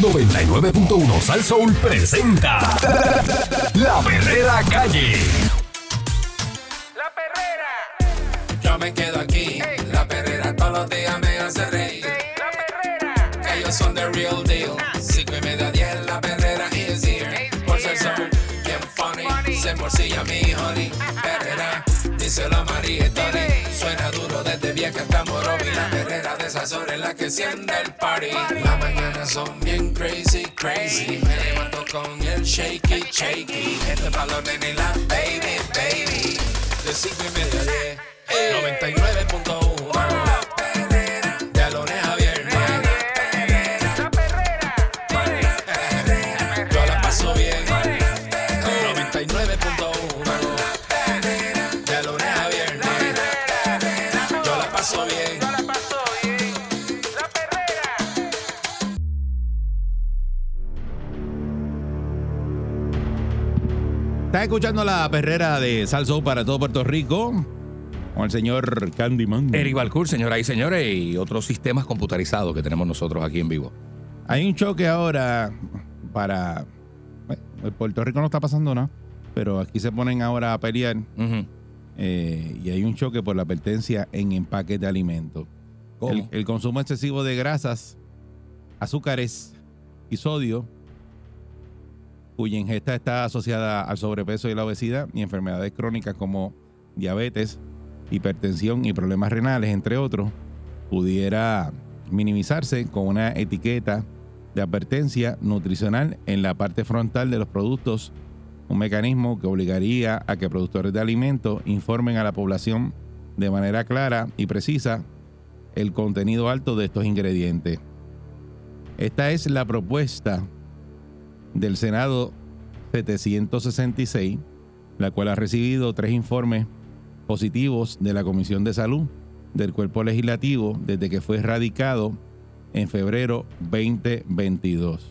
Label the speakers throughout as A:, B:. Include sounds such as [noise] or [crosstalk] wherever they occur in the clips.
A: 99.1 Sal Soul presenta La Perrera Calle.
B: La perrera,
C: Yo me quedo aquí. La perrera todos los días me hace reír.
B: la perrera,
C: Que ellos son the real deal. Cinco y media diez, la perrera Ah. is here. Por ser son bien funny. Se morcilla mi honey. Perrera, díselo María y Tony. Suena duro desde vieja hasta morobi. La perrera de esas horas es la que enciende el Ah. party. Las mañanas son bien crazy, crazy. Me levanto con el shaky, shaky. Este es pa' los nenes y la baby, baby. De cinco y media a diez. 99.1 La perrera De Alones Javier
B: la perrera,
C: yo la paso bien. 99.1 De lunes a viernes. Yo la paso bien.
B: no la pasó bien. La perrera,
D: Estás escuchando la perrera de Salso para todo Puerto Rico con el señor Candyman.
E: Eric Balcour, señoras y señores, y otros sistemas computarizados que tenemos nosotros aquí en vivo.
D: Hay un choque ahora para. bueno, en Puerto Rico no está pasando nada, pero aquí se ponen ahora a pelear
E: Ujú.
D: eh, y hay un choque por la advertencia en empaques de alimentos.
E: ¿Cómo?
D: El, el consumo excesivo de grasas, azúcares y sodio, cuya ingesta está asociada al sobrepeso y la obesidad y enfermedades crónicas como diabetes, hipertensión y problemas renales, entre otros, pudiera minimizarse con una etiqueta de advertencia nutricional en la parte frontal de los productos, un mecanismo que obligaría a que productores de alimentos informen a la población de manera clara y precisa el contenido alto de estos ingredientes. Esta es la propuesta del Senado 766, la cual ha recibido tres informes positivos de la Comisión de Salud del Cuerpo Legislativo desde que fue radicado en febrero 2022.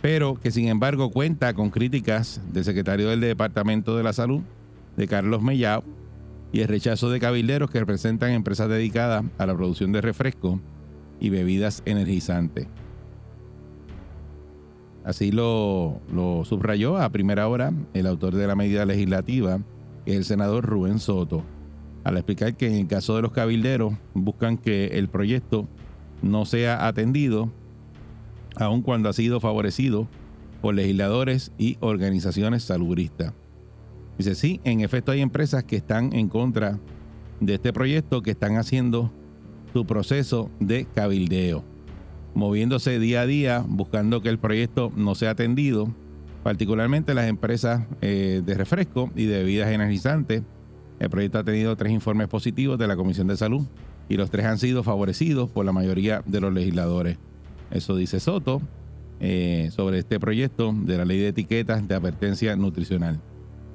D: Pero que sin embargo cuenta con críticas del secretario del Departamento de la Salud, de Carlos Mellao, y el rechazo de cabilderos que representan empresas dedicadas a la producción de refresco y bebidas energizantes. Así lo, lo subrayó a primera hora el autor de la medida legislativa, el senador Rubén Soto, al explicar que en el caso de los cabilderos buscan que el proyecto no sea atendido, aun cuando ha sido favorecido por legisladores y organizaciones salubristas. Dice, sí, en efecto hay empresas que están en contra de este proyecto, que están haciendo su proceso de cabildeo, moviéndose día a día, buscando que el proyecto no sea atendido, particularmente las empresas eh, de refresco y de bebidas energizantes. El proyecto ha tenido tres informes positivos de la Comisión de Salud y los tres han sido favorecidos por la mayoría de los legisladores. Eso dice Soto eh, sobre este proyecto de la ley de etiquetas de advertencia nutricional.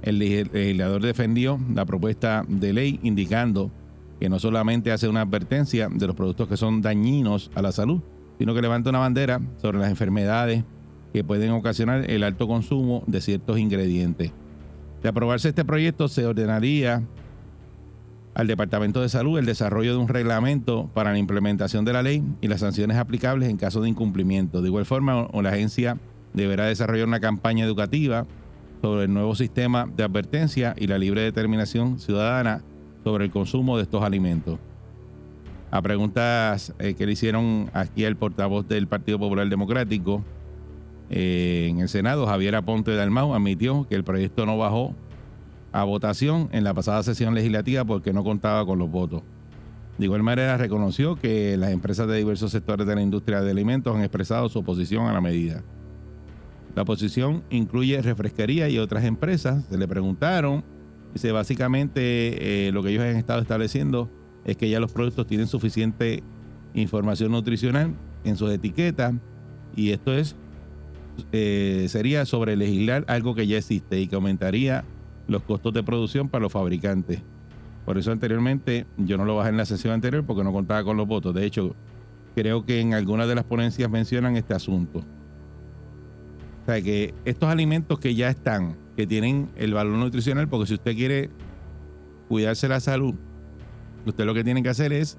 D: El legi- legislador defendió la propuesta de ley indicando que no solamente hace una advertencia de los productos que son dañinos a la salud, sino que levanta una bandera sobre las enfermedades que pueden ocasionar el alto consumo de ciertos ingredientes. De aprobarse este proyecto, se ordenaría al Departamento de Salud el desarrollo de un reglamento para la implementación de la ley y las sanciones aplicables en caso de incumplimiento. De igual forma, o- o la agencia deberá desarrollar una campaña educativa sobre el nuevo sistema de advertencia y la libre determinación ciudadana sobre el consumo de estos alimentos. A preguntas eh, que le hicieron aquí al portavoz del Partido Popular Democrático eh, en el Senado, Javier Aponte Dalmau, admitió que el proyecto no bajó a votación en la pasada sesión legislativa porque no contaba con los votos. De igual manera, reconoció que las empresas de diversos sectores de la industria de alimentos han expresado su oposición a la medida. La posición incluye refresquería y otras empresas. Se le preguntaron. Dice, básicamente eh, lo que ellos han estado estableciendo es que ya los productos tienen suficiente información nutricional en sus etiquetas y esto es eh, sería sobre legislar algo que ya existe y que aumentaría los costos de producción para los fabricantes. Por eso anteriormente yo no lo bajé en la sesión anterior porque no contaba con los votos. De hecho, creo que en algunas de las ponencias mencionan este asunto. O sea, que estos alimentos que ya están, que tienen el valor nutricional, porque si usted quiere cuidarse la salud, usted lo que tiene que hacer es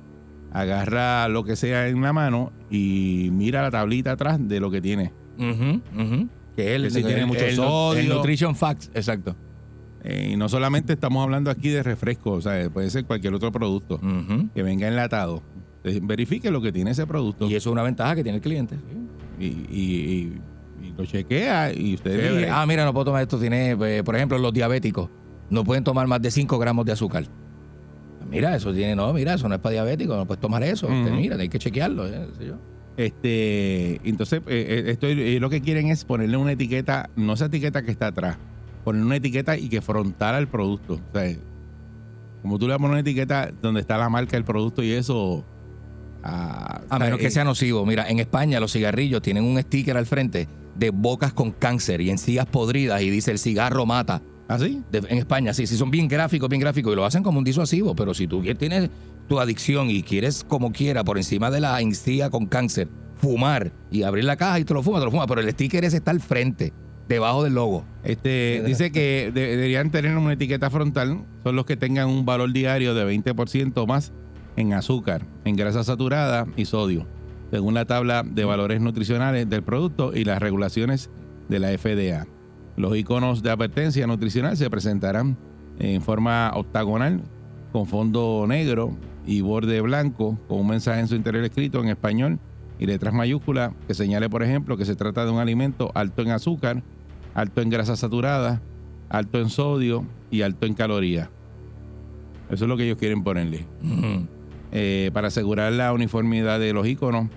D: agarra lo que sea en la mano y mira la tablita atrás de lo que tiene.
E: Ujú, ujú. Que él
D: Que sí tiene mucho
E: El
D: sodio.
E: Nutrition Facts, exacto.
D: Eh, y no solamente estamos hablando aquí de refrescos, o sea, puede ser cualquier otro producto
E: Ujú.
D: que venga enlatado. Eh, Verifique lo que tiene ese producto
E: Y
D: y,
E: eso es una ventaja que tiene el cliente.
D: y- y- y lo chequea y usted
E: Sí,
D: ve,
E: Ah, mira, no puedo tomar esto. Tiene, eh, por ejemplo, los diabéticos no pueden tomar más de 5 gramos de azúcar. Mira, eso tiene, no, mira, eso no es para diabéticos, no puedes tomar eso.
D: Ujú.
E: Te mira, hay que chequearlo. eh, qué sé yo.
D: Este, entonces, eh, eh, esto eh, lo que quieren es ponerle una etiqueta, no esa etiqueta que está atrás, ponerle una etiqueta y que frontal al producto. O sea, como tú le pones una etiqueta donde está la marca del producto y eso. ah, o
E: A
D: sea,
E: menos que
D: eh,
E: sea nocivo. Mira, en España los cigarrillos tienen un sticker al frente de bocas con cáncer y encías podridas y dice el cigarro mata.
D: ¿Así?
E: De- en España, sí, sí, son bien gráficos, bien gráficos y lo hacen como un disuasivo, pero si tú que- tienes tu adicción y quieres como quiera por encima de la encía con cáncer, fumar y abrir la caja y te lo fumas, te lo fumas, pero el sticker ese está al frente, debajo del logo.
D: Este, dice que de- deberían tener una etiqueta frontal, son los que tengan un valor diario de 20% más en azúcar, en grasa saturada y sodio, según la tabla de valores nutricionales del producto y las regulaciones de la FDA. Los iconos de advertencia nutricional se presentarán en forma octagonal, con fondo negro y borde blanco, con un mensaje en su interior escrito en español y letras mayúsculas que señale, por ejemplo, que se trata de un alimento alto en azúcar, alto en grasas saturadas, alto en sodio y alto en calorías. Eso es lo que ellos quieren ponerle.
E: Ujú.
D: Eh, para asegurar la uniformidad de los iconos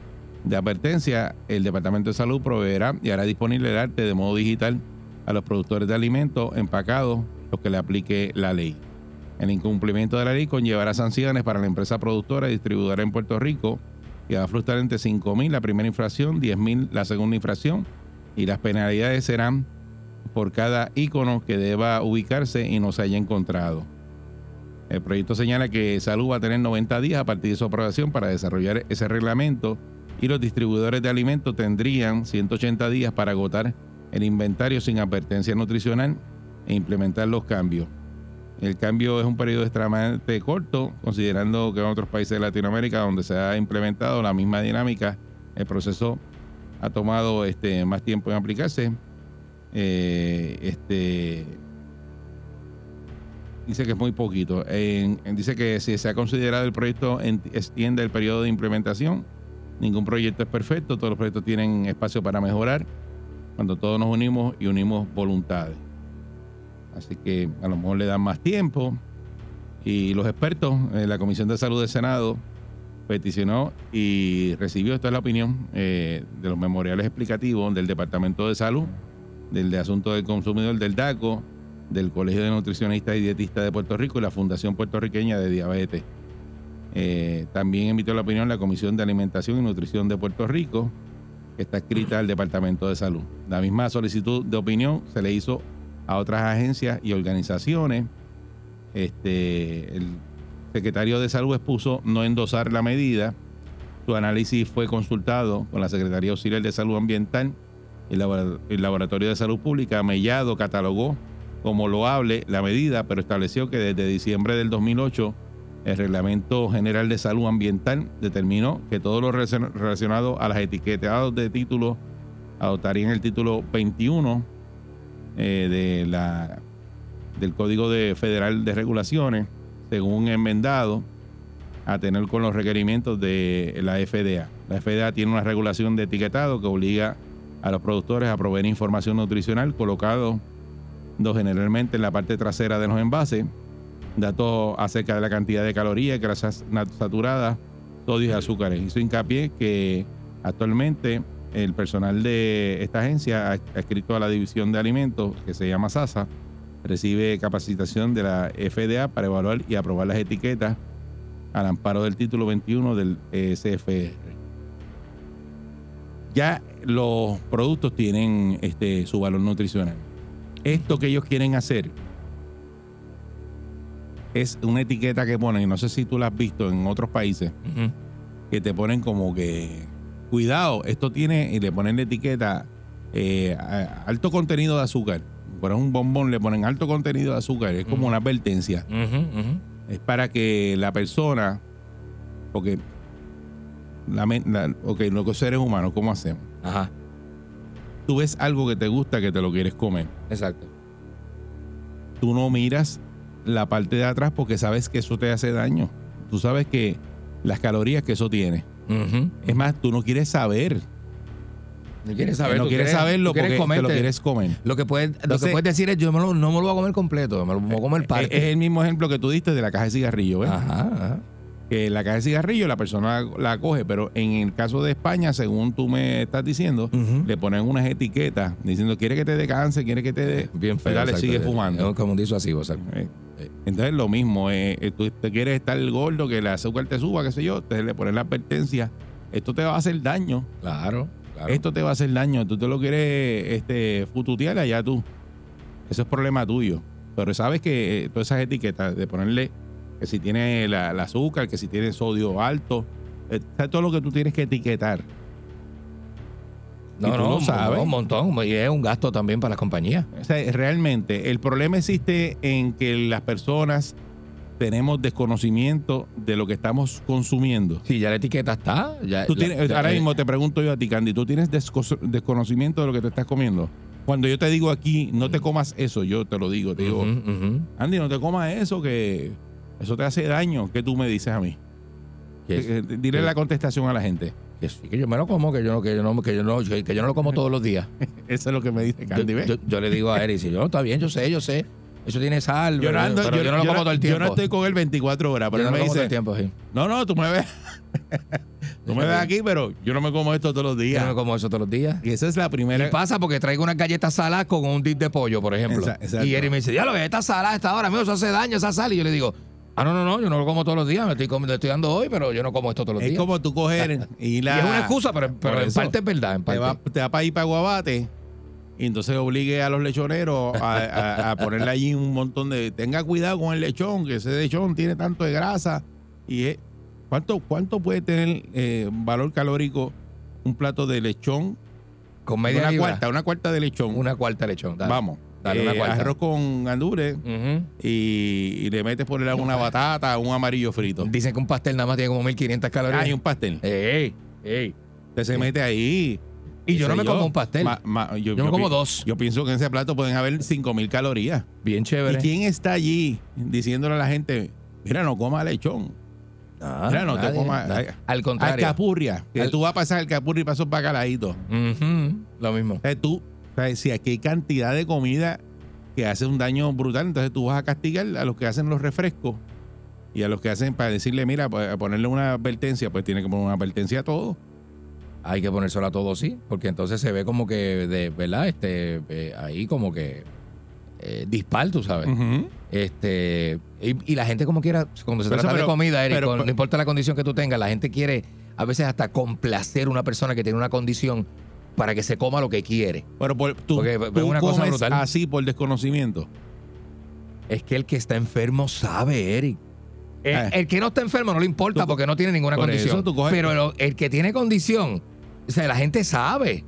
D: de advertencia, el Departamento de Salud proveerá y hará disponible el arte de modo digital a los productores de alimentos empacados, los que le aplique la ley. El incumplimiento de la ley conllevará sanciones para la empresa productora y distribuidora en Puerto Rico y va a frustrar entre 5.000 la primera infracción, 10.000 la segunda infracción y las penalidades serán por cada icono que deba ubicarse y no se haya encontrado. El proyecto señala que Salud va a tener 90 días a partir de su aprobación para desarrollar ese reglamento y los distribuidores de alimentos tendrían 180 días para agotar el inventario sin advertencia nutricional e implementar los cambios. El cambio es un periodo extremadamente corto, considerando que en otros países de Latinoamérica donde se ha implementado la misma dinámica, el proceso ha tomado este, más tiempo en aplicarse. Eh, este, Dice que es muy poquito. En- en- dice que si se ha considerado el proyecto, en- extiende el periodo de implementación. Ningún proyecto es perfecto, todos los proyectos tienen espacio para mejorar cuando todos nos unimos y unimos voluntades. Así que a lo mejor le dan más tiempo. Y los expertos, eh, la Comisión de Salud del Senado peticionó y recibió, esta es la opinión, eh, de los memoriales explicativos del Departamento de Salud, del de Asuntos del Consumidor del DACO, del Colegio de Nutricionistas y Dietistas de Puerto Rico y la Fundación Puertorriqueña de Diabetes. Eh, también emitió la opinión la Comisión de Alimentación y Nutrición de Puerto Rico, que está escrita al Departamento de Salud. La misma solicitud de opinión se le hizo a otras agencias y organizaciones. Este, el secretario de Salud expuso no endosar la medida. Su análisis fue consultado con la Secretaría Auxiliar de Salud Ambiental. El labora- el Laboratorio de Salud Pública, Mellado, catalogó como loable la medida, pero estableció que desde diciembre del 2008 el Reglamento General de Salud Ambiental determinó que todo lo relacion- relacionado a las etiquetados de títulos adoptarían el título 21 eh, de la, del Código de- Federal de Regulaciones, según enmendado, a tener con los requerimientos de la FDA. La FDA tiene una regulación de etiquetado que obliga a los productores a proveer información nutricional colocado dos, generalmente en la parte trasera de los envases, datos acerca de la cantidad de calorías, grasas nat- saturadas, sodios y azúcares. Hizo hincapié que actualmente el personal de esta agencia, ad- adscrito a la división de alimentos, que se llama SASA, recibe capacitación de la FDA para evaluar y aprobar las etiquetas al amparo del título 21 del E SFR. Ya los productos tienen este, su valor nutricional esto que ellos quieren hacer es una etiqueta que ponen, y no sé si tú la has visto en otros países,
E: Ujú.
D: que te ponen como que, cuidado, esto tiene, y le ponen la etiqueta, eh, a- alto contenido de azúcar. Por un bombón le ponen alto contenido de azúcar, es como
E: Mm.
D: una advertencia.
E: Ujú, ujú.
D: Es para que la persona, porque la, men- la- ok, los seres humanos, ¿cómo hacemos?
E: Ajá,
D: Tú ves algo que te gusta que te lo quieres comer.
E: exacto.
D: Tú no miras la parte de atrás porque sabes que eso te hace daño. Tú sabes que las calorías que eso tiene.
E: Ujú.
D: Es más, tú no quieres saber.
E: No quieres saberlo.
D: no
E: tú
D: quieres, saberlo
E: tú quieres
D: porque te lo
E: comerte.
D: quieres comer.
E: Lo que puedes, lo que
D: Entonces-
E: puedes decir es, yo me lo- no me lo voy a comer completo, me lo voy a comer
D: Es, es
E: parte.
D: el mismo ejemplo que tú diste de la caja de cigarrillo. ¿eh?
E: Ajá, ajá.
D: Que la caja de cigarrillo la persona la coge, pero en el caso de España, según tú me estás diciendo,
E: Ujú.
D: le ponen unas etiquetas diciendo, quiere que te dé cáncer, quiere que te dé...
E: Bien feo.
D: Dale,
E: exacto.
D: sigue fumando.
E: Es como un disuasivo, exacto.
D: Eh, eh, Entonces lo mismo, eh, eh, tú te quieres estar gordo, que el azúcar te suba, qué sé yo, te le pones la advertencia, esto te va a hacer daño,
E: Claro, claro.
D: esto te va a hacer daño, tú te lo quieres este, fututear allá tú. Eso es problema tuyo. Pero sabes que eh, todas esas etiquetas de ponerle que si tiene la, el azúcar, que si tiene sodio alto, eh, sabes todo lo que tú tienes que etiquetar. y
E: no,
D: tú
E: no,
D: lo
E: un-
D: sabes.
E: un montón. Y es un gasto también para las compañías.
D: O sea, realmente el problema existe en que las personas tenemos desconocimiento de lo que estamos consumiendo.
E: Si ya la etiqueta está. Ah, Ya,
D: Tú
E: la-
D: tienes-
E: ya-
D: ahora
E: eh,
D: mismo te pregunto yo a ti, Candy, ¿tú tienes desco- desconocimiento de lo que te estás comiendo? Cuando yo te digo aquí, no te comas eso, yo te lo digo, te digo,
E: ujú, ujú.
D: Andy, no te comas eso, que eso te hace daño, ¿qué tú me dices a mí?
E: Que-
D: Eh, eh, Dile
E: que-
D: la contestación a la gente.
E: que sí, que yo me lo como, que yo no, que yo no, que yo no, que yo no lo como todos los días.
D: [laughs] Eso es lo que me dice
E: Yo,
D: Candy, ¿ves?
E: yo- yo le digo a Eric, si yo, está bien, yo sé, yo sé. Eso tiene sal,
D: Yo no
E: pero,
D: ando-
E: pero yo, no lo
D: yo
E: como todo el
D: yo
E: tiempo.
D: no estoy con él 24 horas, pero
E: Yo
D: él
E: no lo
D: me
E: como todo
D: dice,
E: el tiempo, sí.
D: No, no, tú me ves. [laughs] tú me ves aquí, pero yo no me como esto todos los
E: Yo
D: días.
E: no me como eso todos los días.
D: Y esa es la primera.
E: Y pasa porque traigo unas galletas saladas con un dip de pollo, por ejemplo.
D: Exa- exacto.
E: Y Eric me dice, diablo, galletas saladas esta hora, amigo, eso hace daño, esa sal. Y yo le digo, ah, no, no, no, yo no lo como todos los días, me estoy, comiendo- le estoy dando hoy, pero yo no como esto todos los
D: es
E: días.
D: como
E: [laughs]
D: tú coger y la.
E: y es una excusa, pero, pero
D: Por
E: en
D: eso,
E: parte es verdad, en
D: Te
E: parte.
D: va, te va para ir para Guabate. Y entonces obligue a los lechoneros a, a- a ponerle allí un montón de. Tenga cuidado con el lechón, que ese lechón tiene tanto de grasa. y es- ¿cuánto, ¿Cuánto puede tener eh, valor calórico un plato de lechón?
E: Con media
D: una
E: libra,
D: cuarta, una cuarta de lechón.
E: una cuarta lechón. dale.
D: Vamos.
E: dale, una
D: Eh,
E: cuarta.
D: Arroz con andures,
E: Ujú.
D: y, y le metes por el agua una batata, un amarillo frito.
E: Dicen que un pastel nada más tiene como 1500 calorías.
D: Hay un pastel.
E: Ey, ey. Eh.
D: Usted se mete ahí.
E: Y
D: Qué
E: yo no
D: sé
E: me como un pastel.
D: Ma- ma- yo,
E: Yo me
D: yo
E: como
D: pi-
E: dos.
D: Yo pienso que en ese plato pueden haber 5000 calorías.
E: Bien
D: ¿Y
E: chévere.
D: quién está allí diciéndole a la gente, mira, no coma lechón?
E: Ah,
D: mira, no te
E: nadie,
D: comas-
E: nadie.
D: ay,
E: Al
D: Al
E: contrario.
D: capurria. Que
E: Al-
D: tú vas a pasar al capurria y pasas para calahito.
E: Ujú, Lo mismo.
D: O sea, Eh, tú, o sea, si aquí hay cantidad de comida que hace un daño brutal, entonces tú vas a castigar a los que hacen los refrescos y a los que hacen para decirle, mira, pues, a ponerle una advertencia, pues tiene que poner una advertencia a todo.
E: Hay que ponérselo a todo, sí, porque entonces se ve como que, de, ¿verdad? Este, eh, ahí como que eh, dispar, tú sabes.
D: Ujú.
E: Este, y, y la gente como quiera, cuando se
D: Pero
E: trata de
D: eso, pero-
E: comida, Eric,
D: pero-
E: con- no importa la condición que tú tengas, la gente quiere a veces hasta complacer a una persona que tiene una condición para que se coma lo que quiere.
D: Pero por- tú,
E: Porque es
D: tú
E: una cosa
D: comes
E: brutal.
D: así por desconocimiento.
E: Es que el que está enfermo sabe, Eric. El,
D: Ah.
E: Eh, el que no está enfermo no le importa
D: Tú-
E: porque no tiene ninguna
D: por eso
E: condición.
D: tú coges-
E: Pero lo- el que tiene condición, o sea, la gente sabe.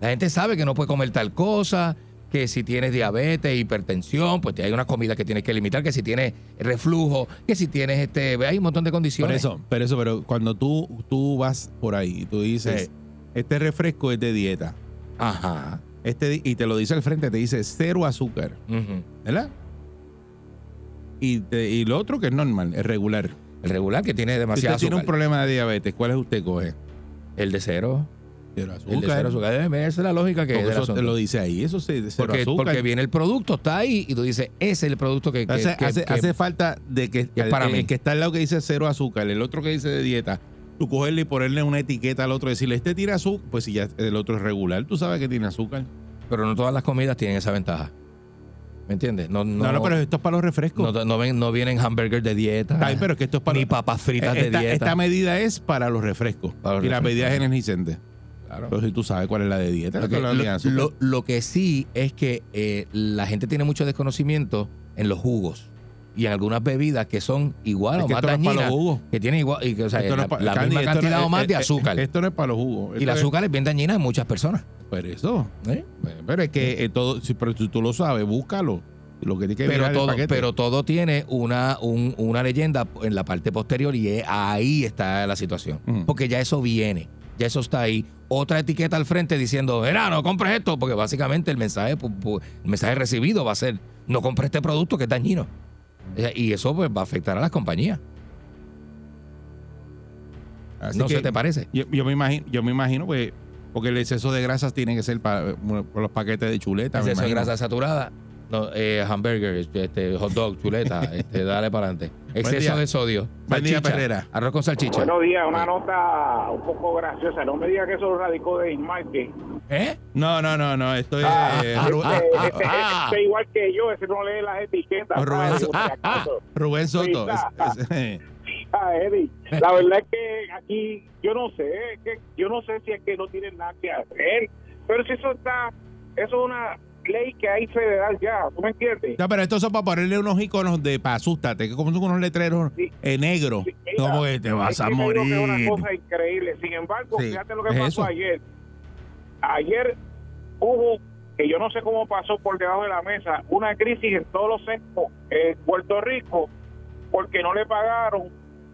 E: La gente sabe que no puede comer tal cosa, que si tienes diabetes, hipertensión, pues hay unas comidas que tienes que limitar, que si tienes reflujo, que si tienes este, hay un montón de
D: Por
E: condiciones.
D: eso, pero eso, pero cuando tú, tú vas por ahí y tú dices,
E: Sí.
D: este refresco es de dieta,
E: Ajá.
D: este, di- y te lo dice al frente, te dice cero azúcar,
E: Ujú.
D: ¿verdad? Y, te- y lo otro que es normal, es regular.
E: El regular que tiene
D: Si usted
E: demasiado
D: tiene un
E: azúcar.
D: problema de diabetes, ¿cuál es usted coge?
E: el de cero.
D: Cero
E: El de cero azúcar. Eh, Esa es la lógica que
D: Porque
E: es del
D: eso
E: asunto.
D: te lo dice ahí, eso se cero
E: porque,
D: azúcar.
E: porque viene el producto, está ahí y tú dices, ese es el producto que, que-
D: hace,
E: que-
D: hace-
E: que-
D: hace falta de que,
E: es para
D: el,
E: mí.
D: el que está al lado que dice cero azúcar, el otro que dice de dieta, tú cogerle y ponerle una etiqueta al otro, decirle, este tiene azúcar, pues si ya el otro es regular, tú sabes que tiene azúcar.
E: Pero no todas las comidas tienen esa ventaja. ¿Me entiendes? No, no,
D: No, no, pero esto es para los refrescos.
E: no- no ven- no vienen hamburgers de dieta.
D: Está bien, pero es que esto es para
E: ni papas fritas de
D: esta,
E: dieta.
D: esta medida es para los refrescos.
E: Para los
D: y la
E: refrescos.
D: medida es energizante.
E: Claro.
D: Pero si tú sabes cuál es la de dieta,
E: Lo que,
D: no la de
E: lo-
D: azúcar.
E: lo- lo que sí es que eh, la gente tiene mucho desconocimiento en los jugos y en algunas bebidas que son igual
D: Es
E: o
D: que
E: más
D: esto no es para
E: dañinas.
D: los jugos.
E: que tienen igual, y que, o sea,
D: Esto no
E: la,
D: es pa-
E: la
D: Candy,
E: misma
D: esto no-
E: cantidad o más
D: eh,
E: de
D: eh,
E: azúcar.
D: Esto no es para los jugos.
E: y el
D: esto es-
E: azúcar es bien dañina en muchas personas.
D: Pero eso.
E: ¿eh?
D: Pero es que eh, todo, si, pero si tú lo sabes, búscalo. Lo que tiene que
E: Pero
D: virar el
E: todo,
D: paquete.
E: pero todo tiene una, un- una leyenda en la parte posterior y es- ahí está la situación.
D: Ujú.
E: Porque ya eso viene, ya eso está ahí. Otra etiqueta al frente diciendo, mira, no compres esto, porque básicamente el mensaje, pu- pu- el mensaje recibido va a ser, no compres este producto que es dañino. Eh, Y eso pues, va a afectar a las compañías.
D: Así
E: ¿No
D: que
E: se te parece?
D: yo, yo me imagino, yo me imagino pues, porque el exceso de grasas tiene que ser para bueno, para los paquetes de chuleta. me
E: Exceso de
D: imagino.
E: grasa saturada, no, eh, hamburger, este, hot dog,
D: [laughs]
E: chuleta, este, dale para adelante.
D: día.
E: Exceso de sodio.
D: Buen día,
E: salchicha,
D: Perrera.
E: Arroz con salchicha.
F: Buenos días, una nota un poco graciosa. No me diga que eso radicó de Ismael. que
E: ¿Eh?
D: No, no, no, no. Esto es eh,
F: este,
D: Ru-
F: este-
E: ah.
F: este igual que yo, ese no lee las etiquetas.
D: Oh, Rubén,
F: padre,
D: so-
F: por si
E: ah.
F: [laughs] acaso.
D: Rubén Soto.
F: Sí,
D: Es- es- eh.
F: Ah, Eddie, la verdad es que aquí yo no sé, es que yo no sé si es que no tienen nada que hacer, pero si eso está, eso es una ley que hay federal ya, ¿tú me entiendes?
D: No, pero estos son para ponerle unos iconos de para asustate, que como son unos letreros
F: Sí.
D: en negro.
F: Sí, mira,
D: Como que te vas
F: Es
D: a
F: que te digo que
D: morir.
F: Es una cosa increíble. Sin embargo,
D: Sí,
F: fíjate lo que
D: es
F: pasó
D: eso.
F: ayer. Ayer hubo, que yo no sé cómo pasó por debajo de la mesa, una crisis en todos los sectores en Puerto Rico porque no le pagaron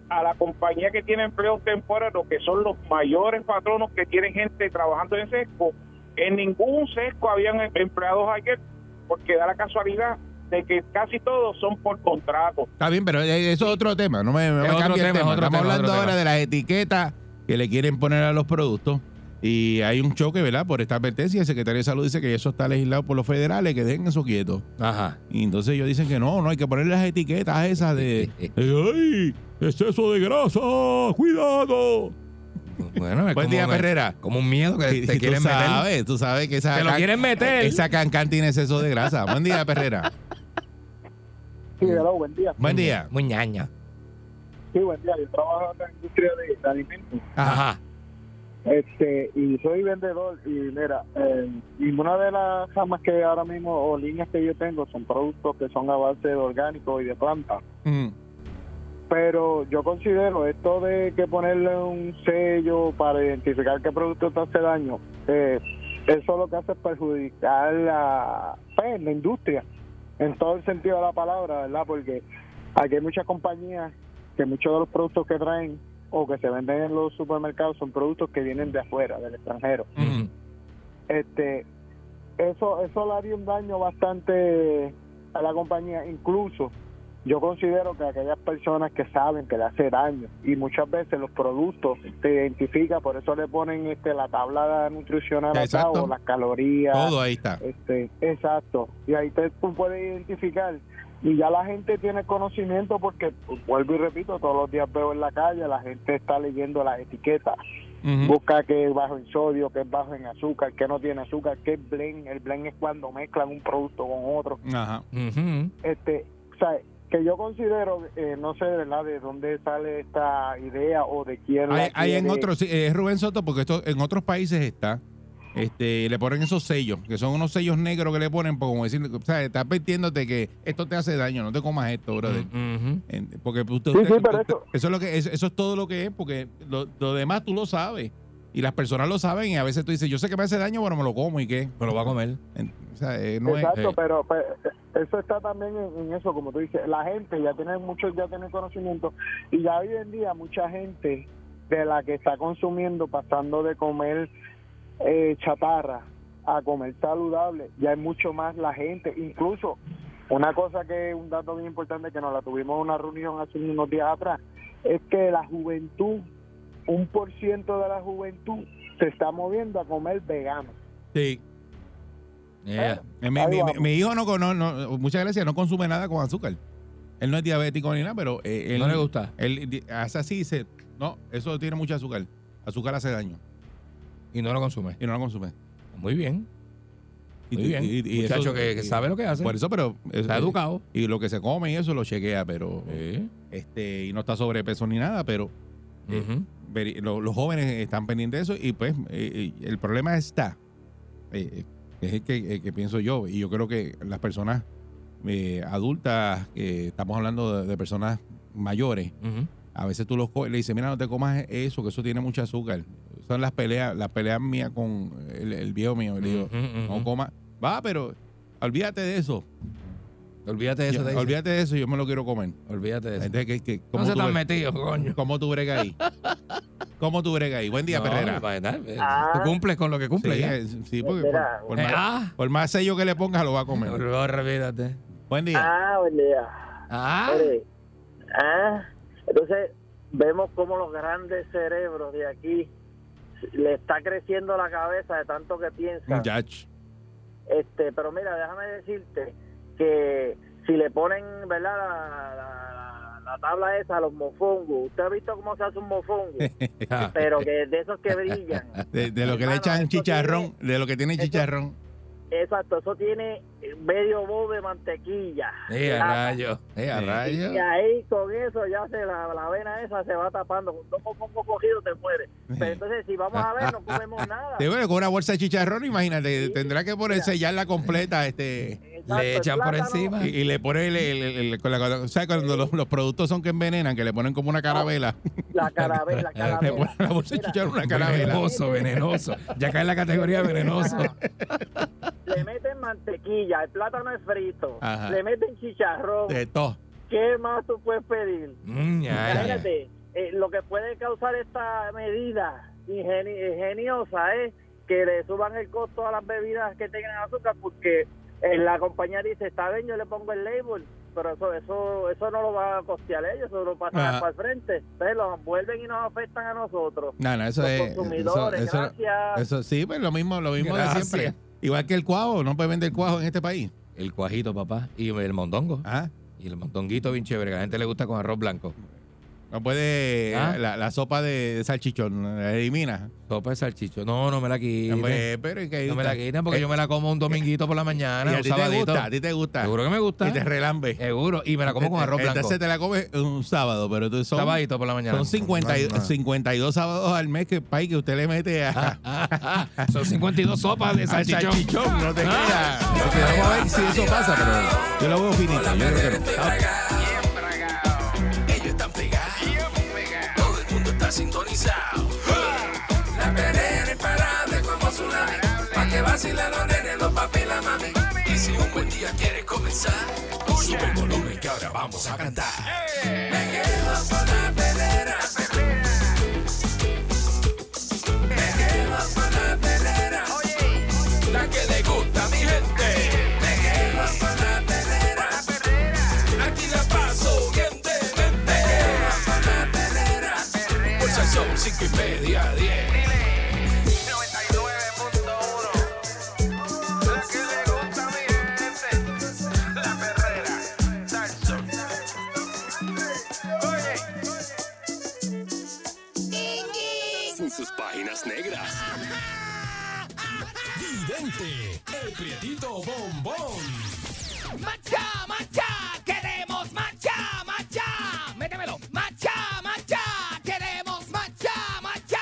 F: a la compañía que tiene empleos temporeros, que son los mayores patronos que tienen gente trabajando en sesco. En ningún sesco habían em- empleados ayer, porque da la casualidad de que casi todos son por contrato.
D: Está bien, pero eh, eso es otro tema. No me, no me
E: Es otro
D: cambie el
E: tema, es
D: tema.
E: otro
D: Estamos
E: tema,
D: hablando
E: otro
D: ahora
E: tema.
D: de las etiquetas que le quieren poner a los productos. Y hay un choque, ¿verdad? Por esta advertencia. El secretario de Salud dice que eso está legislado por los federales, que dejen eso quieto.
E: Ajá.
D: Y entonces ellos dicen que no, no hay que poner las etiquetas esas
E: [laughs]
D: de. de, ¡Ay! ¡Exceso de grasa! ¡Cuidado!
E: Bueno, es
D: Buen
E: como
D: día,
E: una-
D: Perrera.
E: Como un miedo que
D: [laughs] Y- y
E: te quieren
D: tú
E: meter.
D: sabes, Tú sabes que esa.
E: Te lo
D: can-
E: quieren meter.
D: Esa cancán tiene exceso de grasa.
E: [laughs]
D: Buen día, Perrera.
F: Sí, hello, buen día.
D: Buen día.
E: Muy ñaña.
F: Sí, buen día. Yo trabajo en la industria de, de alimentos.
E: Ajá.
F: Este, y soy vendedor. Y mira, eh, ninguna de las ramas que ahora mismo o líneas que yo tengo son productos que son a base de orgánico y de planta.
D: Mm.
F: Pero yo considero esto de que ponerle un sello para identificar qué producto te hace daño, eh, eso lo que hace es perjudicar la, pues, la industria, en todo el sentido de la palabra, ¿verdad? Porque aquí hay muchas compañías que muchos de los productos que traen o que se venden en los supermercados son productos que vienen de afuera, del extranjero
E: Ujú.
F: este eso eso le haría un daño bastante a la compañía incluso yo considero que aquellas personas que saben que le hace daño y muchas veces los productos te identifican por eso le ponen este la tabla nutricional
D: Exacto.
F: o las calorías
D: Todo ahí está.
F: este, exacto. Y ahí te, tú puedes identificar. Y ya la gente tiene conocimiento porque, pues, vuelvo y repito, todos los días veo en la calle, la gente está leyendo las etiquetas. Busca que es bajo en sodio, que es bajo en azúcar, que no tiene azúcar, que es blend. El blend es cuando mezclan un producto con otro.
D: Ajá.
E: Ujú.
F: Este, o sea, que yo considero, eh, no sé, ¿verdad?, de dónde sale esta idea o de quién la
D: Hay, hay en
F: tiene.
D: otros, sí, es Rubén Soto, porque esto en otros países está. Este, le ponen esos sellos, que son unos sellos negros que le ponen, por como decir, o sea, está advirtiéndote que esto te hace daño, no te comas esto, brother.
E: Mm, Ujú.
D: En- Porque usted-
F: Sí, sí,
D: usted-
F: pero
D: usted-
F: eso-
D: eso es lo que eso, eso es todo lo que es, porque lo, lo demás tú lo sabes y las personas lo saben y a veces tú dices, yo sé que me hace daño, pero me lo como y qué.
E: Me lo va a comer.
D: En- O sea, eh, no es-
F: Exacto,
D: eh,
F: pero, pero eso está también en, en eso, como tú dices, la gente ya tiene muchos ya tiene conocimiento y ya hoy en día mucha gente de la que está consumiendo, pasando de comer eh, chatarra a comer saludable, ya es mucho más la gente, incluso una cosa que es un dato bien importante que nos la tuvimos en una reunión hace unos días atrás, es que la juventud, un por ciento de la juventud se está moviendo a comer vegano.
D: sí.
E: Yeah.
D: Eh, Mi,
F: Ahí
D: mi-
F: vamos.
D: mi hijo no, cono- no- muchas gracias, no consume nada con azúcar. Él no es diabético ni nada, pero eh, él,
E: No le gusta.
D: él di- hace así y dice, no, eso tiene mucho azúcar. Azúcar hace daño
E: Y no lo consume.
D: y no lo consume.
E: Muy bien.
D: Y,
E: Muy
D: y-
E: bien.
D: y- y
E: Muchacho
D: eso-
E: que, que
D: y-
E: sabe lo que hace.
D: Por eso, pero...
E: Está
D: eso-
E: educado.
D: Y lo que se come y eso lo chequea, pero...
E: Sí.
D: este Y no está sobrepeso ni nada, pero eh,
E: Ujú.
D: veri- lo- los jóvenes están pendientes de eso y pues eh, eh, el problema está eh, eh, es el que, el que pienso yo y yo creo que las personas eh, adultas que estamos hablando de, de personas mayores
E: Ujú.
D: a veces tú los coges y le dices mira no te comas eso que eso tiene mucho azúcar son las peleas las peleas mías con el, el viejo mío y le digo
E: Ujú, ujú.
D: no coma va pero olvídate de eso
E: Olvídate de eso.
D: Yo-
E: te dice.
D: olvídate de eso, yo me lo quiero comer.
E: Olvídate de eso.
D: Entonces, ¿qué- qué-
E: No
D: cómo,
E: se
D: tú
E: están
D: bregas-
E: metidos, coño.
D: ¿Cómo tú bregas ahí? ¿Cómo tú bregas ahí? Buen día,
E: No,
D: Perrera.
E: para nada, eh,
G: Ah.
E: Tú cumples con lo que
D: Sí,
E: cumples. ya.
D: eh, sí, porque
G: Espera.
D: por, por
E: Eh,
D: más,
E: ah.
D: por más sello que le pongas, lo va a comer.
E: Pero olvídate.
D: Buen día.
G: Ah,
D: [laughs]
G: buen día.
E: Ah,
G: Mire, ah, entonces vemos cómo los grandes cerebros de aquí le está creciendo la cabeza de tanto que piensan.
D: Muchacho.
G: Este, pero mira, déjame decirte que si le ponen, ¿verdad? La, la- la tabla esa a los mofongos. Usted ha visto cómo se hace un mofongo,
E: ah.
G: pero que de esos que brillan.
D: De, de lo que le
G: Hermano,
D: echan
G: esto
D: chicharrón, de lo que tiene chicharrón.
G: Exacto, eso tiene medio bowl de mantequilla.
E: Eh, a
G: Ah.
E: rayo. Eh, a
D: Sí.
E: rayo.
G: Y ahí con eso ya se la, la avena esa se va tapando. Con dos mofongos cogidos te mueres. Pero entonces, si vamos a ver, no comemos nada.
D: Te veo con una bolsa de chicharrón, imagínate,
G: Sí.
D: tendrá que poner sellarla completa, este,
G: Exacto,
E: Le
G: el
E: echan por
G: plátano,
E: encima.
D: y, y le pone el, el- el- el- con la- con- o sea, cuando los, los productos son que envenenan, que le ponen como una carabela,
G: [laughs] La carabela, la
D: [laughs] le
G: carabela.
D: ponen la bolsa de
G: Mira,
D: chicharrón una carabela.
E: Venenoso, venenoso. Ya cae en la categoría venenoso.
G: Le meten mantequilla, el plátano es frito,
D: Ajá.
G: le meten chicharrón.
D: De todo.
G: ¿Qué más tú puedes pedir?
E: Mm, ya, ya.
G: Imagínate, eh, lo que puede causar esta medida ingeni- ingeniosa es que le suban el costo a las bebidas que tengan azúcar porque eh, la compañía dice, está bien, yo le pongo el label, pero eso eso eso no lo va a costear ellos, eso lo pasan
D: Ajá.
G: para el frente. Entonces los vuelven y nos afectan a nosotros.
D: No, no, eso
G: Los
D: es. Eso,
G: consumidores,
D: eso-
G: gracias.
D: eso- sí, pues lo mismo, lo mismo de
E: Gracias.
D: siempre. Igual que el cuavo, no puede vender cuavo en este país. Ah.
E: El cuajito, papá. Y el mondongo.
D: Ajá.
E: Y el mondonguito bien chévere. que a la gente le gusta con arroz blanco.
D: No puede eh,
E: Ah.
D: la, la sopa de, de salchichón, la elimina.
E: Sopa de salchicho. No, no me la
D: No,
E: quiten.
D: pues, pero es que ahí
E: No me
D: está.
E: la quiten porque
D: Eh,
E: yo me la como un dominguito por la
D: y
E: mañana,
D: a
E: un
D: ti te
E: sabadito.
D: gusta, a ti te gusta.
E: Seguro que me gusta.
D: Y te relambe.
E: Seguro. Y me la como con arroz blanco.
D: Entonces te la comes un sábado, pero tú son,
E: Sabadito por la mañana.
D: son 50 y-
E: No, no.
D: 52 sábados al mes que, país, que usted le mete a,
E: Ah, ah, ah. [laughs] Son 52 sopas
D: [laughs]
E: de
D: al salchichón.
E: salchichón.
D: No te
E: Ah.
D: creas. Porque vamos a ver si eso pasa, pero yo lo veo finito. Yo creo que no.
B: Bien bragado.
C: Ellos están pegados,
B: Bien pegado.
C: todo el mundo está sintonizado. La perrera imparable como tsunami. Pa' que vacilen los nenes, los papi y la mami. Y si un buen día quieres comenzar, sube el volumen que ahora vamos a cantar. Me quedo con la perrera. Me quedo con la perrera. La que le gusta a mi gente. Me quedo con la perrera. Aquí la paso bien de mente. Me quedo con la perrera. Pues ya son cinco y media, diez.
B: 99.1 La que le gusta a mi gente La perrera Salsón Oye
C: en sus páginas negras. Vidente, el prietito bombón.
H: Macha, macha, queremos macha, macha. Métemelo. Macha, macha, queremos macha, macha.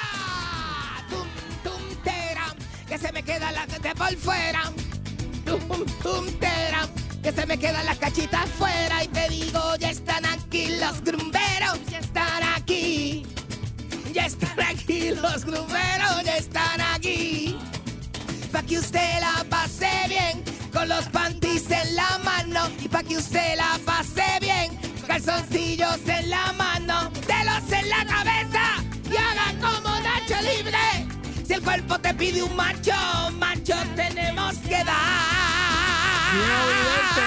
H: Tum, tum, teram, que se me queda la de por fuera. Tum, tum, teram, que se me quedan las cachitas fuera. Y te digo, ya están aquí los grumberos, ya están aquí. Ya están aquí los grumberos, ya están aquí pa' que usted la pase bien, con los panties en la mano, y pa' que usted la pase bien, calzoncillos en la mano, telos en la cabeza, y hagan como Nacho Libre. Si el cuerpo te pide un macho, macho tenemos que dar.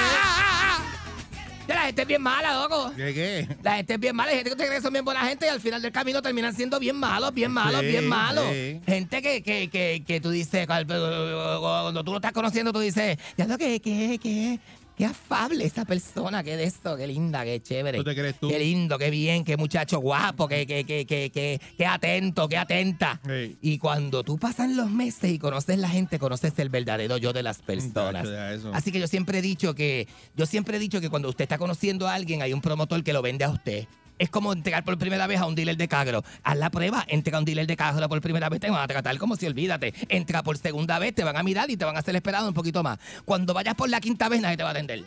H: Ya la gente es bien mala, loco.
D: ¿Qué qué?
H: La gente es bien mala, hay gente que te cree que son bien buena gente y al final del camino terminan siendo bien malos, bien malos,
D: Sí,
H: bien malos.
D: sí.
H: Gente que, que, que, que tú dices, cual- cuando tú lo estás conociendo, tú dices, ya lo que, que, que, qué afable esa persona, qué de esto, qué linda, qué chévere.
D: ¿Tú te crees tú?
H: Qué lindo, qué bien, qué muchacho guapo, qué, qué, qué, qué, qué, qué atento, qué atenta.
D: Sí.
H: Y cuando tú pasan los meses y conoces la gente, conoces el verdadero yo de las personas.
D: Muchacho, ya eso.
H: Así que yo siempre he dicho que yo siempre he dicho que cuando usted está conociendo a alguien hay un promotor que lo vende a usted. Es como entregar por primera vez a un dealer de cagro. Haz la prueba, entrega a un dealer de cagro por primera vez, te van a tratar como si olvídate. Entra por segunda vez, te van a mirar y te van a hacer esperado un poquito más. Cuando vayas por la quinta vez, nadie te va a atender.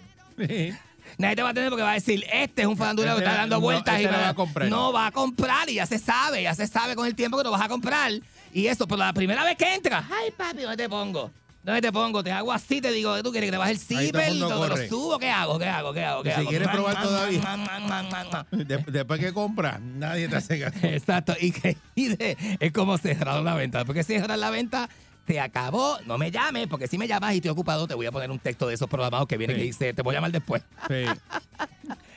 H: Nadie te va a atender porque va a decir, este es un farandulero que
D: Este
H: está
D: no-
H: dando vueltas
D: este
H: y
D: no
H: me-
D: va a comprar".
H: No va a comprar y ya se sabe, ya se sabe con el tiempo que no vas a comprar. Y eso, pero la primera vez que entras, ay papi, ¿dónde te pongo? ¿Dónde te pongo? Te hago así, te digo, ¿tú quieres que te baje el
D: Ahí todo el
H: zipper?
D: mundo
H: ¿Te lo
D: corre.
H: subo? ¿Qué hago? ¿Qué hago? ¿Qué hago? ¿Qué
D: Y si
H: hago?
D: quieres
H: Man,
D: probar
H: man,
D: todavía.
H: man, man, man, man, man.
D: De- después que compras, nadie te hace caso.
H: [laughs] Exacto, y que y de- es como cerrar la venta. Porque si cerrar la venta, te acabó, no me llames, porque si me llamas y estoy ocupado, te voy a poner un texto de esos programados que viene
D: Sí.
H: que dice, te voy a llamar después.
D: Sí.
H: [laughs]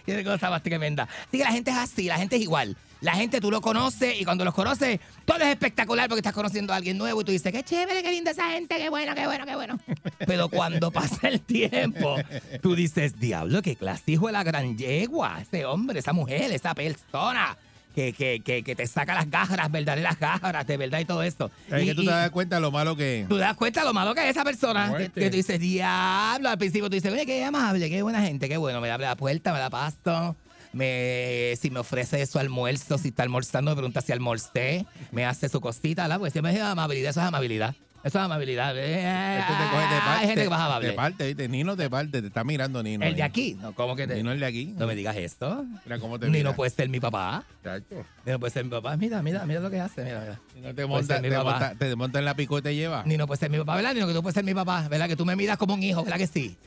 H: Y es cosa más tremenda. Así que la gente es así, la gente es igual. La gente tú lo conoces y cuando los conoces, todo es espectacular porque estás conociendo a alguien nuevo y tú dices, qué chévere, qué linda esa gente, qué bueno, qué bueno, qué bueno. Pero cuando pasa el tiempo, tú dices, diablo, qué clasijo de la gran yegua, ese hombre, esa mujer, esa persona. Que, que, que, que te saca las garras, verdaderas garras, de verdad y todo esto.
D: Es
H: Y-
D: que tú
H: y-
D: te das cuenta lo malo que es.
H: Tú te das cuenta lo malo que es esa persona. Que,
D: Muerte.
H: que tú dices, diablo, al principio tú dices, oye, qué amable, qué buena gente, qué bueno. Me abre la puerta, me da pasto. Me, si me ofrece su almuerzo, si está almorzando, me pregunta si almorcé. Me hace su cosita, ¿la? Porque siempre es amabilidad, eso es amabilidad. Eso es amabilidad. eh, ah,
D: Este te coge de
H: Hay
D: parte.
H: gente que más
D: de
H: amable.
D: parte, ¿viste? Nino te parte, te está mirando Nino.
H: El de
D: ahí.
H: aquí, no, ¿cómo que te-
D: Nino el de aquí.
H: No me digas esto.
D: Mira cómo te
H: Ni
D: mira.
H: no puede ser mi papá.
D: Chacho.
H: Ni no puede ser mi papá. Mira, mira, mira lo que hace. Mira, mira.
D: Nino te
H: Pues
D: monta,
H: es mi
D: te,
H: papá.
D: monta, te monta en la pico y te lleva.
H: Ni no puede ser mi papá, ¿verdad? Ni no que tú puedes ser mi papá, ¿verdad? Que tú me miras como un hijo, ¿verdad que sí?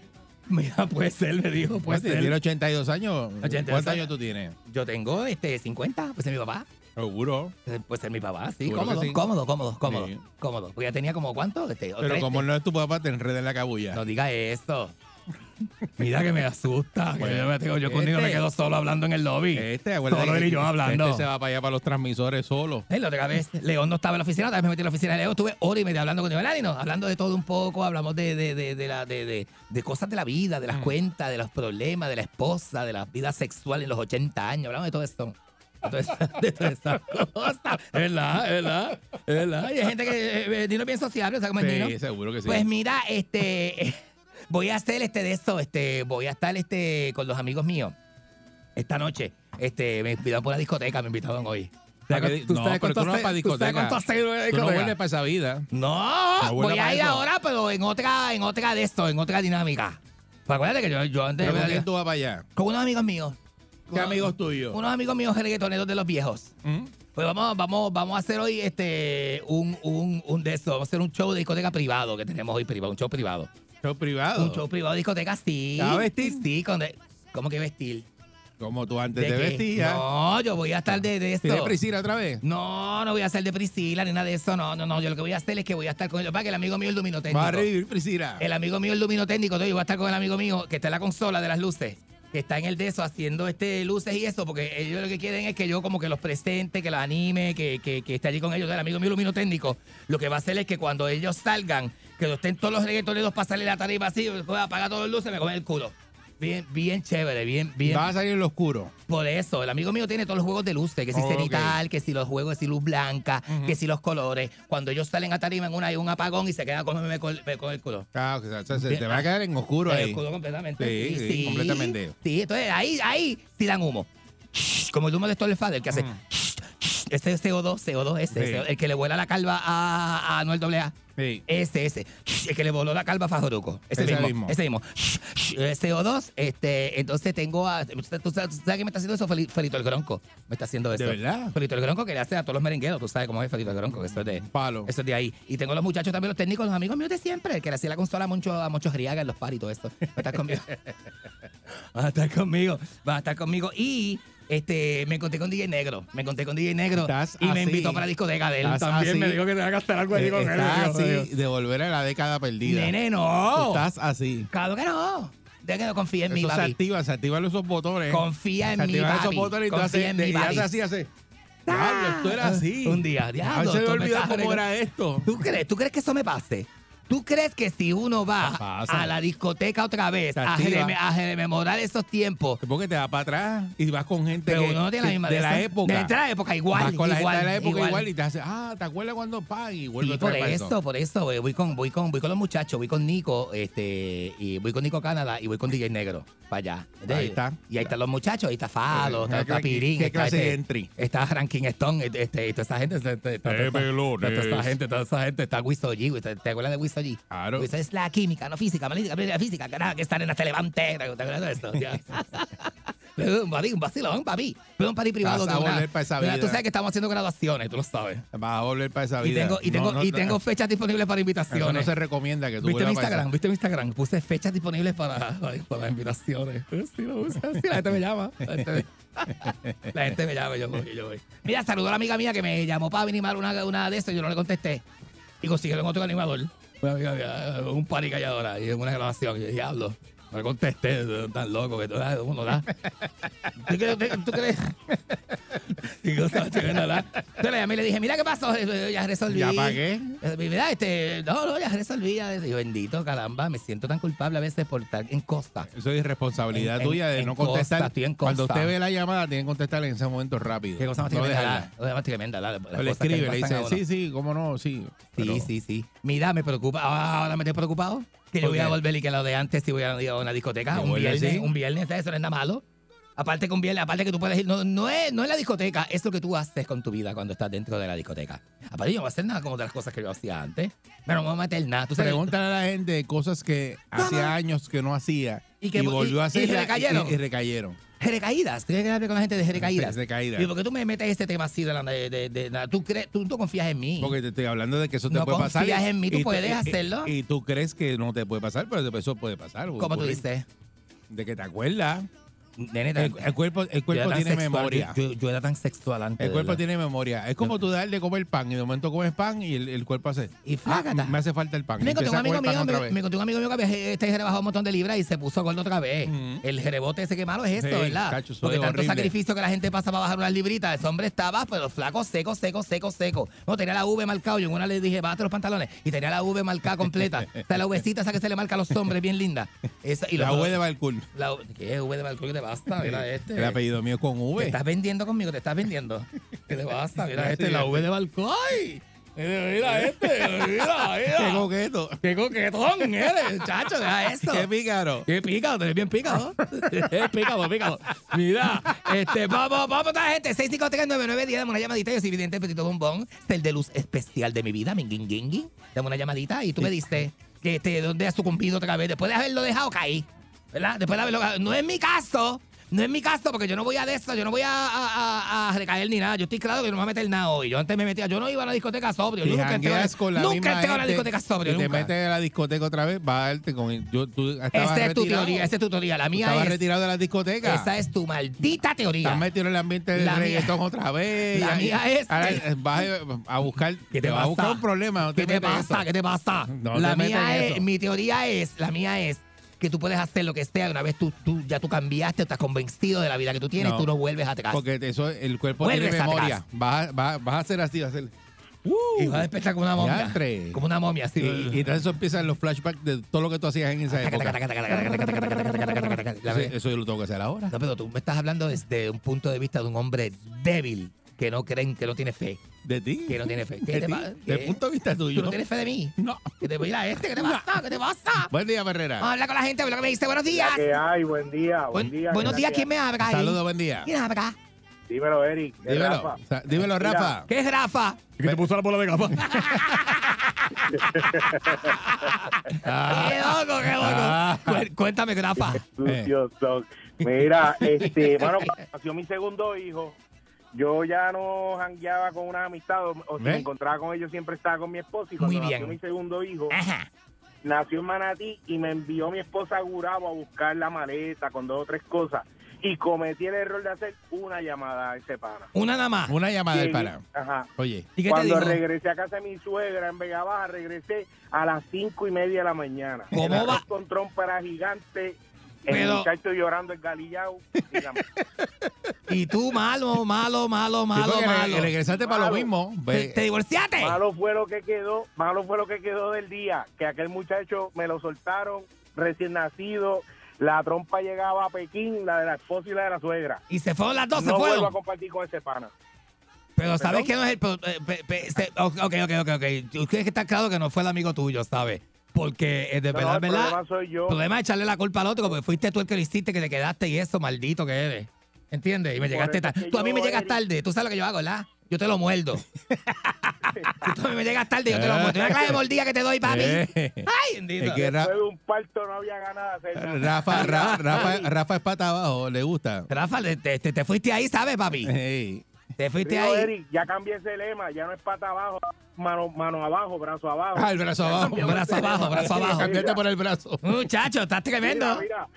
H: [laughs] Mira, puede ser, me dijo, puede
D: Pues tiene
H: ser.
D: 82 años.
H: 82
D: ¿Cuántos
H: años.
D: años tú tienes?
H: Yo tengo este 50, pues ser mi papá. Eh,
D: Seguro.
H: Puede ser mi papá, sí,
D: Seguro que
H: cómodo,
D: sí.
H: cómodo, cómodo, cómodo,
D: Sí.
H: cómodo. Porque ya tenía como cuánto, este, o
D: Pero
H: tres,
D: como
H: este.
D: no es tu papá, te enreda en la cabulla.
H: no diga esto. Mira que me asusta. que
D: Bueno,
H: yo me tengo- yo conmigo me
D: este-
H: quedo solo hablando en el lobby.
D: Este, acuérdate.
H: Solo
D: que
H: él y yo
D: este-
H: hablando.
D: Este se va para allá para los transmisores solo.
H: Eh, La otra vez, León no estaba en la oficina, otra vez me metí en la oficina de León, estuve hora y media hablando con Iván no hablando de todo un poco, hablamos de, de, de, de la, de, de- de cosas de la vida, de las
D: Mm.
H: cuentas, de los problemas, de la esposa, de la vida sexual en los 80 años, hablamos de todo esto. De todas esas- de todas esas cosas. Es verdad, es verdad, es verdad. Y hay gente que eh, eh, Dino es bien sociable, ¿sabes cómo es Dino?
D: Sí, seguro que sí.
H: Pues mira, este [laughs] eh, voy a hacer este de esto, este, voy a estar este con los amigos míos esta noche. Este, me invitaron por la discoteca, me invitaron hoy.
D: ¿Para qué di-
H: ¿Tú
D: no,
H: sabes
D: pero
H: cuánto
D: tú no vas
H: hace-
D: para
H: tú sabes
D: discoteca.
H: cuánto hace ir a una
D: Tú no
H: discoteca?
D: vuelves para esa vida.
H: No,
D: No vuelve
H: Ah, voy
D: para
H: a ir
D: eso.
H: ahora, pero en otra, en otra de esto, en otra dinámica. Pues acuérdate que yo, yo antes
D: Pero
H: de-
D: ¿con quién tú vas para allá?
H: con unos amigos míos.
D: ¿Qué
H: Con-
D: amigos tuyos?
H: Unos amigos míos reggaetoneros de los viejos.
D: ¿Mm?
H: Pues vamos, vamos, vamos a hacer hoy este un, un, un de estos. Vamos a hacer un show de discoteca privado que tenemos hoy privado, un show privado.
D: Show privado.
H: Un show privado de discoteca, sí.
D: ¿Te vas a vestir?
H: Sí, con de- ¿cómo que vestir?
D: Como tú antes
H: ¿De
D: te
H: qué?
D: vestías.
H: No, yo voy a estar de, de esto.
D: ¿Tienes Priscila otra vez?
H: No, no voy a hacer de Priscila ni nada de eso. No, no, no. Yo lo que voy a hacer es que voy a estar con el, para que el amigo mío el luminotécnico.
D: Va a revivir Priscila.
H: El amigo mío el luminotécnico, entonces yo voy a estar con el amigo mío que está en la consola de las luces. Que está en el de eso haciendo este luces y eso, porque ellos lo que quieren es que yo como que los presente, que los anime, que, que, que esté allí con ellos. El amigo mío luminotécnico, lo que va a hacer es que cuando ellos salgan, que lo estén todos los reggaetoneros para salir la tarifa así, pues, apagar todas las luces, me comen el culo. Bien, bien chévere, bien, bien.
D: Va a salir en lo oscuro.
H: Por eso, el amigo mío tiene todos los juegos de luces, que si
D: Oh,
H: cenital, que si los juegos, que si luz blanca, que si los colores. Cuando ellos salen a tarima en una hay un apagón y se queda con, me col- me con el culo.
D: Ah, o sea, se, se
H: Bien,
D: te va a quedar en oscuro
H: El
D: ahí.
H: escudo completamente.
D: Sí, sí, completamente.
H: Sí, entonces ahí, ahí tiran humo. Como el humo de Stoller Fader que hace. Ese es CO2, CO2, ese,
D: Sí.
H: ese, el que le vuela la calva a, a Noel AA.
D: Sí.
H: Ese, ese. El que le voló la calva a Fajoruco. Ese,
D: Ese
H: mismo,
D: mismo.
H: Ese mismo. Eh, CO2, este, entonces tengo a. ¿Tú sabes, tú sabes quién me está haciendo eso? Feli- Felito el Gronco. Me está haciendo eso.
D: verdad?
H: Felito el Gronco que le hace a todos los merengueros. Tú sabes cómo es Felito el Gronco, que eso es de.
D: Palo.
H: Eso es de ahí. Y [laughs] tengo los muchachos también, los técnicos, los amigos míos de siempre, que le hacía la consola a Moncho, a Moncho Arriaga en los paris y todo esto. Va a estar
D: [laughs]
H: conmigo. Va a estar conmigo. Va a estar conmigo. Y este, me encontré con DJ Negro. Me encontré con DJ Negro.
D: Estás
H: y me
D: así.
H: invitó para la discoteca de él.
D: Estás así. Eh,
H: que tenía que hacer algo ahí con él.
D: Estás
H: Dios mío.
D: así de volver a la década perdida.
H: Nene, no.
D: Estás así.
H: Claro que no. De que no confía en
D: Eso
H: mi
D: se
H: papi.
D: activa, se activan esos botones.
H: Confía en
D: se
H: mi
D: activan esos
H: papi.
D: botones y tú
H: Confía
D: haces,
H: en
D: te-
H: mi
D: y haces
H: papi.
D: así, haces. Diablo, esto era así.
H: Un día,
D: A
H: diablo.
D: se me
H: esto me
D: olvidó
H: está
D: cómo
H: arreglando.
D: era esto.
H: ¿Tú crees, ¿Tú crees que eso me pase? ¿Tú crees que si uno
D: Ah,
H: va
D: pasa.
H: a la discoteca otra vez
D: Te
H: a,
D: activa.
H: reme- a rememorar esos tiempos?
D: Porque te vas para atrás y vas con gente
H: Pero
D: que-
H: uno no tiene la
D: que-
H: misma
D: de
H: de
D: la
H: esa-
D: época.
H: de otra época, igual,
D: Vas con la gente
H: igual,
D: de la época igual,
H: igual.
D: y te hace, ah, ¿te acuerdas cuando pa? Y vuelve
H: Sí,
D: otra
H: por
D: vez para
H: eso, por eso, eh, voy con, voy con, voy con los muchachos, voy con Nico, este, y voy con Nico Canadá y voy con DJ Negro para allá.
D: Ahí está.
H: Y ahí están los muchachos, ahí está Falo,
D: Qué
H: está, está
D: clase-
H: Pirín,
D: qué
H: está,
D: clase de
H: este,
D: entry.
H: está Rankin Stone, este, este, y toda esa gente, este, este, está,
D: Eh,
H: está-
D: melones.
H: está toda esa gente, toda esa gente, está Wiso G, Wiso- ¿te acuerdas de Wiso G?
D: Claro.
H: Wiso es este
D: [laughs]
H: la química, no física, analítica, física, que nada, que esta nena se levante, ¿te acuerdas de esto? Ya. un vacilón, un vacilón, papi. Pero un party privado.
D: Vas a
H: de una-
D: volver pa' esa
H: Mira, Tú
D: vida.
H: sabes que estamos haciendo graduaciones, tú lo sabes.
D: Vas a volver para esa
H: Y
D: vida.
H: tengo, y
D: No,
H: tengo,
D: no,
H: y
D: no,
H: tengo fechas disponibles para
D: eso no
H: invitaciones.
D: se recomienda que tú
H: ¿Viste mi
D: vuelvas pa' esa-
H: Instagram? ¿Viste mi Instagram? Puse fechas disponibles para, para las invitaciones. Sí, lo puse. [laughs] Sí, la gente me llama. La gente me, [laughs] la gente me llama, yo voy, yo voy. Mira, saludó a la amiga mía que me llamó para venir mal una, una de estas y yo no le contesté. Y consiguieron otro animador. Una amiga mía, un party que hay ahora y en una grabación. Y yo, diablo, no le contesté, tan loco que todo el mundo
D: [laughs]
H: da. ¿Tú crees? ¿Tú crees? [laughs] Y cosas chilenas, ¿verdad? Entonces le llamé y le dije, mira qué pasó, [laughs] Eh, ya resolví.
D: ¿Ya pagué?
H: Eh, Mira, este, no, no, ya resolví. Ya. Y yo, bendito, caramba, me siento tan culpable a veces por estar en costa.
D: Eso es irresponsabilidad
H: En- en-
D: tuya de
H: en
D: no contestar.
H: costa, estoy en
D: Cuando
H: costa.
D: usted ve la llamada, tiene que contestarle en ese momento rápido.
H: Qué cosa más
D: no
H: tremenda,
D: dejarla.
H: la- cosa más tremenda, la- las
D: Le
H: cosas que
D: escribe, le
H: pasan a
D: dice,
H: uno.
D: sí, sí, cómo no, sí. Pero-
H: Sí, sí, sí. Mira, me preocupa. ah, Ahora me estoy preocupado. Que yo
D: ¿Por
H: voy a
D: qué?
H: volver y que lo de antes si voy a ir a una discoteca.
D: ¿Que
H: Un
D: vuelve
H: viernes,
D: así?
H: un viernes, ¿sabes? eso no es nada malo. Aparte que un viernes, aparte que tú puedes ir. No, no, es, no es la discoteca, es lo que tú haces con tu vida cuando estás dentro de la discoteca. Aparte, yo no voy a hacer nada como de las cosas que yo hacía antes. Pero no me voy a meter nada. Tú sabes,
D: Pregúntale a la gente cosas que hacía años que no hacía
H: Y
D: y,
H: que-
D: volvió
H: y-
D: a
H: y
D: hacer
H: recayeron.
D: Y, y recayeron.
H: Jerecaídas, tienes que hablar con la gente de Jerecaídas.
D: De- de caída.
H: ¿Y por qué tú me metes este tema así de la de, de- de- de- tú crees, tú no confías en mí?
D: Porque te estoy hablando de que eso te
H: No
D: puede pasar.
H: confías en mí, tú
D: y
H: puedes
D: y-
H: hacerlo.
D: Y, tú crees que no te puede pasar, pero eso puede pasar. puede
H: como tú
D: ocurrir.
H: dices,
D: De que te acuerdas.
H: nene, tan-
D: El, el cuerpo, el
H: yo era
D: cuerpo
H: tan
D: tiene
H: sexual,
D: memoria.
H: Yo, yo era tan sexual antes.
D: el
H: de
D: cuerpo
H: verdad.
D: tiene memoria. Es como tú darle comer pan y de momento comes pan y el, el cuerpo hace.
H: Y flácata.
D: "Ah, me hace falta el pan. y
H: Me encontré un
D: empieza a
H: amigo
D: comer pan
H: mío,
D: otra
H: me,
D: vez.
H: me encontré un amigo mío que había- este se rebajó un montón de libras y se puso gordo otra vez.
D: Ujú.
H: El jerebote ese que malo es esto,
D: Sí,
H: ¿verdad?
D: cacho, eso
H: Porque
D: es
H: tanto
D: horrible.
H: sacrificio que la gente pasa para bajar unas libritas. Ese hombre estaba, pero flaco, seco, seco, seco, seco. No, tenía la V marcado. Yo en una le dije, bájate los pantalones. Y tenía la V marcada
D: [laughs]
H: completa. o sea, la Vcita esa que se le marca a los hombres, bien linda. Esa, y
D: La
H: los-
D: V de Balcour.
H: La, ¿Qué V de Balcón? ¿Qué te basta? Mira este.
D: El apellido mío es con
H: Te
D: V.
H: estás vendiendo conmigo, te estás vendiendo. [laughs] ¿Qué te pasa?
D: [laughs]
H: Mira este, la V de Balcón. [laughs] Mira este, mira,
D: Qué
H: mira.
D: coqueto.
H: Qué coquetón eres, chacho, deja eso.
D: Qué pícaro.
H: Qué pícaro, tú eres bien pícaro. [laughs] Es pícaro, pícaro. Mira, este, vamos, vamos, toda la gente. 6539910, dame una llamadita. Yo soy vidente Petito Bombón, el de luz especial de mi vida, mi guin, guin, guin. Dame una llamadita y tú me diste que este, ¿dónde has sucumbido otra vez? Después de haberlo dejado caer, ¿verdad? Después de haberlo No es mi caso. No es mi caso, porque yo no voy a de eso, yo no voy a, a- a- a recaer ni nada. Yo estoy claro que yo no me voy a meter nada hoy. Yo antes me metía, yo no iba a la discoteca sobrio. Yo
D: Y
H: nunca entré a la-
D: jangueas con la
H: nunca
D: misma
H: entré a la
D: gente
H: discoteca sobrio.
D: y te
H: nunca.
D: metes a la discoteca otra vez, va a darte con... Yo, tú estabas
H: Esta es tu
D: retirado.
H: teoría, esta es tu teoría. La
D: Tú
H: mía
D: estabas
H: es.
D: retirado de la discoteca.
H: Esa es tu maldita
D: Estás
H: teoría.
D: metido en el ambiente del
H: La mía-
D: reggaetón otra vez.
H: La
D: Y ahí-
H: mía es-
D: Ahora eh, vas a buscar...
H: ¿Qué
D: te vas a buscar
H: pasa?
D: un problema. no te
H: ¿Qué te
D: metas en
H: pasa?
D: eso.
H: ¿Qué te pasa?
D: No
H: la
D: te metas
H: mía
D: en
H: es,
D: eso.
H: mi teoría es, la mía es que tú puedes hacer lo que sea. Una vez tú, tú ya tú cambiaste, estás convencido de la vida que tú tienes,
D: No.
H: tú no vuelves atrás.
D: Porque eso, el cuerpo
H: Vuelves
D: tiene memoria.
H: atrás.
D: Vas a, vas, a- vas a hacer así, vas a hacer...
H: y vas a despertar como una momia.
D: Diantre.
H: Como una momia,
D: Y,
H: así.
D: y entonces eso empiezan los flashbacks de todo lo que tú hacías en esa
H: Taca,
D: época.
H: taca, taca, taca, taca, taca, taca, taca, taca, taca, taca. La
D: Eso,
H: ve-
D: eso yo lo tengo que hacer ahora.
H: No, pero tú me estás hablando desde un punto de vista de un hombre débil que no creen, que no tiene fe.
D: De ti.
H: Que no tiene fe. ¿Qué
D: De
H: te
D: ti.
H: pa- qué?
D: Del punto de vista
H: Tú
D: tuyo.
H: no tienes fe de mí.
D: No.
H: Que te voy a ir a este, ¿qué te pasa?
D: Ah.
H: ¿Qué te pasa?
D: Buen día, Herrera.
H: Vamos a hablar con la gente, a ver lo que me dice. Buenos días.
I: que hay? Buen día, buen
H: Buen-
I: día.
H: buenos
I: ¿qué
H: días,
I: hay?
H: ¿quién me habla? ahí?
D: Saludos, buen día.
H: ¿Quién habla?
I: Dímelo, Eric. es
D: Dímelo,
I: Rafa.
D: Sa- dímelo
I: Mira,
D: Rafa.
H: ¿Qué es Rafa?
D: Que te puso la bola de gafas.
H: ¡Qué loco, qué loco!
D: Ah.
H: Cué- Cuéntame, Rafa.
I: Sucio son. Mira, este, bueno, cuando nació mi segundo hijo. Yo ya no jangueaba con una amistad, o, o si
D: ¿Ve?
I: me encontraba con ellos siempre estaba con mi esposa. Y cuando
H: Muy bien.
I: nació mi segundo hijo,
H: Ajá.
I: nació en Manatí y me envió mi esposa a Gurabo a buscar la maleta con dos o tres cosas. Y cometí el error de hacer una llamada a ese pana.
H: [laughs] Una nada más.
D: Una llamada del
I: Llegué-
D: para.
I: Ajá.
D: Oye,
H: ¿Y qué te
I: Cuando
H: digo?
I: regresé a casa de mi suegra en Vega Baja, regresé a las cinco y media de la mañana.
H: ¿Cómo
I: El arroz
H: va?
I: Con trompa era gigante,
H: Pero-
I: el muchacho llorando el galillao. Dígame.
H: Y tú, malo, malo, malo,
D: sí,
H: malo,
D: porque re-
H: malo.
D: regresaste para lo
I: Malo.
D: mismo.
H: ¿Te,
D: Ve-
H: te divorciaste?
I: malo fue lo que quedó, malo fue lo que quedó del día, que aquel muchacho me lo soltaron recién nacido, la trompa llegaba a Pekín, la de la esposa y la de la suegra.
H: Y se fueron las dos, se
I: no vuelvo a
H: fueron.
I: compartir con ese pana.
H: Pero sabes
I: ¿Perdón?
H: que no es el. pro- eh, pe- pe- se- Ok, ok, ok, ok. okay. Tú tienes que estar claro que no fue el amigo tuyo, ¿sabes? Porque eh, de
I: No,
H: verdad,
I: el
H: ¿verdad?
I: problema soy yo.
H: El problema es echarle la culpa al otro, porque fuiste tú el que lo hiciste, que te quedaste y eso, maldito que eres. ¿Entiendes? Y me
I: Por
H: llegaste
I: eso es
H: tarde.
I: que
H: Tú a mí
I: yo,
H: me llegas
I: Eric-
H: tarde. Tú sabes lo que yo hago, ¿verdad? yo te lo muerdo. si tú me llegas tarde, yo te lo muerdo. Una clase de mordida que te doy, papi.
D: Eh,
H: Ay, bendito.
D: es que Ra-
I: Después de un parto no había ganas de hacer nada.
D: [laughs] Rafa, Ra- Rafa, Rafa es pata abajo, le gusta.
H: Rafa, te, te- te fuiste ahí, ¿sabes, papi?
D: Ey.
H: Te fuiste
I: Digo,
H: ahí.
I: Eric, ya cambié ese lema, ya no es pata abajo, mano, mano abajo, brazo abajo.
D: Ah, el brazo abajo.
H: Brazo abajo, brazo abajo.
D: Cambiate por
H: [laughs]
D: el brazo.
H: Muchacho, estás tremendo.
I: Mira,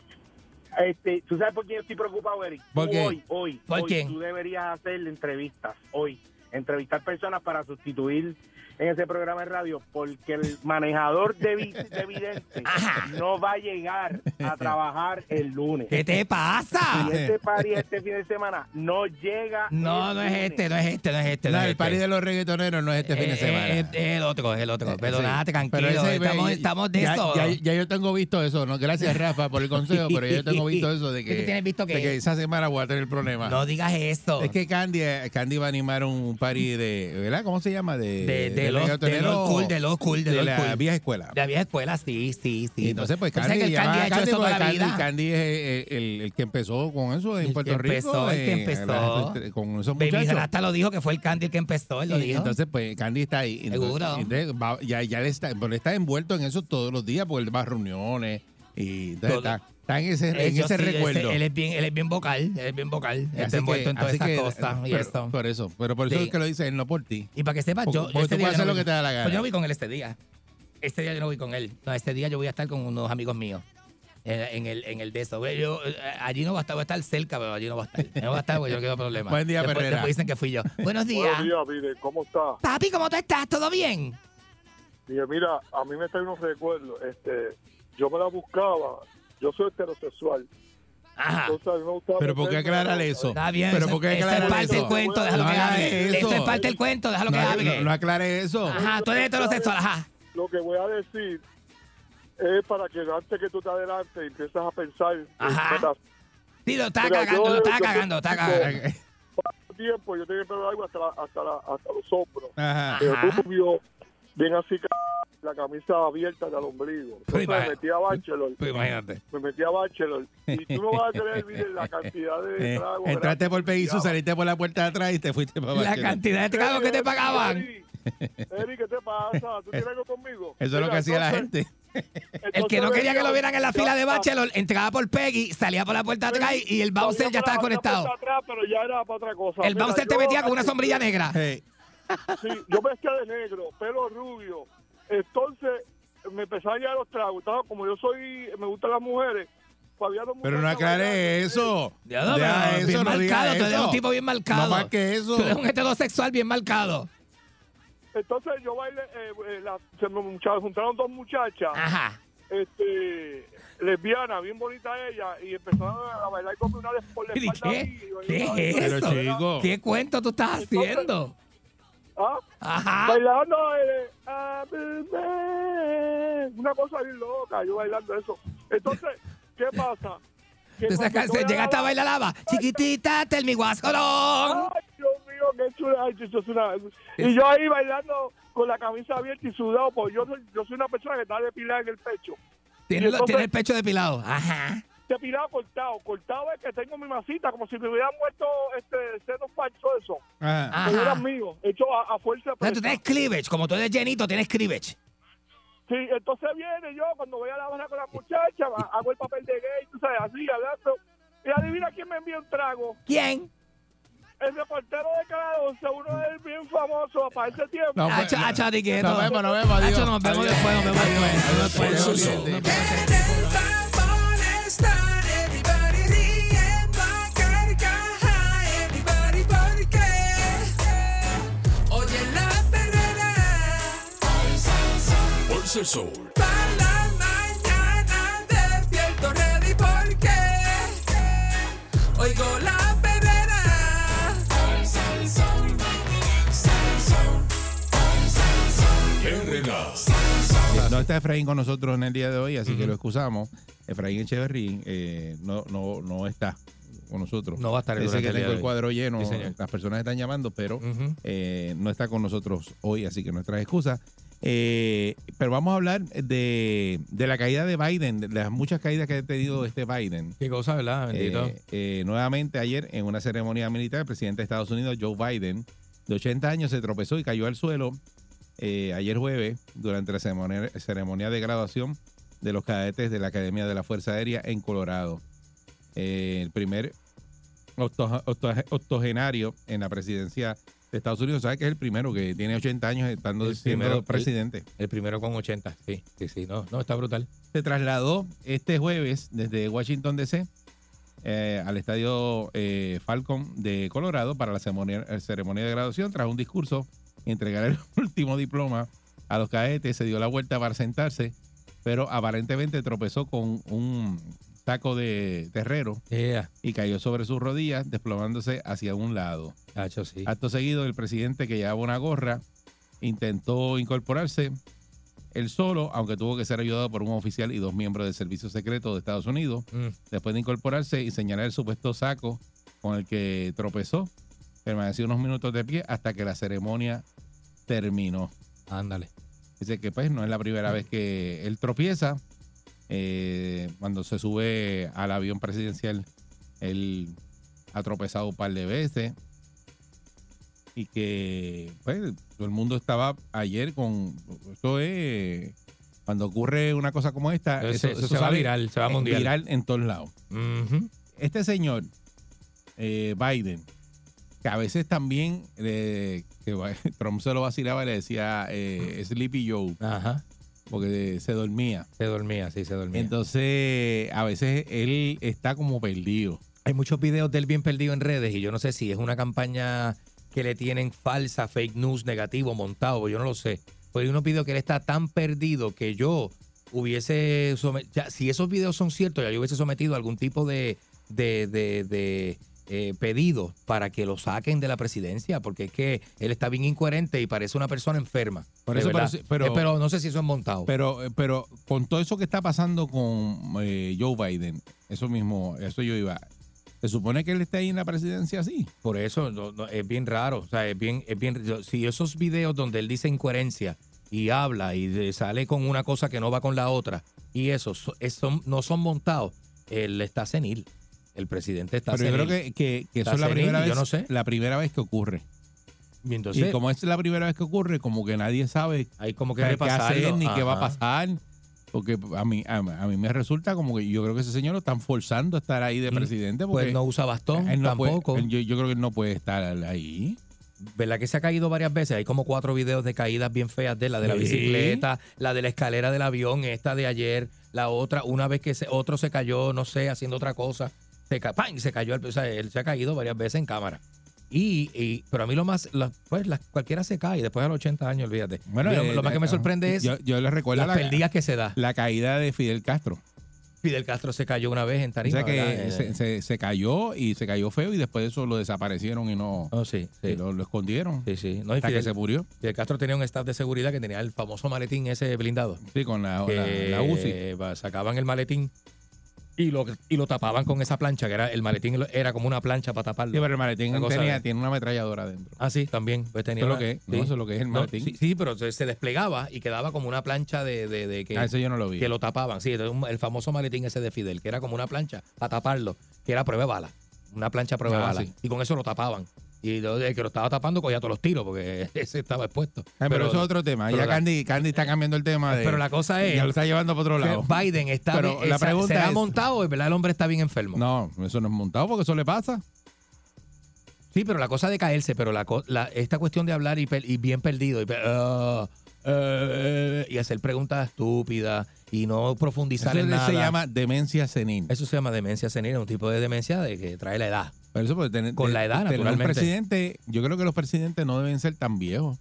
I: mira, este, ¿tú sabes por quién estoy preocupado, Eric?
D: ¿Por
I: Tú
D: qué?
I: Hoy, hoy,
H: ¿Por
I: hoy
H: quién?
I: tú deberías hacer entrevistas, hoy, entrevistar personas para sustituir en ese programa de radio, porque el manejador de, vi- de vidente
H: Ajá.
I: no va a llegar a trabajar el lunes.
H: ¿Qué te pasa?
I: Y este party este fin de semana no llega.
H: No,
I: el
H: no es
I: lunes.
H: este, no es este, no es este.
D: No,
H: No, es
D: el
H: este.
D: party de los reggaetoneros no es este fin de
H: Eh,
D: semana.
H: eh, Es el otro, es el otro. Pero
D: Sí.
H: nada, tranquilo.
D: Pero ese-
H: estamos,
D: ya-
H: estamos de
D: ya,
H: eso.
D: Ya, ya yo tengo visto eso, ¿no? Gracias, Rafa, por el consejo, pero yo tengo visto eso [laughs] de
H: ¿Qué
D: que.
H: tú tienes visto
D: de
H: qué?
D: que esa semana voy a tener problemas.
H: No digas eso.
D: Es que Candy, eh, Candy va a animar un party de. ¿Verdad? ¿Cómo se llama? De,
H: de, de,
D: de
H: los, de
D: reggaetonero
H: los cool, de los cool, de,
D: de
H: los
D: la
H: cool.
D: vieja escuela.
H: De la vieja escuela, sí, sí, sí.
D: Y entonces, pues
H: Tú sabes
D: Candy,
H: que el Candy ha
D: llama a
H: hecho
D: Candy
H: eso toda
D: porque
H: la
D: Candy,
H: vida.
D: Candy es eh, el, el que empezó con eso en
H: El
D: Puerto
H: que
D: Rico. eh,
H: empezó, el que
D: en-
H: empezó.
D: con esos
H: Baby
D: muchachos.
H: Rasta lo dijo que fue el Candy el que empezó, él lo
D: Y
H: dijo.
D: entonces, pues, Candy está ahí. Entonces-
H: Seguro.
D: entonces, va- ya, ya le está, pero está envuelto en eso todos los días, porque él va a reuniones y entonces,
H: Todo.
D: está, está en ese,
H: Eh,
D: en
H: yo
D: ese
H: sí,
D: recuerdo.
H: ese- él, es bien, él es bien vocal, él es bien vocal.
D: Así
H: Está envuelto en todas
D: así
H: esas
D: que-
H: cosas y
D: pero-
H: eso.
D: Por eso, pero por eso
H: Sí.
D: es que lo dice él, no por ti.
H: Y para que sepas,
D: Porque-
H: yo. este
D: porque tú
H: día yo
D: puedes
H: no
D: hacer lo
H: voy-
D: que te da la gana.
H: Pues yo no voy con él este día. Este día yo no voy con él. No, este día yo voy a estar con unos amigos míos. eh, En el, en el de eso. Ve, Yo, eh, allí no va a estar, voy a estar cerca, pero allí no va a estar. No va a estar porque yo no quiero problemas.
D: Buen día,
H: después,
D: Perrera.
H: después dicen que fui yo. Buenos días.
J: Buenos días, Vide, ¿cómo está?
H: Papi, ¿cómo tú estás? ¿Todo bien?
J: Dije, mira, a mí me trae unos recuerdos. Este, yo me la buscaba. Yo soy heterosexual.
H: Ajá.
J: Entonces a mí me gustaba.
D: Pero ¿por qué
J: meterme-
D: aclarar eso?
H: Está bien.
D: Pero
H: eso-
D: ¿por qué
H: eso
D: aclarar
H: es parte del
D: eso?
H: cuento, déjalo
D: No
H: que
D: hagas
H: hable.
D: eso.
H: Esto es parte del cuento, déjalo que
D: No,
H: hable.
D: no, no aclare eso.
H: Ajá, tú eres heterosexual, ajá.
J: Lo que voy a decir es para que antes que tú te adelantes empiezas a pensar. en
H: Ajá.
J: cosas.
H: Sí, lo está
J: Mira,
H: cagando,
J: yo-
H: lo está
J: yo-
H: cagando, está
J: yo-
H: cagando.
J: Para el tiempo yo tenía el pelo largo hasta, la- hasta, la- hasta los hombros.
D: Ajá.
J: Pero
H: Ajá.
J: rubio, bien así, c- la camisa abierta del ombligo. Entonces me
H: imagínate.
J: metí a Bachelor.
H: Pues imagínate.
J: Me metí a Bachelor. Y tú no vas a creer, Vide, la
H: [laughs]
J: cantidad de
D: Eh,
J: tragos.
D: entraste por Peguizu,
J: Ya.
D: saliste por la puerta de atrás y te fuiste para
H: La
D: Bachelor.
H: cantidad de tragos que te pagaban.
J: Eri, Eri, ¿qué te pasa? ¿Tú tienes algo conmigo?
D: Eso es lo
J: Mira,
D: que hacía la
J: entonces-
D: gente.
H: El que no
J: entonces
H: quería que
J: venía-
H: lo vieran en la
J: ya
H: fila de
J: está.
H: Bachelor, entraba por Peggy, salía por la puerta de atrás y- y el
J: Salía
H: bouncer ya
J: por la
H: estaba
J: puerta
H: conectado.
J: atrás, pero ya era para otra cosa.
H: El
J: Mira,
H: bouncer te
J: yo-
H: metía con una sombrilla negra.
D: Hey,
J: Sí, yo vestía de negro, pelo rubio. Entonces me empezaba a llegar los tragos. Estaba- Como yo soy, me gustan las mujeres. pues había dos
D: pero no
J: muchachas
D: aclare
J: bailando.
D: eso.
H: Ya no,
D: Deja
H: pero bien
D: no diga
H: marcado, tú eres
D: eso.
H: un tipo bien marcado.
D: No más que eso.
H: Tú eres un heterosexual bien marcado.
J: Entonces yo bailé, eh, eh, la- se me mucha- juntaron dos muchachas.
H: Ajá.
J: este, lesbiana, bien bonita ella, y empezó a bailar con una por la
H: ¿Y
J: espalda. a mí,
H: qué?
J: y yo,
H: ¿Qué es
D: Pero
H: eso?
D: chico.
H: ¿Qué cuento tú estás haciendo?
J: ¿Ah?
H: Ajá.
J: Bailando, eh, ah, bebé. una cosa bien loca, yo bailando eso. Entonces, ¿qué pasa? Que
H: Tú
J: cuando yo
H: sacaste, llegaste a
J: bailaba-
H: bailar lava. Chiquitita, tell me what's going on.
J: Ay, Dios mío, qué chula. Ay, yo soy una- Y yo ahí bailando con la camisa abierta y sudado, porque yo soy, yo soy una persona que está depilada en el pecho.
H: Tiene, lo-
J: entonces-
H: tiene el pecho depilado. Ajá.
J: Depilado cortado. Cortado es que tengo mi masita, como si me hubieran muerto este, senos falsos eso.
D: Ajá.
J: Pero
H: Ah. Ajá.
J: eran míos, hecho a, a fuerza
H: O sea,
J: presa.
H: tú tienes cleavage. Como tú eres llenito, tienes cleavage.
J: Sí, entonces viene yo, cuando voy a la barra con la muchacha, va- hago el papel de gay, tú sabes, así, hablando. Y adivina quién me envía un trago.
H: ¿Quién?
J: El reportero de Canal 11, uno es bien famoso para ese tiempo.
D: No, pues,
H: Hacho, hacho, ti quieto.
D: Nos vemos, nos vemos, adiós.
H: Hacho, nos vemos
D: Adiós.
H: después, nos vemos
D: Adiós.
H: después.
D: Adiós. Adiós.
H: Nos vemos
D: Adiós.
H: después. eh,
B: Oye la perrera. Pulsa el sol. Para la mañana despierto ready porque oigo la perrera.
D: No está Efraín con nosotros en el día de hoy, así que lo excusamos. Efraín Echeverry eh, no, no, no está con nosotros.
H: No va a estar
D: Dice
H: durante
D: que
H: el día
D: tengo
H: de
D: el
H: hoy.
D: cuadro lleno,
H: Sí, señor.
D: las personas están llamando, pero
H: Ujú.
D: eh, no está con nosotros hoy, así que nuestras excusas. Eh, pero vamos a hablar de, de la caída de Biden, de las muchas caídas que ha tenido este Biden.
H: Qué cosa, ¿verdad? Bendito.
D: Eh, eh, nuevamente ayer en una ceremonia militar, el presidente de Estados Unidos, Joe Biden, de 80 años se tropezó y cayó al suelo eh, ayer jueves durante la ceremonia, ceremonia de graduación de los cadetes de la Academia de la Fuerza Aérea en Colorado. Eh, el primer octo- octo- octogenario en la presidencia de Estados Unidos, ¿sabes que es el primero que tiene 80 años estando
E: El
D: siendo
E: primero, sí.
D: presidente?
E: El primero con 80. Sí, sí, sí. No, no, está brutal.
D: se trasladó este jueves desde Washington DC eh, al estadio eh, Falcon de Colorado para la ceremonia, eh, ceremonia de graduación. Tras un discurso, entregar el [laughs] último diploma a los cadetes, se dio la vuelta para sentarse, pero aparentemente tropezó con un taco de terrero
E: Yeah.
D: y cayó sobre sus rodillas, desplomándose hacia un lado.
E: Chacho, sí.
D: Acto seguido, el presidente que llevaba una gorra intentó incorporarse él solo, aunque tuvo que ser ayudado por un oficial y dos miembros del Servicio Secreto de Estados Unidos,
E: Mm.
D: después de incorporarse y señalar el supuesto saco con el que tropezó. Permaneció unos minutos de pie hasta que la ceremonia terminó.
E: Ándale.
D: Dice que pues no es la primera vez que él tropieza. Eh, cuando se sube al avión presidencial, él ha tropezado un par de veces. Y que pues todo el mundo estaba ayer con... Esto es... Cuando ocurre una cosa como esta,
E: Eso, eso se va
D: sale
E: viral, se va mundial.
D: viral en todos lados.
E: Ujú.
D: Este señor, eh, Biden, que a veces también eh, que va- [laughs] Trump se lo vacilaba y le decía eh, Sleepy Joe
E: Ajá.
D: porque se dormía.
E: Se dormía, sí, se dormía.
D: Entonces, a veces él está como perdido.
E: Hay muchos videos del bien perdido en redes y yo no sé si es una campaña que le tienen falsa, fake news, negativo, montado, pues yo no lo sé. Pero hay unos videos que él está tan perdido que yo hubiese... somet- ya, si esos videos son ciertos, ya yo hubiese sometido algún tipo de, de, de- de, eh, pedido para que lo saquen de la presidencia, porque es que él está bien incoherente y parece una persona enferma.
D: Por
E: de
D: eso,
E: verdad.
D: pero sí, pero-
E: Eh, no sé si eso es montado.
D: Pero, eh, pero con todo eso que está pasando con eh, Joe Biden, eso mismo, eso yo iba. Se supone que él está ahí en la presidencia así.
E: Por eso no, no, es bien raro. O sea, es bien, es bien. yo- Si esos videos donde él dice incoherencia y habla y de- sale con una cosa que no va con la otra y eso, so- es- son- no son montados, él está senil. El presidente está
D: Pero yo creo
E: senil.
D: que, que- que eso
E: Está
D: es la
E: senil,
D: primera,
E: yo
D: vez,
E: no sé.
D: la primera vez que ocurre.
E: Y entonces
D: y como es la primera vez que ocurre, como que nadie sabe
E: hay como que
D: qué hacer
E: repasarlo.
D: ni qué va a
E: Ajá.
D: pasar. Porque a mí, a, a mí me resulta como que yo creo que ese señor lo están forzando a estar ahí de
E: Mm,
D: presidente. Porque
E: Pues no usa bastón
D: él no puede-
E: tampoco.
D: él- yo, yo creo que él no puede estar ahí.
E: ¿Verdad que se ha caído varias veces? Hay como cuatro videos de caídas bien feas de él, la de la
D: Sí.
E: bicicleta, la de la escalera del avión, esta de ayer, la otra, una vez que se- otro se cayó, no sé, haciendo otra cosa, se, ca- ¡pam! se cayó, al- o sea, él se ha caído varias veces en cámara. Y, y- pero a mí lo más, la- pues la- cualquiera se cae, después a los 80 años, olvídate. Yo-
D: eh,
E: lo más que me
D: eh,
E: sorprende es
D: Yo, yo le recuerdo
E: las
D: la,
E: perdidas que se da.
D: la caída de Fidel Castro.
E: Fidel Castro se cayó una vez en
D: O
E: Tarima.
D: sea
E: ¿verdad?
D: que
E: Eh,
D: se, se- se cayó y se cayó feo y después de eso lo desaparecieron y no
E: oh, sí,
D: y
E: sí,
D: lo, lo escondieron.
E: sí, sí. No, y
D: Hasta que
E: Fidel,
D: se murió.
E: Fidel Castro tenía un staff de seguridad que tenía el famoso maletín ese blindado.
D: Sí, con la, la-
E: que
D: la UCI.
E: va- sacaban el maletín y lo, y lo tapaban con esa plancha, que era el maletín lo- era como una plancha para
D: Sí,
E: taparlo.
D: pero el maletín
E: Una cosa
D: tenía-
E: de-
D: tiene una ametralladora adentro.
E: Ah, sí, también. pues, tenía
D: Eso es
E: una-
D: lo que es.
E: sí.
D: No, eso es lo que es el
E: No,
D: maletín.
E: sí, sí, pero se, se desplegaba y quedaba como una plancha de, de- de que,
D: Ah, eso yo no lo vi.
E: que lo tapaban. Sí, entonces, un- el famoso maletín ese de Fidel, que era como una plancha para taparlo, que era prueba de bala. Una plancha prueba de
D: Ah,
E: bala.
D: sí.
E: Y con eso lo tapaban. Y lo- el que lo estaba tapando cogía todos los tiros porque [laughs] ese estaba expuesto.
D: Ah, pero, eso es otro tema.
E: pero
D: Ya
E: la-
D: Candy, Candy está cambiando el tema. De,
E: Eh, pero la cosa es-
D: Ya lo está llevando para otro
E: O sea,
D: lado.
E: Biden está
D: Pero
E: bien-
D: la
E: esa-
D: pregunta
E: ¿será
D: es-
E: montado o en verdad el hombre está bien enfermo?
D: No, eso no es montado porque eso le pasa.
E: Sí, pero la cosa de caerse, pero la, co- la- esta cuestión de hablar y, per- y bien perdido y, pe- ah, eh, eh, y hacer preguntas estúpidas y no
D: Eso
E: profundizar en
D: le-
E: nada.
D: se llama demencia senil.
E: eso se llama demencia senil, un tipo de demencia de que trae la edad.
D: Por eso, porque tener-
E: Con la edad,
D: tener un
E: naturalmente.
D: presidente, yo creo que los presidentes no deben ser tan viejos.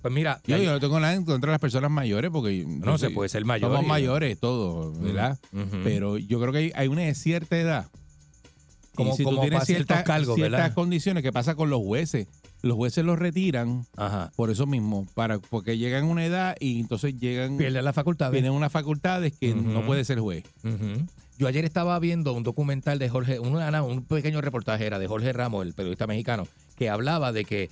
E: Pues mira,
D: Yo,
E: hay-
D: yo no tengo nada en contra de las personas mayores porque
E: no se puede ser mayor.
D: Somos
E: y-
D: mayores todos, ¿verdad?
E: Ujú.
D: Pero yo creo que hay, hay una cierta edad. Y
E: Como-
D: si tú
E: como
D: tienes
E: para ciertos
D: ciertas-
E: cargos,
D: ciertas
E: ¿verdad?
D: condiciones que pasa con los jueces, los jueces los retiran
E: Ajá.
D: por eso mismo, para porque llegan a una edad y entonces llegan
E: Pierde la facultad.
D: tienen unas facultades que
E: Ujú.
D: no puede ser juez.
E: Ujú. Yo ayer estaba viendo un documental de Jorge, una- una- un pequeño reportaje era de Jorge Ramos, el periodista mexicano, que hablaba de que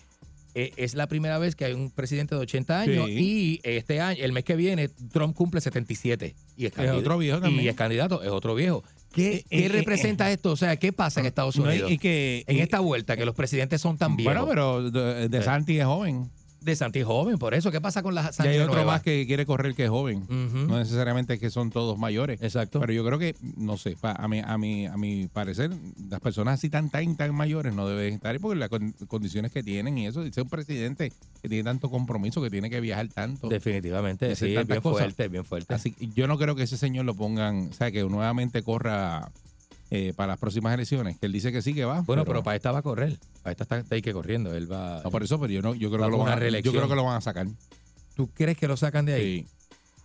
E: eh, es la primera vez que hay un presidente de 80 años y este año, el mes que viene, Trump cumple 77. Y es, candid-
D: otro viejo también.
E: Y es candidato, es otro viejo. ¿Qué,
D: Eh,
E: qué
D: eh,
E: representa esto? O sea, ¿qué pasa en Estados
D: No, y,
E: Unidos?
D: y que,
E: en
D: y-
E: esta vuelta, que los presidentes son tan viejos.
D: bueno, pero de, de
E: Sí.
D: Santi es joven.
E: de Santi joven, por eso. ¿Qué pasa con las
D: Y
E: sangre
D: hay otro
E: nueva?
D: más que quiere correr que es joven.
E: Ujú.
D: No necesariamente es que son todos mayores.
E: Exacto.
D: Pero yo creo que, no sé, pa- a, mi, a, mi, a mi parecer, las personas así tan, tan, tan mayores no deben estar ahí porque las con- condiciones que tienen y eso. Dice un presidente que tiene tanto compromiso, que tiene que viajar tanto.
E: Definitivamente,
D: Decir
E: sí, es
D: tantas
E: bien
D: cosas.
E: fuerte, bien fuerte.
D: Así que yo no creo que ese señor lo pongan, o sea, que nuevamente corra eh, para las próximas elecciones. Que él dice que sí que va.
E: bueno, pero, para esta va a correr. Para esta está, está ahí que corriendo. Él va.
D: No, por eso, pero yo, no, yo, creo
E: Va
D: que lo
E: por una
D: van a, yo
E: reelección.
D: creo que lo van a sacar.
E: ¿Tú crees que lo sacan de ahí?
D: Sí.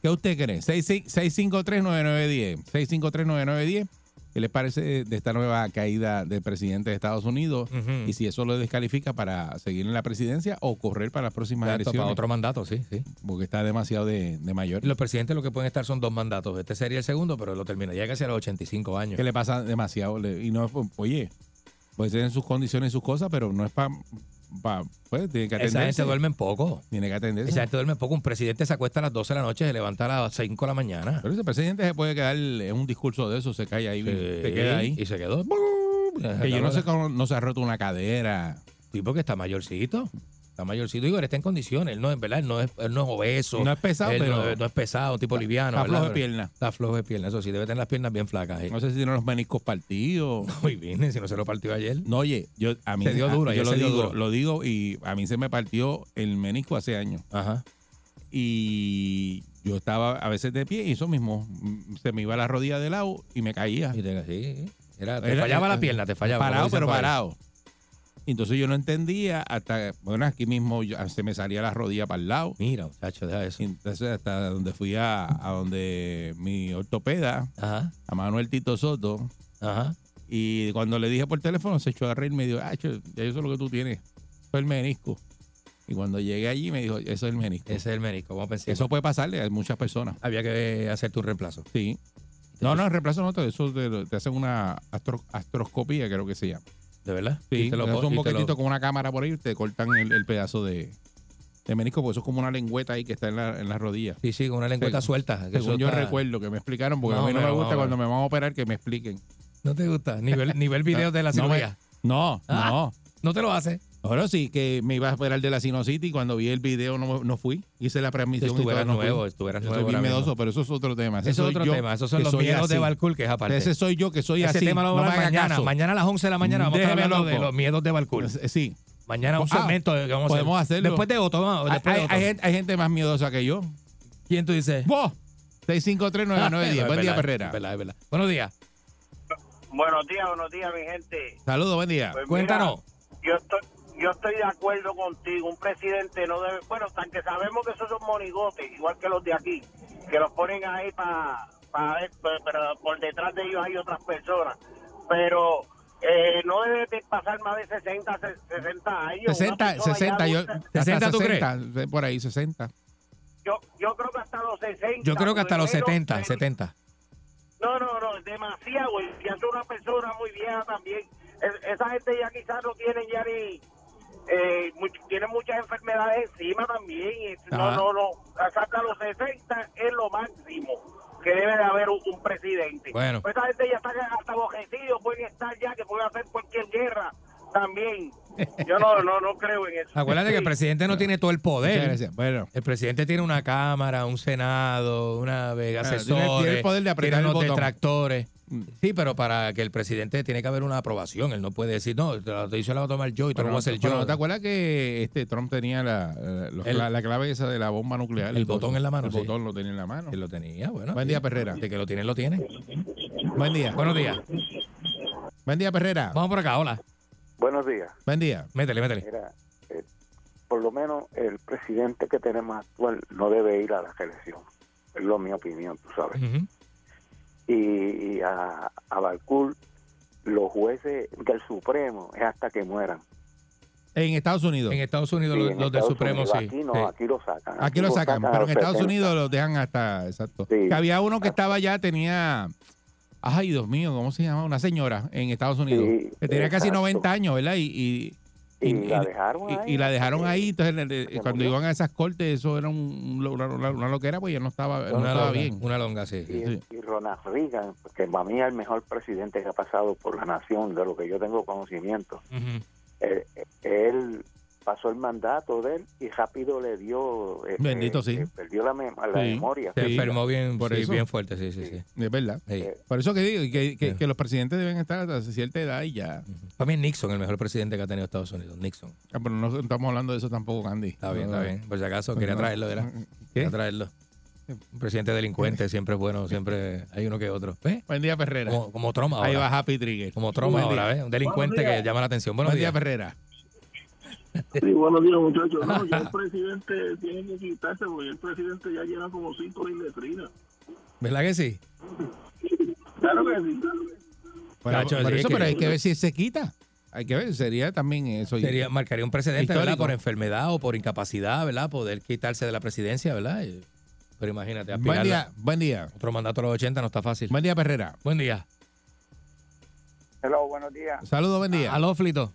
D: ¿Qué usted cree? 653-9910. 653-9910. ¿Qué les parece de esta nueva caída del presidente de Estados Unidos?
E: Ujú.
D: Y si eso lo descalifica para seguir en la presidencia o correr para las próximas
E: Exacto,
D: elecciones.
E: para otro mandato, sí, sí.
D: Porque está demasiado de, de mayor.
E: Los presidentes lo que pueden estar son dos mandatos. Este sería el segundo, pero lo terminaría casi a los 85 años.
D: Que le pasa demasiado. le- y no, oye, pues tienen sus condiciones y sus cosas, pero no es para. pues tiene que
E: Esa
D: atenderse.
E: gente duerme poco.
D: Tiene que atenderse.
E: Esa gente duerme poco. Un presidente se acuesta a las 12 de la noche y se levanta a las 5 de la mañana.
D: Pero ese presidente se puede quedar en un discurso de eso, se cae ahí,
E: Sí,
D: se queda ahí.
E: Y se quedó.
D: Que yo no sé cómo no se ha roto una cadera.
E: Tipo que está mayorcito. Está mayorcito. Digo, él está en condiciones. Él no, en verdad, él no es, él no es obeso.
D: No es pesado,
E: Él
D: pero-
E: No, no es pesado, un tipo liviano.
D: Está
E: ¿verdad?
D: flojo de
E: Pero-
D: pierna.
E: Está flojo de pierna. Eso sí, debe tener las piernas bien flacas. eh.
D: No sé si tiene los meniscos partidos.
E: [laughs] Muy bien, si no se lo partió ayer.
D: No, oye, yo a mí
E: Se dio
D: a-
E: duro,
D: yo
E: ayer
D: lo
E: se dio
D: digo,
E: duro.
D: lo digo y a mí se me partió el menisco hace años
E: Ajá.
D: y yo estaba a veces de pie y eso mismo mm, se me iba la rodilla de lado y me caía.
E: Y te, sí, era- te
D: Era-
E: fallaba
D: eh,
E: la pierna, te fallaba.
D: Parado,
E: como dicen
D: pero
E: por ahí.
D: parado. Entonces yo no entendía hasta, bueno, aquí mismo yo- se me salía la rodilla para el lado.
E: Mira, muchacho, deja eso.
D: Y entonces hasta donde fui a, a donde mi ortopeda,
E: Ajá,
D: a Manuel Tito Soto,
E: ajá.
D: y cuando le dije por teléfono se echó a reír y me dijo, ah, cho, ya eso es lo que tú tienes, eso es el menisco. Y cuando llegué allí me dijo, eso es el menisco.
E: Ese es el médico, vamos a pensar.
D: Eso puede pasarle a muchas personas.
E: había que hacerte un reemplazo.
D: Sí. No, no, el reemplazo no, te- eso te, te hacen una astro- astroscopía, creo que se llama.
E: ¿De verdad?
D: Sí,
E: Y te lo
D: te hacen
E: pon-
D: un
E: y te lo-
D: boquetito con una cámara por ahí y te cortan el, el pedazo de, de menisco, porque eso es como una lengüeta ahí que está en la, en la rodilla.
E: Sí, sí, con una lengüeta
D: Según-
E: suelta. que
D: Según
E: eso
D: yo
E: está-
D: recuerdo que me explicaron, porque
E: Más
D: a
E: o
D: mí no me
E: menos,
D: gusta
E: más o
D: cuando me van a operar que me expliquen.
E: No te gusta. Nivel, nivel video de la
D: No,
E: cirugía.
D: me- No,
E: Ah.
D: no.
E: No te lo hace.
D: Ahora sí, que me iba a esperar de la sinusitis y cuando vi el video no, no fui. Hice la transmisión. y
E: Tú eras
D: todavía no fui.
E: nuevo, tú eras
D: Yo
E: nuevo
D: soy bien
E: ahora mismo.
D: miedoso, pero eso es otro tema. Ese
E: Eso es
D: soy
E: otro
D: yo
E: tema. Esos son
D: que
E: los
D: soy
E: miedos de
D: así.
E: Balcool, que es aparte.
D: Ese soy yo que soy
E: Ese
D: así.
E: tema lo
D: no
E: vamos a
D: me
E: hablar
D: haga
E: mañana.
D: caso.
E: Mañana a las 11 de la mañana vamos a estar
D: Déjeme
E: hablando
D: loco.
E: de los miedos de Balcool.
D: Eh, Sí.
E: Mañana un
D: Ah,
E: segmento que vamos a hacer.
D: podemos hacerlo.
E: Después de otro, vamos.
D: Hay,
E: Después de
D: hay-
E: Otto.
D: hay gente- hay gente más miedosa que yo.
E: ¿Quién tú dices? Ah,
D: ¡Vos! 6539910. Buen día,
E: Verdad,
D: Perrera.
E: verdad, es verdad. Buenos días.
G: Buenos días, buenos días, mi gente.
D: Saludos, buen día.
G: Pues
E: Cuéntanos.
G: mira, yo estoy yo estoy de acuerdo contigo. Un presidente no debe. Bueno, hasta que sabemos que esos son monigotes, igual que los de aquí, que los ponen ahí para. pero, pero por detrás de ellos hay otras personas. Pero. eh, no debe de pasar más de 60, se- 60 años. Una
D: 60,
G: persona ya
D: 60, yo,
G: adulta,
D: hasta
E: 60, ¿tú
D: 60, Por ahí, 60.
G: yo, yo creo que hasta los 60.
E: Yo creo que hasta los
G: primero,
E: 70,
G: eh,
E: 70.
G: No, no, no, demasiado. Y ya es una persona muy vieja también. Es- esa gente ya quizás no tiene ya ni. Eh, much- tienen muchas enfermedades encima también. Es- No,
E: Ajá.
G: no, no. Hasta los 60 es lo máximo que debe de haber un, un presidente.
E: Bueno.
G: Pues esa gente ya está hasta abojecidos, pueden estar ya, que pueden hacer cualquier guerra también. Yo no, no, no creo en eso.
E: Acuérdate que el presidente no tiene todo el
D: Muchas
E: poder.
D: gracias. Bueno.
E: El presidente tiene una cámara, un senado, una vega
D: Claro,
E: asesores,
D: tiene- tiene el poder de apretar
E: tiene
D: el
E: unos
D: botón. Mm.
E: detractores. Sí, pero para que el presidente tiene que haber una aprobación. Él no puede decir, no, la decisión la va a tomar yo y te lo
D: Pero
E: voy a hacer
D: pero
E: yo.
D: ¿Te acuerdas que este Trump tenía la, eh, los
E: El-
D: cla- la clave esa de la bomba nuclear?
E: el botón en la mano,
D: El
E: sí.
D: botón lo tenía en la mano.
E: Que lo tenía, bueno.
D: Buen
E: sí.
D: día, Perrera.
E: De que lo tienen, lo tienen.
D: Buen día.
E: Buenos días.
D: Buen día, Perrera.
E: Vamos por acá, hola.
F: Buenos días.
D: Buen día.
E: Métele, métele.
F: Mira, eh, por lo menos el presidente que tenemos actual no debe ir a la elección. Es lo mi opinión, tú sabes.
E: Ujú.
F: Y, y a, a Balcour, los jueces del Supremo es hasta que mueran.
D: En Estados Unidos.
E: En Estados Unidos,
F: Sí,
E: los,
F: en
E: los del
F: Estados
E: Supremo,
F: Unidos.
E: sí.
F: Aquí no,
E: sí.
F: aquí lo sacan.
D: Aquí lo sacan,
F: a
D: pero en
F: los
D: Estados
F: 70.
D: Unidos los dejan hasta. Exacto.
F: Sí. Ah.
D: Que había uno que estaba allá, tenía. Ay, Dios mío, ¿cómo se llama? Una señora en Estados Unidos.
F: Sí,
D: que tenía casi
F: exacto.
D: 90 años, ¿verdad? Y, y,
F: Y, la dejaron
D: y-
F: ahí.
D: y la dejaron ahí. Entonces, en el- cuando
F: murió.
D: iban a esas cortes, eso era un, un- una, una- una loquera, pues ya no estaba, no
E: Una
D: estaba
E: longa,
D: bien.
E: Una longa, sí.
F: Y, y Ronald Reagan, que para mí es el mejor presidente que ha pasado por la nación, de lo que yo tengo conocimiento. Él, él pasó el mandato de él y rápido le dio. eh,
D: Bendito,
F: eh,
D: sí.
F: eh, perdió la, mem- la
D: Sí.
F: memoria.
D: Se
E: Se
D: Sí.
E: enfermó bien,
D: Por
E: sí,
D: eso.
E: bien fuerte, sí, sí, sí.
D: Es verdad.
E: Sí.
F: Eh.
D: Por eso que digo que, que- que los presidentes deben estar hasta cierta edad y ya.
E: Para mí es Nixon, el mejor presidente que ha tenido Estados Unidos. Nixon.
D: Ah, pero no estamos hablando de eso tampoco, Candy.
E: Está bien, está bien. Por si acaso,
D: Ah.
E: quería traerlo, ¿verdad? Quería traerlo. Un presidente delincuente siempre es bueno, siempre hay uno que otro. ¿Ves?
D: Buen día, Perrera.
E: Como, como Trump ahora.
D: Ahí va Happy Trigger.
E: Como Trump
D: Buen
E: ahora,
D: día.
E: ¿ves? Un delincuente
K: Buenos
E: que
K: días.
E: llama la atención. Buenos
D: Buen día,
E: días.
D: Perrera.
K: Sí, buenos días, muchachos. No,
E: [laughs]
K: ya el presidente tiene que quitarse porque el presidente ya llena como cinco mil letrinas.
E: ¿Verdad que sí?
K: Claro que sí.
D: Bueno,
E: Cacho, sí,
D: por eso,
E: es que-
D: pero hay que ver si se quita. Hay que ver, sería también eso.
E: Sería, marcaría un precedente, ¿verdad?
D: Histórico.
E: Por enfermedad o por incapacidad, ¿verdad? Poder quitarse de la presidencia, ¿verdad? Y- Pero imagínate,
D: Buen
E: aspirar
D: día,
E: a
D: buen día.
E: otro mandato a los 80 no está fácil.
D: Buen día, Perrera.
E: Buen día.
I: Hello, buenos días.
D: Saludos, buen día.
E: Aló, Flito.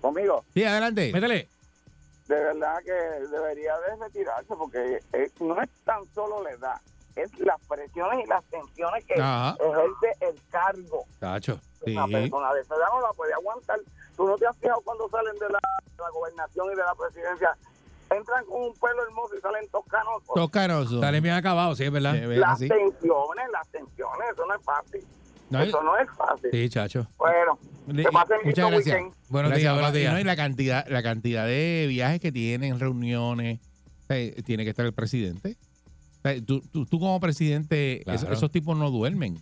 I: Conmigo,
D: Sí, adelante.
E: Métele.
I: de verdad que debería de retirarse porque eh, no es tan solo la edad, es las presiones y las tensiones que
E: Ajá.
I: ejerce el cargo.
E: Cacho.
I: Una persona de esa edad no la puede aguantar. Tú no te has fijado cuando salen de la, de la gobernación y de la presidencia. Entran con un pelo hermoso y salen toscanos.
D: Toscanoso.
E: Salen bien acabados, sí, es verdad.
I: Las tensiones, las tensiones, eso no es fácil.
D: No,
I: eso
D: y-
I: no es fácil.
E: Sí, chacho.
I: Bueno,
D: Le-
I: que pasen
D: muchas
I: lindo
D: gracias.
I: weekend.
E: Buenos días,
D: Gracias,
E: buenos
D: papá. Y
E: días.
D: no, y la cantidad, la cantidad de viajes que tienen, reuniones, o sea, tiene que estar el presidente. O sea, tú, tú- tú como presidente,
E: Claro.
D: esos, esos tipos no duermen.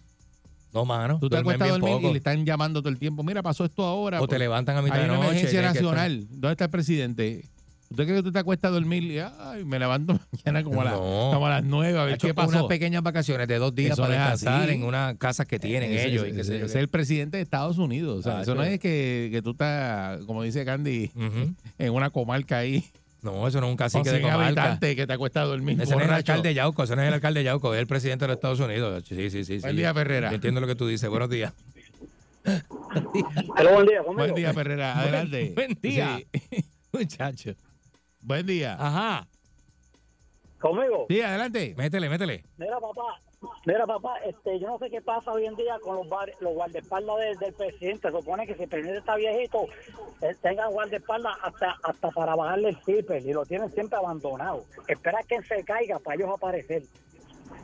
E: No, mano.
D: Tú te
E: duermen
D: acuestas a
E: bien
D: dormir
E: poco.
D: y le están llamando todo el tiempo. Mira, pasó esto ahora.
E: O te
D: Pues,
E: levantan a mitad
D: Hay
E: de
D: una
E: noche.
D: emergencia
E: tienes que estar-
D: nacional. ¿Dónde está el presidente? ¿Usted cree que tú te acuestas a dormir y ay, me levanto [laughs] mañana como a, la-
E: No.
D: como a las nueve a ver
E: Chacho,
D: qué pasó?
E: Unas pequeñas vacaciones de dos días
D: Eso
E: para
D: no es
E: descansar
D: así.
E: en unas casas que tienen
D: Eh, Ese-
E: ellos. y
D: ese-
E: qué sé yo
D: ese
E: qué.
D: es el presidente de Estados Unidos. O sea,
E: Ah,
D: eso no
E: sí.
D: es que, que tú estás, como dice Candy,
E: Ujú.
D: [laughs] en una comarca ahí.
E: No, eso no es un
D: Así
E: cacique
D: que
E: de comarca.
D: habitante que te acuesta a dormir.
E: Ese no es el
D: borracho.
E: alcalde de Yauco, ese no es el alcalde de Yauco, es el presidente de los Estados Unidos. Sí, sí, sí.
D: Buen
E: sí.
D: día, Ferrera.
E: Yo entiendo lo que tú dices. Buenos días.
K: buen día,
D: Buen día, Perrera. Adelante.
E: [laughs] Buen día.
D: Sí.
E: [laughs] Muchacho.
D: Buen día.
E: Ajá.
K: [laughs] Conmigo.
D: Sí, adelante.
E: Métele, métele.
K: Mira, papá. Mira, papá, este, yo no sé qué pasa hoy en día con los, bar- los guardaespaldas del, del presidente. Supone que si el presidente está viejito, eh, tenga guardaespaldas hasta, hasta para bajarle el zipper y lo tienen siempre abandonado. Espera que se caiga para ellos aparecer.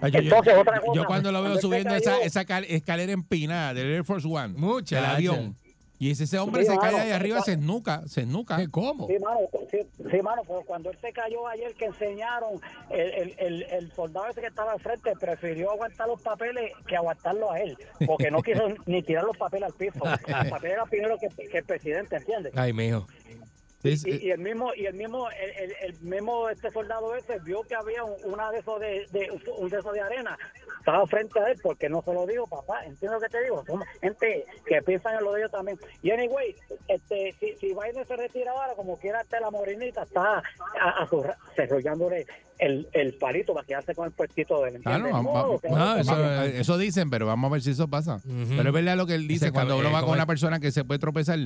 D: Ay, yo-
K: Entonces,
D: yo,
K: otra cosa.
D: yo cuando lo veo
K: Cuando él
D: subiendo
K: se
D: esa,
K: cayó-
D: esa cal- escalera empinada del Air Force One,
E: Muchacho.
D: del avión, y ese, ese hombre
K: Sí,
D: se cae
K: mano.
D: ahí arriba, se nuca, se nuca.
E: ¿Cómo?
K: Sí, mano, sí, sí, mano, pero cuando él se cayó ayer que enseñaron, el, el, el, el soldado ese que estaba al frente prefirió aguantar los papeles que aguantarlo a él, porque no quiso ni tirar los papeles al piso. Los papeles eran primero que, que el presidente, ¿entiendes?
E: Ay, mijo.
D: Es-
K: Y, y el mismo, y el mismo, el, el- el mismo este soldado ese vio que había un, una de esos de, de- un de esos de arena, estaba frente a él porque no se lo digo, papá, entiendo lo que te digo, somos gente que piensa en lo de ellos también. Y anyway, este, si, si Biden se retira ahora, como quiera hasta la morenita, está a- azurra- desarrollándole el, el palito para quedarse con el puestito de él.
D: Claro,
K: ¿entiendes?
D: va-
K: Ni modo,
D: va-
K: que-
E: no, eso-
D: va- eso dicen, pero vamos a ver si eso pasa.
E: Ujú.
D: Pero es verdad lo que él dice,
E: Ese
D: cuando
E: cab-
D: uno
E: eh,
D: va
E: ¿cómo
D: con una
E: es?
D: persona que se puede tropezar,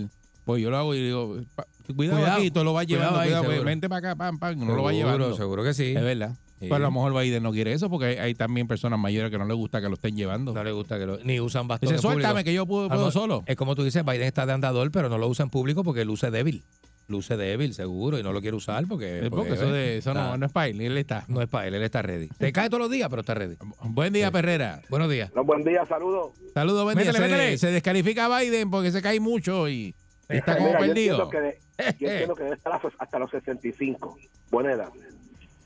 D: pues yo lo hago y digo, pa- cuidado,
E: Cuidado,
D: aquí, y tú lo vas
E: cuidado
D: llevando,
E: ahí,
D: cuidado,
E: seguro.
D: vente para acá, pam, pam, y uno lo va
E: Seguro,
D: llevando. Eh,
E: Seguro que sí.
D: Es verdad.
E: Sí.
D: Pero a lo mejor Biden no quiere eso porque hay, hay también personas mayores que no les gusta que lo estén llevando.
E: No le gusta que lo. Ni usan bastón.
D: Dice,
E: en público.
D: suéltame que yo puedo,
E: A lo
D: puedo
E: mejor-
D: solo.
E: Es como tú dices, Biden está de andador, pero no lo usa en público porque luce débil. Luce débil, seguro, y no lo quiere usar porque.
D: Eh, Porque eso,
E: [laughs]
D: de, eso no,
E: Ah.
D: no es para él, él está.
E: No es para él, él está ready. Se cae todos los días, pero está ready.
D: Buen día, Perrera.
E: Buenos días.
I: No, buen día, saludos.
D: Saludos, buen
E: Métele,
D: día. Se,
E: métele.
D: se descalifica a Biden porque se cae mucho y y está como
I: Eh, Mira, yo
D: perdido.
I: entiendo que de- Yo entiendo que debe estar hasta- hasta los 65. Buena edad.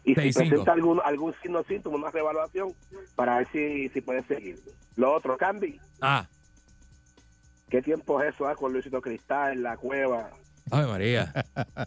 I: Y si
E: 65.
I: presenta algún, algún signo o síntoma, una revaluación para ver si, si puede seguir. Lo otro, Cambi,
E: Ah,
I: ¿qué tiempo es eso ah, con Luisito Cristal en la
D: [laughs]
I: cueva?
E: Ave María.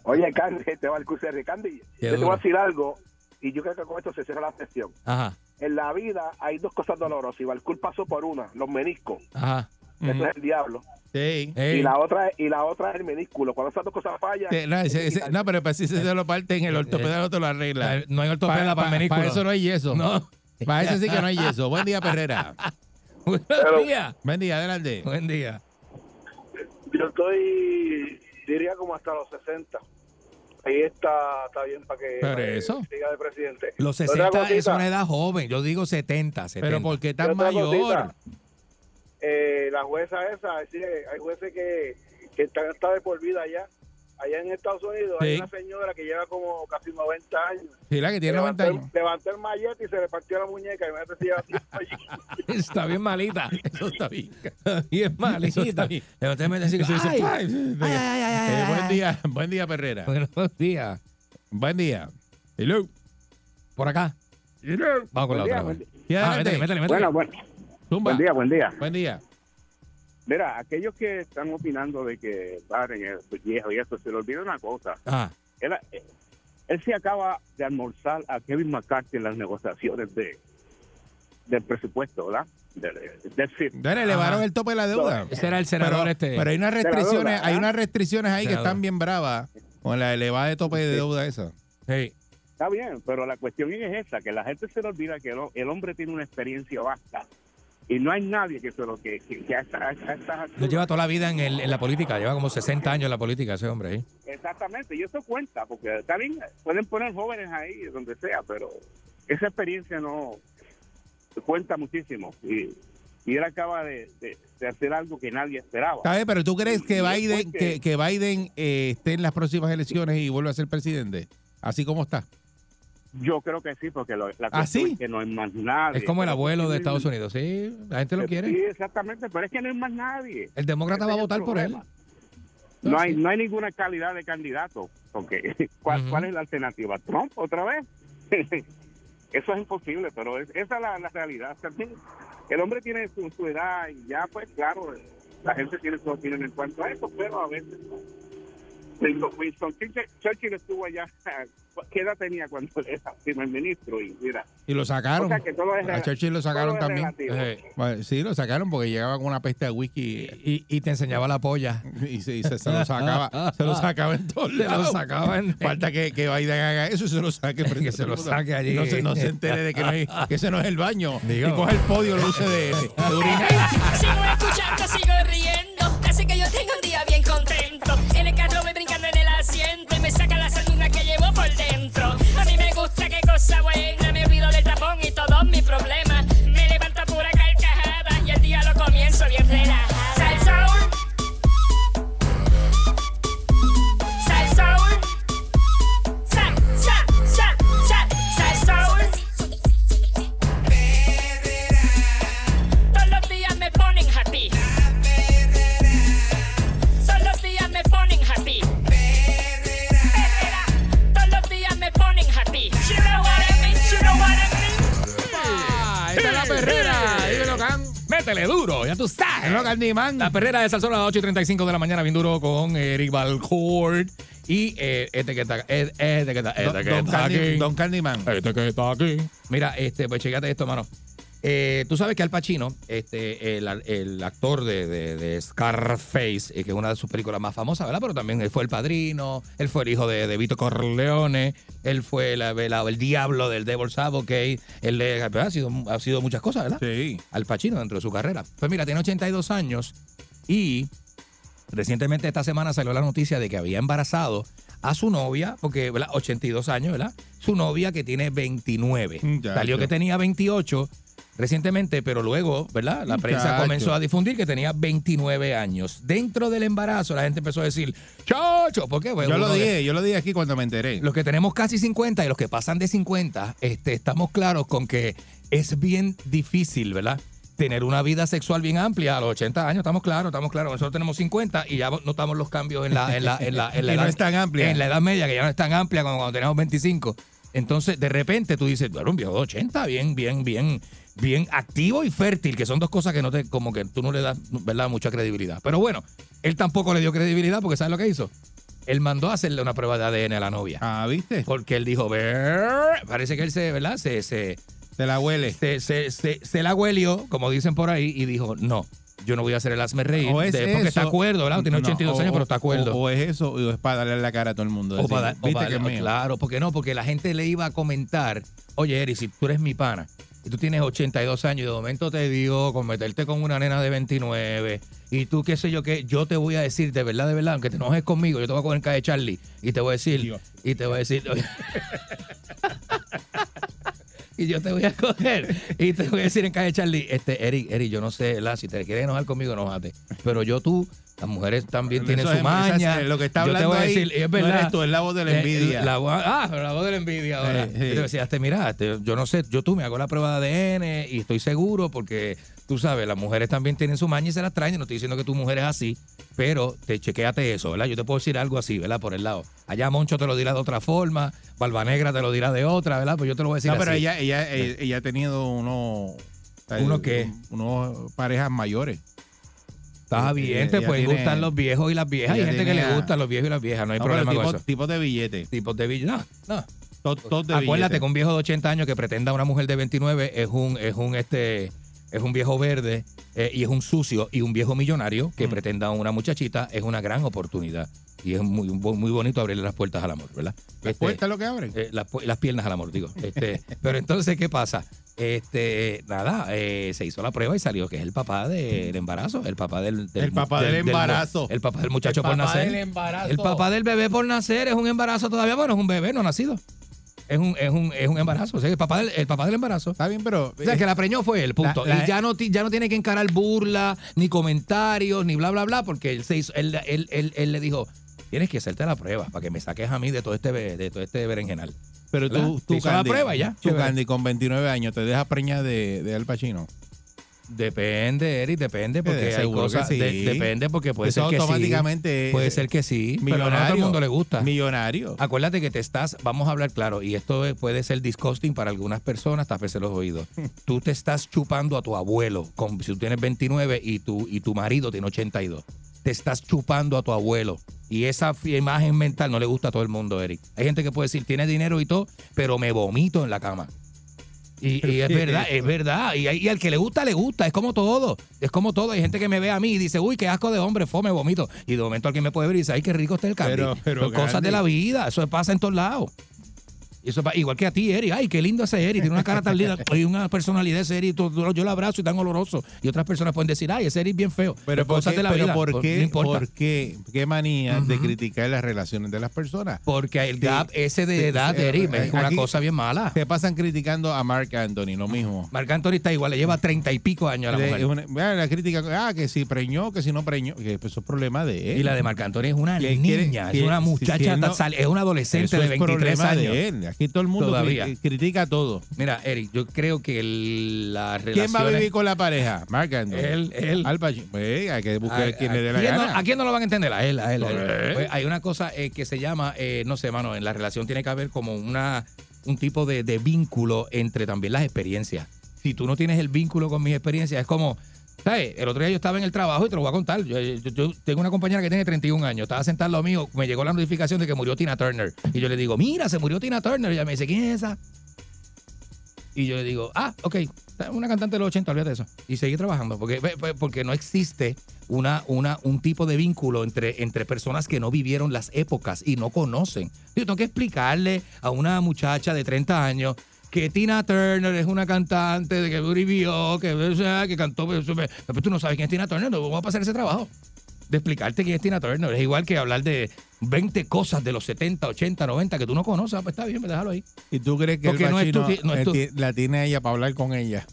I: Oye, Candy, te va el cruce Candy.
E: Qué
I: Yo te
E: duro.
I: voy a decir algo y yo creo que con esto se cierra la sesión.
E: Ajá,
I: En la vida hay dos cosas dolorosas y Valcour pasó por una, los meniscos.
E: ajá.
I: Eso es el diablo.
D: Mm. Sí.
E: Ey,
I: Y la otra y la otra es el menisculo. Cuando esas dos cosas fallan,
D: Sí, No, ese- ese- no, pero para si
E: Eh,
D: se lo parten, el ortopeda no te lo arregla.
E: la- eh, no hay ortopeda para, el menisco.
D: Para eso no hay yeso.
E: No.
D: Para eso sí que no
E: [laughs]
D: hay yeso. Buen día, Perrera.
E: Buenos días.
D: Buen día, adelante.
E: Buen día.
K: Yo estoy
J: diría como hasta los 60. Ahí está, está bien para que
E: Pero
J: para que
E: eso.
J: siga de presidente.
E: Los
J: Otra
E: 60 es
J: cosita.
E: una edad joven, yo digo 70, 70.
I: Pero ¿por qué
J: Y
I: tan
J: otra
I: mayor?
J: cosita, eh, la jueza esa, es decir, hay jueces que, que están hasta de por vida allá. Allá en Estados Unidos hay
I: Sí.
J: una señora que lleva como casi 90 años.
I: Sí, la que tiene 90
J: Levantó el-
I: años.
J: Levantó el mallete y se le partió la muñeca. Imagínate si lleva
E: [laughs] Está bien malita. Eso está bien. [laughs] Bien malita. Levantéme y decir,
I: Sí, sí, ay,
E: "Ay".
I: sí,
E: ay,
I: sí.
E: ay, ay,
I: Eh,
E: ay,
I: Buen
E: ay.
I: día, buen día, Perrera.
E: Buenos días.
I: Buen día. Hello.
E: Por acá. Vamos con la otra.
I: Buen
E: vez.
I: día, buen día.
E: Ah, métele, métele, métele.
L: Bueno, bueno.
I: Zumba.
L: Buen día, buen día.
I: Buen día.
L: Mira, aquellos que están opinando de que Biden es viejo y eso, se le olvida una cosa.
E: Ah.
L: Él, eh, él se acaba de almorzar a Kevin McCarthy en las negociaciones de del presupuesto, ¿verdad? Del, eh, del FIP.
I: Dale, elevaron el tope de la deuda.
E: Ese era el senador
I: Pero-
E: este.
I: Pero hay unas
L: De la
I: restricciones,
L: deuda,
I: hay
L: ¿ah?
I: unas restricciones ahí que
L: Senador.
I: están bien bravas con la elevada de tope de deuda esa.
L: Está bien, pero la cuestión es esa, que la gente se le olvida que el, ho- el hombre tiene una experiencia vasta y no hay nadie que se lo que, que, que a esta- a estas
E: Lo lleva toda la vida en, el- en la política, lleva como 60 años en la política ese hombre ahí.
L: Exactamente, y eso cuenta, porque está bien, pueden poner jóvenes ahí, donde sea, pero esa experiencia no cuenta muchísimo. Y, y él acaba de, de- de hacer algo que nadie esperaba.
I: Está bien, pero ¿tú crees
L: Y-
I: que
L: y después
I: Biden, que, que Biden eh, esté en las próximas elecciones y vuelva a ser presidente? Así como está.
L: Yo creo que sí, porque lo- la cuestión
I: ¿Ah, sí?
L: es que no hay más nadie.
E: Es como el abuelo de Estados Unidos, sí, la gente lo
L: Eh, Sí,
E: quiere.
L: exactamente, pero es que no hay más nadie.
E: El demócrata va a votar por él.
L: No hay, no hay ninguna calidad de candidato, porque [laughs] ¿cuál, cuál es la alternativa? ¿Trump otra vez? [laughs] Eso es imposible, pero es- esa es la, la realidad. También el hombre tiene su, su edad y ya, pues claro, la gente tiene su opinión en cuanto a eso, pero a veces... no. Winston- Winston Churchill, Churchill estuvo allá, [laughs] ¿qué edad tenía cuando [laughs] era primer ministro? Y mira,
I: Y lo sacaron.
L: O sea, que todo es
I: a
L: rela-
I: Churchill lo
L: todo
I: sacaron
L: es
I: también.
L: relativo.
I: Eh, bueno,
E: pues,
I: Sí, lo sacaron porque llegaba con una peste de whisky.
E: Y, te enseñaba la polla.
I: Y, se, y se- se lo sacaba. se lo sacaba en todos
E: Se lo
I: lados.
E: sacaba en-
I: Falta que, que Biden haga eso y se lo saque.
E: [laughs] Que se lo saque allí.
I: No se, no se entere de que, no
E: [laughs]
I: hay- que ese no es el baño.
E: Digo.
I: Y coge el podio, lo use de, de orina.
M: Sigo escuchando, sigo riendo. Hace que yo tenga un día bien contento. En el carro voy brincando en el asiento y me saca la sanduna que llevo por dentro. A mí me gusta qué cosa buena. Me olvido del tapón y todos mis problemas. Me levanta pura carcajada y el día lo comienzo bien relajada. Sal Soul. Sal Soul. Sal, sal, sal, sal, sal Soul. Todos los días me ponen happy. Todos los días me ponen happy. Perrera. Todos los días me ponen happy. You know what I mean, you know what I mean.
E: Ahí está la perrera. Dímelo, Cam. Métele duro, ya tú sabes. La perrera de Salsón a las 8 y 35 de la mañana, bien duro con Eric Balcourt. Y eh, este que está, eh, este que está, este
I: Don-
E: que
I: Don
E: está
I: Candy-
E: aquí.
I: Don Candyman.
E: Este que está aquí. Mira, este, pues checate esto, mano. Eh, tú sabes que Al Pacino, este, el, el actor de, de- de Scarface, eh, que es una de sus películas más famosas, ¿verdad? Pero también él fue el padrino, él fue el hijo de, de Vito Corleone, él fue la- la- el diablo del Devil's Advocate, él eh, ha, sido, ha sido muchas cosas, ¿verdad?
I: Sí.
E: Al Pacino dentro de su carrera. Pues mira, tiene 82 años y Recientemente esta semana salió la noticia de que había embarazado a su novia, porque ¿verdad? 82 años, ¿verdad? Su novia que tiene 29.
I: Mm, ya,
E: Salió
I: ya.
E: que tenía 28 recientemente, pero luego, ¿verdad? La prensa
I: Muchacho.
E: comenzó a difundir que tenía 29 años. Dentro del embarazo la gente empezó a decir, "Chocho, ¿por qué?" Pues,
I: Yo
E: uno
I: lo
E: que-
I: dije, yo lo dije aquí cuando me enteré.
E: los que tenemos casi 50 y los que pasan de 50, este, estamos claros con que es bien difícil, ¿verdad? Tener una vida sexual bien amplia a los 80 años, estamos claros, estamos claros. Nosotros tenemos 50 y ya notamos los cambios en la, en la, en la,
I: [laughs]
E: en la
I: Y no es tan amplia.
E: En la edad media, que ya no es tan amplia como cuando teníamos 25. Entonces, de repente tú dices, tú eres un viejo de 80, bien, bien, bien, bien activo y fértil, que son dos cosas que no te, como que tú no le das, ¿verdad?, mucha credibilidad. Pero bueno, él tampoco le dio credibilidad porque ¿sabes lo que hizo? Él mandó a hacerle una prueba de ADN a la novia.
I: Ah, ¿viste?
E: Porque él dijo, "Brr", parece que él se, ¿verdad? Se, se,
I: la huele.
E: Se, se, se- se la huelió, como dicen por ahí, y dijo, no, yo no voy a hacer el hazme reír.
I: O Oh, es
E: de-
I: eso-
E: porque está acuerdo, ¿verdad? Tiene
I: No, oh,
E: 82
I: o-
E: años, pero está acuerdo.
I: O, o es eso, o es para darle en la cara a todo el mundo.
E: O
I: decir,
E: para- o
I: ¿Viste
E: para-
I: que es mío?
E: Claro, porque no, porque la gente le iba a comentar, oye, Eri, si tú eres mi pana y tú tienes 82 años y de momento te digo con meterte con una nena de 29 y tú qué sé yo qué, yo te voy a decir de verdad, de verdad, aunque te enojes conmigo, yo te voy a coger en calle Charlie y te voy a decir, y te voy a decir, oye, [laughs] y yo te voy a coger y te voy a decir en calle Charlie, este, Eric, Eric, yo no sé, ¿verdad? si te quieres enojar conmigo, enojate, pero yo tú... Las mujeres también
D: Pero
E: tienen
D: eso
E: su
D: es- esa es-
E: maña.
D: lo que está
E: Yo
D: hablando
E: te voy a
D: ahí
E: decir, es
D: no
E: verdad.
D: eres tú, es la voz de la
E: Eh,
D: envidia. Eh,
E: la voz- ah, pero la voz de la envidia ahora. Yo
D: Sí, sí.
E: te decía, este, mira, este, yo no sé, yo tú me hago la prueba de ADN y estoy seguro porque tú sabes, las mujeres también tienen su maña y se las traen. No estoy diciendo que tu mujer es así, pero te chequeate eso, ¿verdad? Yo te puedo decir algo así, ¿verdad? Por el lado. Allá Moncho te lo dirá de otra forma, Barba Negra te lo dirá de otra, ¿verdad? Pues yo te lo voy a decir
D: No, pero
E: así. Eh,
D: ella, ella, eh, ella, ella ha tenido unos.
E: ¿Uno qué?
D: Unos parejas mayores. Eh,
E: Está bien, te pueden gustar los viejos y las viejas. Hay gente que le gustan los viejos y las viejas, no hay problema con
D: tipos,
E: eso.
D: Tipos de billetes.
E: Tipos de billetes. No, no.
D: Todos de
E: Acuérdate
D: billete.
E: que un viejo de 80 años que pretenda a una mujer de 29 es un, es un, este, es un viejo verde eh, y es un sucio. Y un viejo millonario
D: Mm.
E: que pretenda a una muchachita es una gran oportunidad. Y es muy, muy bonito abrirle las puertas al amor, ¿verdad?
D: ¿Las
E: Este,
D: puertas lo que abren?
E: eh, las, pu- las piernas al amor, digo.
D: [laughs]
E: Este, pero entonces, ¿qué pasa? Este, nada, eh, se hizo la prueba y salió que es el papá del embarazo, el papá del, del-
D: El papá del embarazo.
E: el papá del muchacho
D: El
E: por
D: papá
E: nacer.
D: del embarazo.
E: El papá del bebé por nacer es un embarazo todavía, bueno, es un bebé no nacido. Es un, es un, es un embarazo. O sea, el, papá del, el papá del embarazo.
D: Está bien, pero.
E: O sea, que la preñó fue él, punto.
D: La- la-
E: y ya no, ti- ya no tiene que encarar burla, ni comentarios, ni bla, bla, bla, porque él, se hizo, él, él, él, él le dijo: Tienes que hacerte la prueba para que me saques a mí de todo este, be- de todo este berenjenal.
D: Pero
E: ¿Verdad?
D: tú,
E: Se
D: tú
E: hizo la prueba y ya.
D: Tú,
E: Chévere.
D: Candy, con 29 años, te dejas preñar de, de Al Pacino.
E: Depende, Eric, depende, porque hay
D: seguro
E: cosas.
D: que sí.
E: de- depende, porque puede
D: Eso
E: ser que sí.
D: automáticamente es-
E: Puede ser que sí. Pero no a todo el
D: Millonario.
E: mundo le gusta.
D: Millonario.
E: Acuérdate que te estás, vamos a hablar claro, y esto es- puede ser disgusting para algunas personas, tápese los
D: [laughs]
E: oídos. tú te estás chupando a tu abuelo, con, si tú tienes 29 y tu, y tu marido tiene 82. Te estás chupando a tu abuelo. Y esa fi- imagen mental no le gusta a todo el mundo, Eric. Hay gente que puede decir, tiene dinero y todo, pero me vomito en la cama. Y, y es verdad, es verdad. Y, hay- y al que le gusta, le gusta. Es como todo. Es como todo. Hay gente que me ve a mí y dice, uy, qué asco de hombre, fome, vomito. Y de momento alguien me puede ver y dice, ay, qué rico está el candy.
D: Pero- pero,
E: Son cosas
D: Candy.
E: de la vida. Eso pasa en todos lados. Y eso pa- igual que a ti, Eri. Ay, qué lindo ese Eri. Tiene una cara tan linda. Y una personalidad ese Eri. tú- tú- Yo lo abrazo y tan oloroso. Y otras personas pueden decir, ay, ese Eri es bien feo.
D: Pero
E: Son
D: ¿por
E: cosas
D: qué,
E: de la
D: pero
E: vida.
D: ¿por
E: Pues,
D: qué,
E: no importa.
D: por qué, qué manía de
E: Ujú.
D: criticar las relaciones de las personas?
E: Porque el gap ese de edad, Eri, es una cosa bien mala.
D: Te eh, pasan criticando a Mark Anthony, lo mismo.
E: Marc Anthony está igual. Le lleva treinta y pico años a la
D: Le-
E: mujer.
D: es una- vea, la crítica, ah, que si preñó, que si no preñó, que pues, eso es problema de él.
E: Y la de Marc Anthony es una
D: Que
E: niña,
D: quiere-
E: es
D: que-
E: una
D: si-
E: muchacha,
D: que él no-
E: tan sal- es una adolescente
D: Eso
E: de
D: es
E: 23
D: problema
E: años.
D: de él. Aquí todo el mundo
E: Todavía.
D: cri- critica todo.
E: Mira, Eric, yo creo que el- la relación.
D: ¿Quién va a vivir con la pareja? Marc Anthony.
E: Él, él.
D: Al Pacino. Pues, hay que buscar
E: ¿A,
D: quien le dé la
E: quién no,
D: gana.
E: a quién no lo van a entender? A él, a él. a él.
D: Correcto.
E: Pues hay una cosa eh, que se llama, eh, no sé, mano, en la relación tiene que haber como una un tipo de, de vínculo entre también las experiencias. Si tú no tienes el vínculo con mis experiencias, es como, ¿sabes? El otro día yo estaba en el trabajo y te lo voy a contar. Yo, eh, yo- yo tengo una compañera que tiene 31 años, estaba sentada al lado mío, me llegó la notificación de que murió Tina Turner. Y yo le digo, mira, se murió Tina Turner. Y ella me dice, ¿quién es esa? Y yo le digo, ah, ok, una cantante de los 80, olvídate de eso. Y seguí trabajando, porque, pe- pe- porque no existe una, una, un tipo de vínculo entre, entre personas que no vivieron las épocas y no conocen. Yo tengo que explicarle a una muchacha de 30 años que Tina Turner es una cantante, de que vivió, que, o sea, que cantó, pero eso me- pero tú no sabes quién es Tina Turner, no vamos a pasar ese trabajo de explicarte quién es Tina Turner. Es igual que hablar de 20 cosas de los 70, 80, 90 que tú no conoces, Ah, pues está bien, pues déjalo ahí.
D: ¿Y tú crees que el
E: Porque no es tu
D: Pacino
E: ti- no es
D: él
E: tu-
D: ti- la tiene a ella para hablar con ella?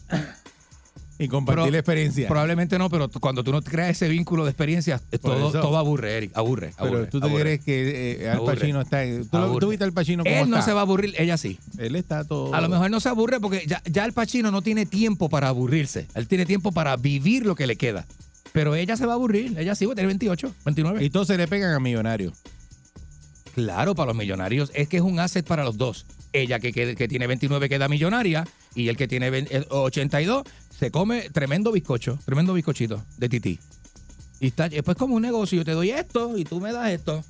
D: y compartir
E: Pro-
D: la experiencia.
E: Probablemente no, pero tú- cuando tú no creas ese vínculo de experiencias, eh,
D: Por
E: todo,
D: eso.
E: todo aburre, Eric. Aburre.
D: Pero
E: aburre,
D: tú te
E: aburre.
D: crees que eh, Al
E: Aburre.
D: Pacino está. ¿Tú, lo,
E: Aburre.
D: tú viste a Al Pacino cómo
E: Él no
D: está? Oh.
E: se va a aburrir, ella sí.
D: Él está todo.
E: A lo mejor no se aburre porque ya, ya el Pachino no tiene tiempo para aburrirse. Él tiene tiempo para vivir lo que le queda. Pero ella se va a aburrir, ella sí va a tener 28, 29.
D: Y todos se le pegan a millonarios.
E: Claro, para los millonarios es que es un asset para los dos. Ella que, que- que tiene 29 queda millonaria y el que tiene ve- eh, 82 se come tremendo bizcocho, tremendo bizcochito de tití. Y está, después es como un negocio, yo te doy esto y tú me das esto.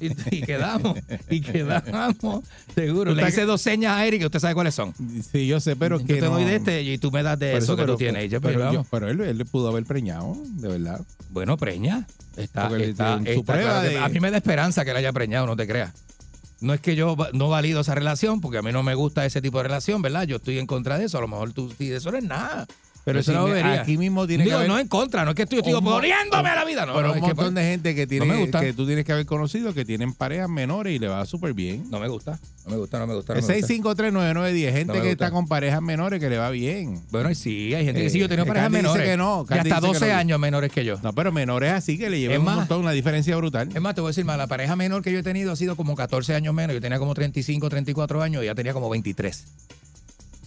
E: Y, y quedamos, y quedamos, seguro. Le hice dos señas a Eric, que usted sabe cuáles son.
D: Sí, yo sé, pero
E: Yo
D: que
E: te
D: no-
E: doy de este y tú me das de
D: Por
E: eso, que
D: pero-
E: tú tienes. Y yo,
D: pero,
E: pero
D: yo-
E: vamos.
D: pero él, él le pudo haber preñado, de verdad.
E: Bueno, preña. Está,
D: Porque le
E: está-
D: hicieron su
E: está
D: prueba
E: claro que-
D: de-
E: A mí me da esperanza que la haya preñado, no te creas. no es que yo va- no valido esa relación, porque a mí no me gusta ese tipo de relación, ¿verdad? Yo estoy en contra de eso. A lo mejor tú dices, eso no es nada. Pero
D: Pero
E: eso
D: si
E: no
D: me-
E: debería.
D: aquí mismo tiene que
E: Digo,
D: haber
E: no en contra, no es que estoy, estoy
D: un mo-
E: oponiéndome a la vida. No,
D: pero
E: no,
D: un
E: es que, pues,
D: montón de gente que tiene
E: no me gusta.
D: que tú tienes que haber conocido que tienen parejas menores y le va súper bien.
E: No me gusta. No me gusta, no me gusta. no
D: El
E: me gusta.
D: 6539910, gente
E: No me
D: que
E: gusta.
D: está con parejas menores que le va bien.
E: Bueno, y sí, hay gente que sí, yo he tenido
D: eh,
E: parejas
D: Candy dice
E: menores.
D: que no,
E: y
D: Candy
E: hasta
D: dice que
E: 12
D: no.
E: años menores que yo.
D: No, pero menores así que le
E: Es
D: llevan un
E: más-
D: montón, una diferencia brutal.
E: Es más, te voy a decir más, la pareja menor que yo he tenido ha sido como 14 años menos. Yo tenía como 35, 34 años y ella tenía como 23.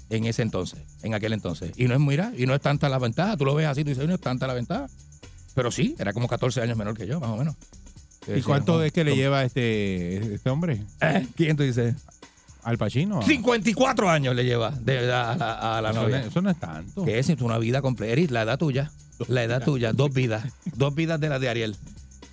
E: En ese entonces, en aquel entonces. Y no es, mira, y no es tanta la ventaja. Tú lo ves así, tú dices, no es tanta la ventaja. Pero sí, era como 14 años menor que yo, más o menos.
D: ¿Y cuánto es que le lleva este, este hombre?
E: ¿Quién tú dices?
D: Al Pacino.
E: 54 años le lleva de edad a la, a la
D: Eso
E: novia.
D: no- eso no es tanto.
E: Que es Es una vida completa. Eric, la edad tuya. La edad tuya, dos vidas. Dos vidas de la de Ariel.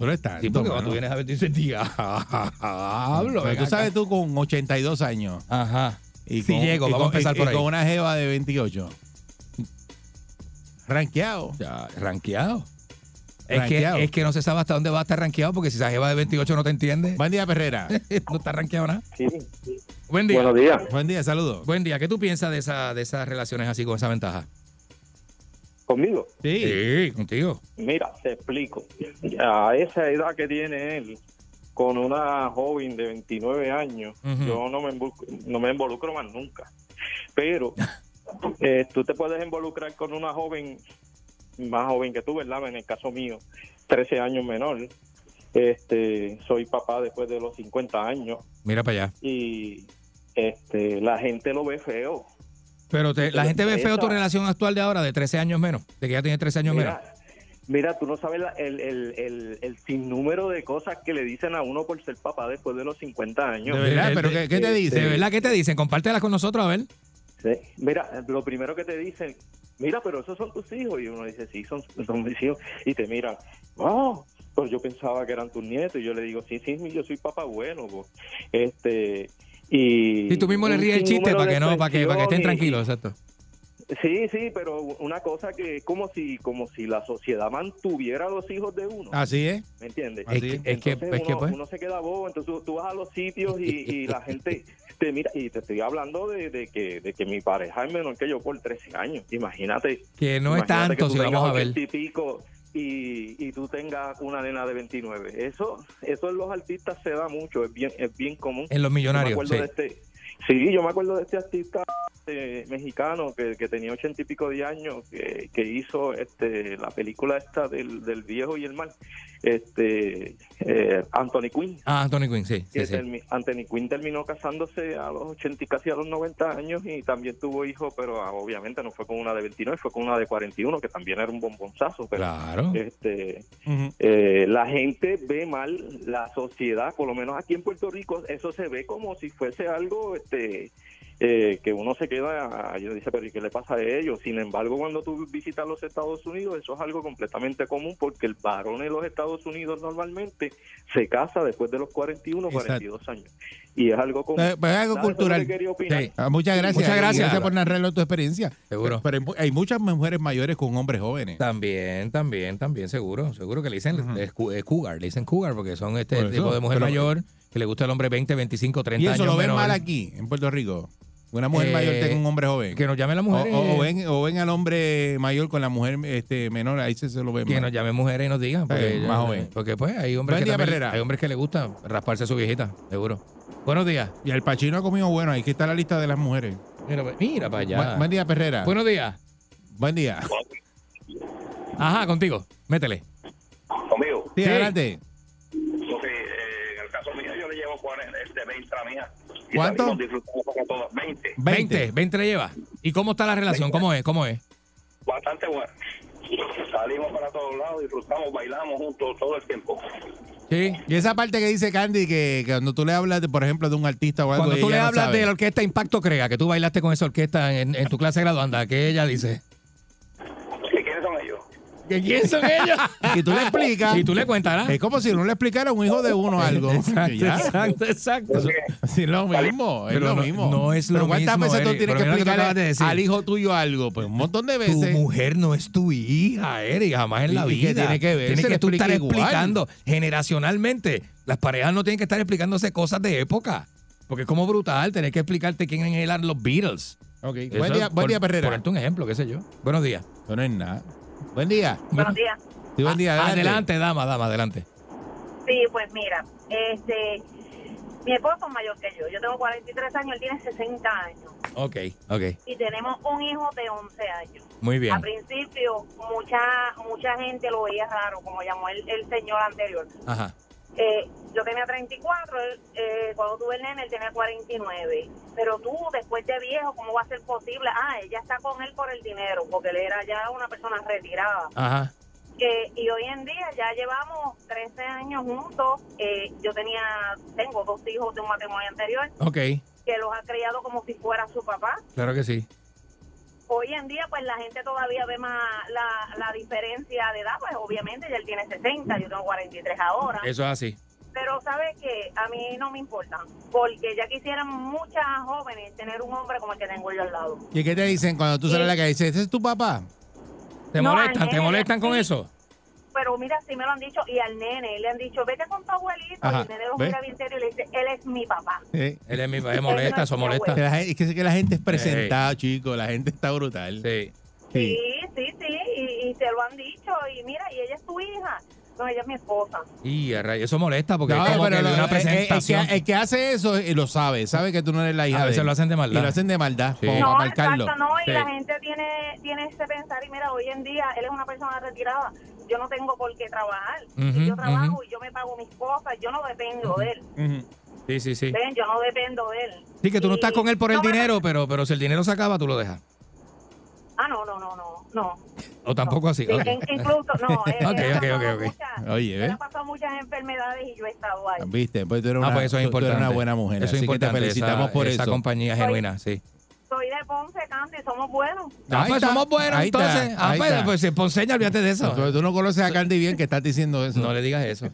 D: No es tanto.
E: Sí, porque
D: mano.
E: cuando tú vienes a ver, tú dices, diablo.
D: Pero
E: ven
D: tú
E: acá".
D: sabes tú con 82 años.
E: Ajá.
D: Y
E: Sí llego,
D: y
E: vamos a
D: con-
E: empezar
D: y-
E: por
D: y
E: ahí.
D: con una jeva de 28. Ranqueado.
E: Ya, ranqueado. Es que,
D: Ranqueado.
E: es que no se sabe hasta dónde va a estar ranqueado porque si esa jeva de 28 no te entiende.
D: Buen día, Perrera.
E: [laughs] no está ranqueado nada.
N: Sí.
E: Buen día.
N: Buenos días.
D: Buen día, saludos.
E: Buen día. ¿Qué tú piensas de, esa, de esas relaciones así con esa ventaja?
N: ¿Conmigo?
D: Sí.
E: Sí, contigo.
N: Mira, te explico. A esa edad que tiene él, con una joven de 29 años,
E: Ujú.
N: yo no me, involucro, no me involucro más nunca. Pero eh, tú te puedes involucrar con una joven más joven que tú, ¿verdad? En el caso mío, 13 años menor. Este, soy papá después de los 50 años
E: Mira para allá.
N: y este, la gente lo ve feo.
E: Pero te- la gente ve
N: Esa-
E: feo tu relación actual de ahora, de 13 años menos, de que ya tiene 13 años menos.
N: Mira, mira, tú no sabes la- el, el, el, el sinnúmero de cosas que le dicen a uno por ser papá después de los 50 años. Este,
E: De- de- de- De verdad, ¿qué te dicen? Compártelas con nosotros, a ver.
N: Sí. Mira, lo primero que te dicen, mira, pero esos son tus hijos. Y uno dice, sí, son, son mis hijos. Y te miran, wow, pues yo pensaba que eran tus nietos. Y yo le digo, sí, sí, yo soy papá bueno. po". Este, y,
E: Y tú mismo le
N: un
E: ríes el chiste
N: sinnúmero
E: para
N: de
E: que no, para que, para que estén
N: expresiones y-
E: tranquilos, exacto.
N: Sí, sí, pero una cosa que es como si, como si la sociedad mantuviera a los hijos de uno.
D: Así ¿eh? es.
N: ¿Me entiendes?
D: Es que- es que-
N: ¿Ah, Entonces
D: es que,
N: uno,
D: pues.
N: uno se queda bobo, entonces tú, tú vas a los sitios y,
D: [laughs]
N: y la gente te mira. Y te estoy hablando de, de que, de que mi pareja es menor que yo por 13 años. Imagínate.
E: Que no es
N: imagínate
E: tanto,
N: que tú
E: si vamos
N: tengas
E: a ver.
N: 80 y pico y, y tú tengas una nena de 29. Eso eso en los artistas se da mucho, es bien es bien común.
E: En los millonarios,
N: Yo me acuerdo
E: sí.
N: de este- sí, yo me acuerdo de este artista eh, mexicano que, que tenía ochenta y pico de años, que, que hizo este la película esta del, del viejo y el mal, este eh, Anthony Quinn.
E: Ah, Anthony Quinn, sí.
N: que
E: sí, sí.
N: termi- Anthony Quinn terminó casándose a los 80 y casi a los 90 años y también tuvo hijos, pero ah, obviamente no fue con una de 29, fue con una de 41, que también era un bombonzazo. Pero,
E: Claro.
N: Este, eh, la gente ve mal la sociedad, por lo menos aquí en Puerto Rico, eso se ve como si fuese algo este, eh, que uno se queda, yo dice, pero ¿y qué le pasa a ellos? Sin embargo, cuando tú visitas los Estados Unidos, eso es algo completamente común porque el varón en los Estados Unidos normalmente se casa después de los 41, 42 años. Y es algo común.
D: Eh, pues es algo
N: Nada, eso es lo que
D: cultural.
N: quería opinar.
D: Sí. Ah, muchas gracias.
E: Muchas gracias.
D: por narrarnos tu experiencia.
E: Seguro.
D: Pero hay mu- hay muchas mujeres mayores con hombres jóvenes.
E: También, también, también, seguro. Seguro que le dicen es cu- es cougar, le dicen cougar porque son este
D: Por eso,
E: tipo de mujer
D: pero-
E: mayor que le gusta el hombre 20, 25, 30
D: Y
E: años.
D: eso lo ven
E: menor.
D: mal aquí, en Puerto Rico. Una mujer
E: Eh,
D: mayor tenga un hombre joven.
E: Que nos llame la
D: O-
E: mujer.
D: O, o ven, o ven al hombre mayor con la mujer este, menor, ahí se, se lo ven
E: Que
D: mal.
E: nos llamen mujeres y nos digan. Porque,
D: Eh, más joven.
E: Porque pues hay hombres, que
D: Buen día,
E: también-
D: Perrera.
E: hay hombres que le gusta rasparse a su [laughs] viejita, seguro. Buenos días.
D: Y el Pachino ha comido bueno, ahí que está la lista de las mujeres.
E: Mira, pa- mira para allá.
D: Buen, buen día, Perrera.
E: Buenos días.
D: Buen día.
E: Ajá, contigo. Métele.
D: Conmigo. Sí,
E: Sí.
D: adelante.
J: Porque eh, en el caso mío yo le llevo 40, este, 20 a la mía. Y
E: ¿Cuánto?
J: salimos disfrutando para todos. 20.
E: 20, 20 le lleva. ¿Y cómo está la relación? ¿Cómo es? ¿Cómo es?
J: Bastante bueno. Salimos para todos lados, disfrutamos, bailamos juntos todo el tiempo.
D: Y esa parte que dice Candy, que, que cuando tú le hablas, de, por ejemplo, de un artista o algo.
E: Cuando tú
D: ella
E: le
D: no
E: hablas
D: sabe.
E: de la orquesta Impacto Crea, que tú bailaste con esa orquesta en, en tu clase graduanda, ¿qué ella dice?
J: ¿Y quiénes son ellos?
E: ¿Que quién son ellos?
D: [laughs] Y tú le explicas.
E: Y tú le cuentarás.
D: Es como si no le explicara a un hijo de
E: [laughs]
D: uno algo.
E: Exacto,
D: Y ya.
E: exacto, exacto.
D: Sí, es lo mismo, es
E: Pero
D: lo
E: no-
D: mismo.
E: no es lo
D: Pero ¿cuántas
E: mismo,
D: veces tú
E: Eric?
D: tienes
E: Pero mira lo que
D: que
E: tú
D: explicar
E: acabas de decir.
D: al hijo tuyo algo? Pues un montón de
E: Tu
D: veces.
E: mujer no es tu hija, Eric, jamás en la
D: ¿Y
E: vida.
D: qué tiene que ver?
E: Tienes
D: Se le
E: que tú estar
D: explica igual.
E: explicando generacionalmente. Las parejas no tienen que estar explicándose cosas de época. Porque es como brutal tener que explicarte quién eran los Beatles.
D: Ok, buen
E: Eso
D: día,
E: es
D: buen
E: por-
D: día, Perrera.
E: Ponerte un ejemplo, qué sé yo. Buenos días.
D: Eso no es nada. Buen día.
O: Buenos días.
D: Sí, buen día.
E: adelante. dama, dama, adelante.
O: Sí, pues mira, este, mi esposo es mayor que yo. Yo tengo 43 años, él tiene 60 años.
E: Ok, ok.
O: Y tenemos un hijo de 11 años.
E: Muy bien.
O: Al principio, mucha mucha gente lo veía raro, como llamó el, el señor anterior.
E: Ajá.
O: Eh, yo tenía 34, él, eh, cuando tuve el nene, él tenía 49. Pero tú, después de viejo, ¿cómo va a ser posible? Ah, ella está con él por el dinero, porque él era ya una persona retirada.
E: Ajá.
O: que y hoy en día ya llevamos 13 años juntos. Eh, yo tenía, tengo dos hijos de un matrimonio anterior
E: Ok,
O: que los ha criado como si fuera su papá.
E: claro que sí.
O: Hoy en día, pues la gente todavía ve más la, la diferencia de edad, pues obviamente ya él tiene 60, yo tengo 43 ahora.
E: Eso es así.
O: Pero sabes que a mí no me importa, porque ya quisieran muchas jóvenes tener un hombre como el que tengo yo al lado.
D: ¿Y qué te dicen cuando tú sales a la calle? Dices, ¿ese es tu papá?
E: ¿Te
O: Eh, No,
E: molestan?
O: al
E: ¿Te
O: nene,
E: molestan con
O: sí.
E: eso?
O: Pero mira, sí me lo han dicho, y al nene, le han dicho, vete con tu abuelito,
E: Ajá,
O: y el nene lo
E: ¿ves?
O: mira bien serio y le dice, él es mi papá.
E: Él es mi él molesta, eso molesta.
D: Que la gen- es que, que la gente es presentada, chico. La gente está brutal.
E: Sí.
O: Sí, sí, sí, y, y se lo han dicho, y mira, y ella es tu hija, no, ella es mi esposa.
E: Y a rayos, eso molesta porque
D: No,
E: es como
D: pero
E: que
D: lo-
E: de una
D: el- el- el que-
E: presentación.
D: El, que, hace eso eh, lo sabe, sabe que tú no eres la hija.
E: A veces
D: de él.
E: lo hacen de maldad.
D: Y lo hacen de maldad,
E: Sí.
D: como
O: No,
D: para marcarlo.
O: exacto, no, y
D: Sí.
O: la gente tiene, tiene ese pensar, y mira, hoy en día él es una persona retirada, yo no tengo por qué trabajar,
E: Ujú,
O: y yo trabajo
E: ujú.
O: y yo me pago mis cosas, yo no dependo de él,
E: Ujú. Sí, sí, sí.
O: ¿ven? Yo no dependo de él.
E: Sí, que tú no estás con él por el
O: No,
E: dinero, pero, pero si el dinero se acaba, tú lo dejas.
O: Ah, no, no, no, no, no.
E: O tampoco así.
O: Sí,
E: ok.
O: in- incluso,
E: [laughs]
O: no, eh,
E: Ok,
O: él ha
E: ok, ok,
O: pasado
E: ok.
O: muchas-
D: Oye,
O: él
D: ¿ves?
O: ha pasado muchas enfermedades y yo he estado ahí.
D: Viste, pues tú eres
E: Ah,
D: una,
E: pues eso es
D: tú- tú eres
E: importante.
D: una buena mujer.
E: Eso es
D: así que te
E: importante,
D: felicitamos
E: esa-
D: por
E: esa
D: eso.
E: compañía genuina, sí.
O: Soy de Ponce, Candy, somos buenos.
E: Ah, pues somos buenos, entonces. Ah, pues, pues, si Ponceña, olvídate de eso.
D: Pero tú no conoces a Candy bien que estás diciendo eso. No
E: le digas eso.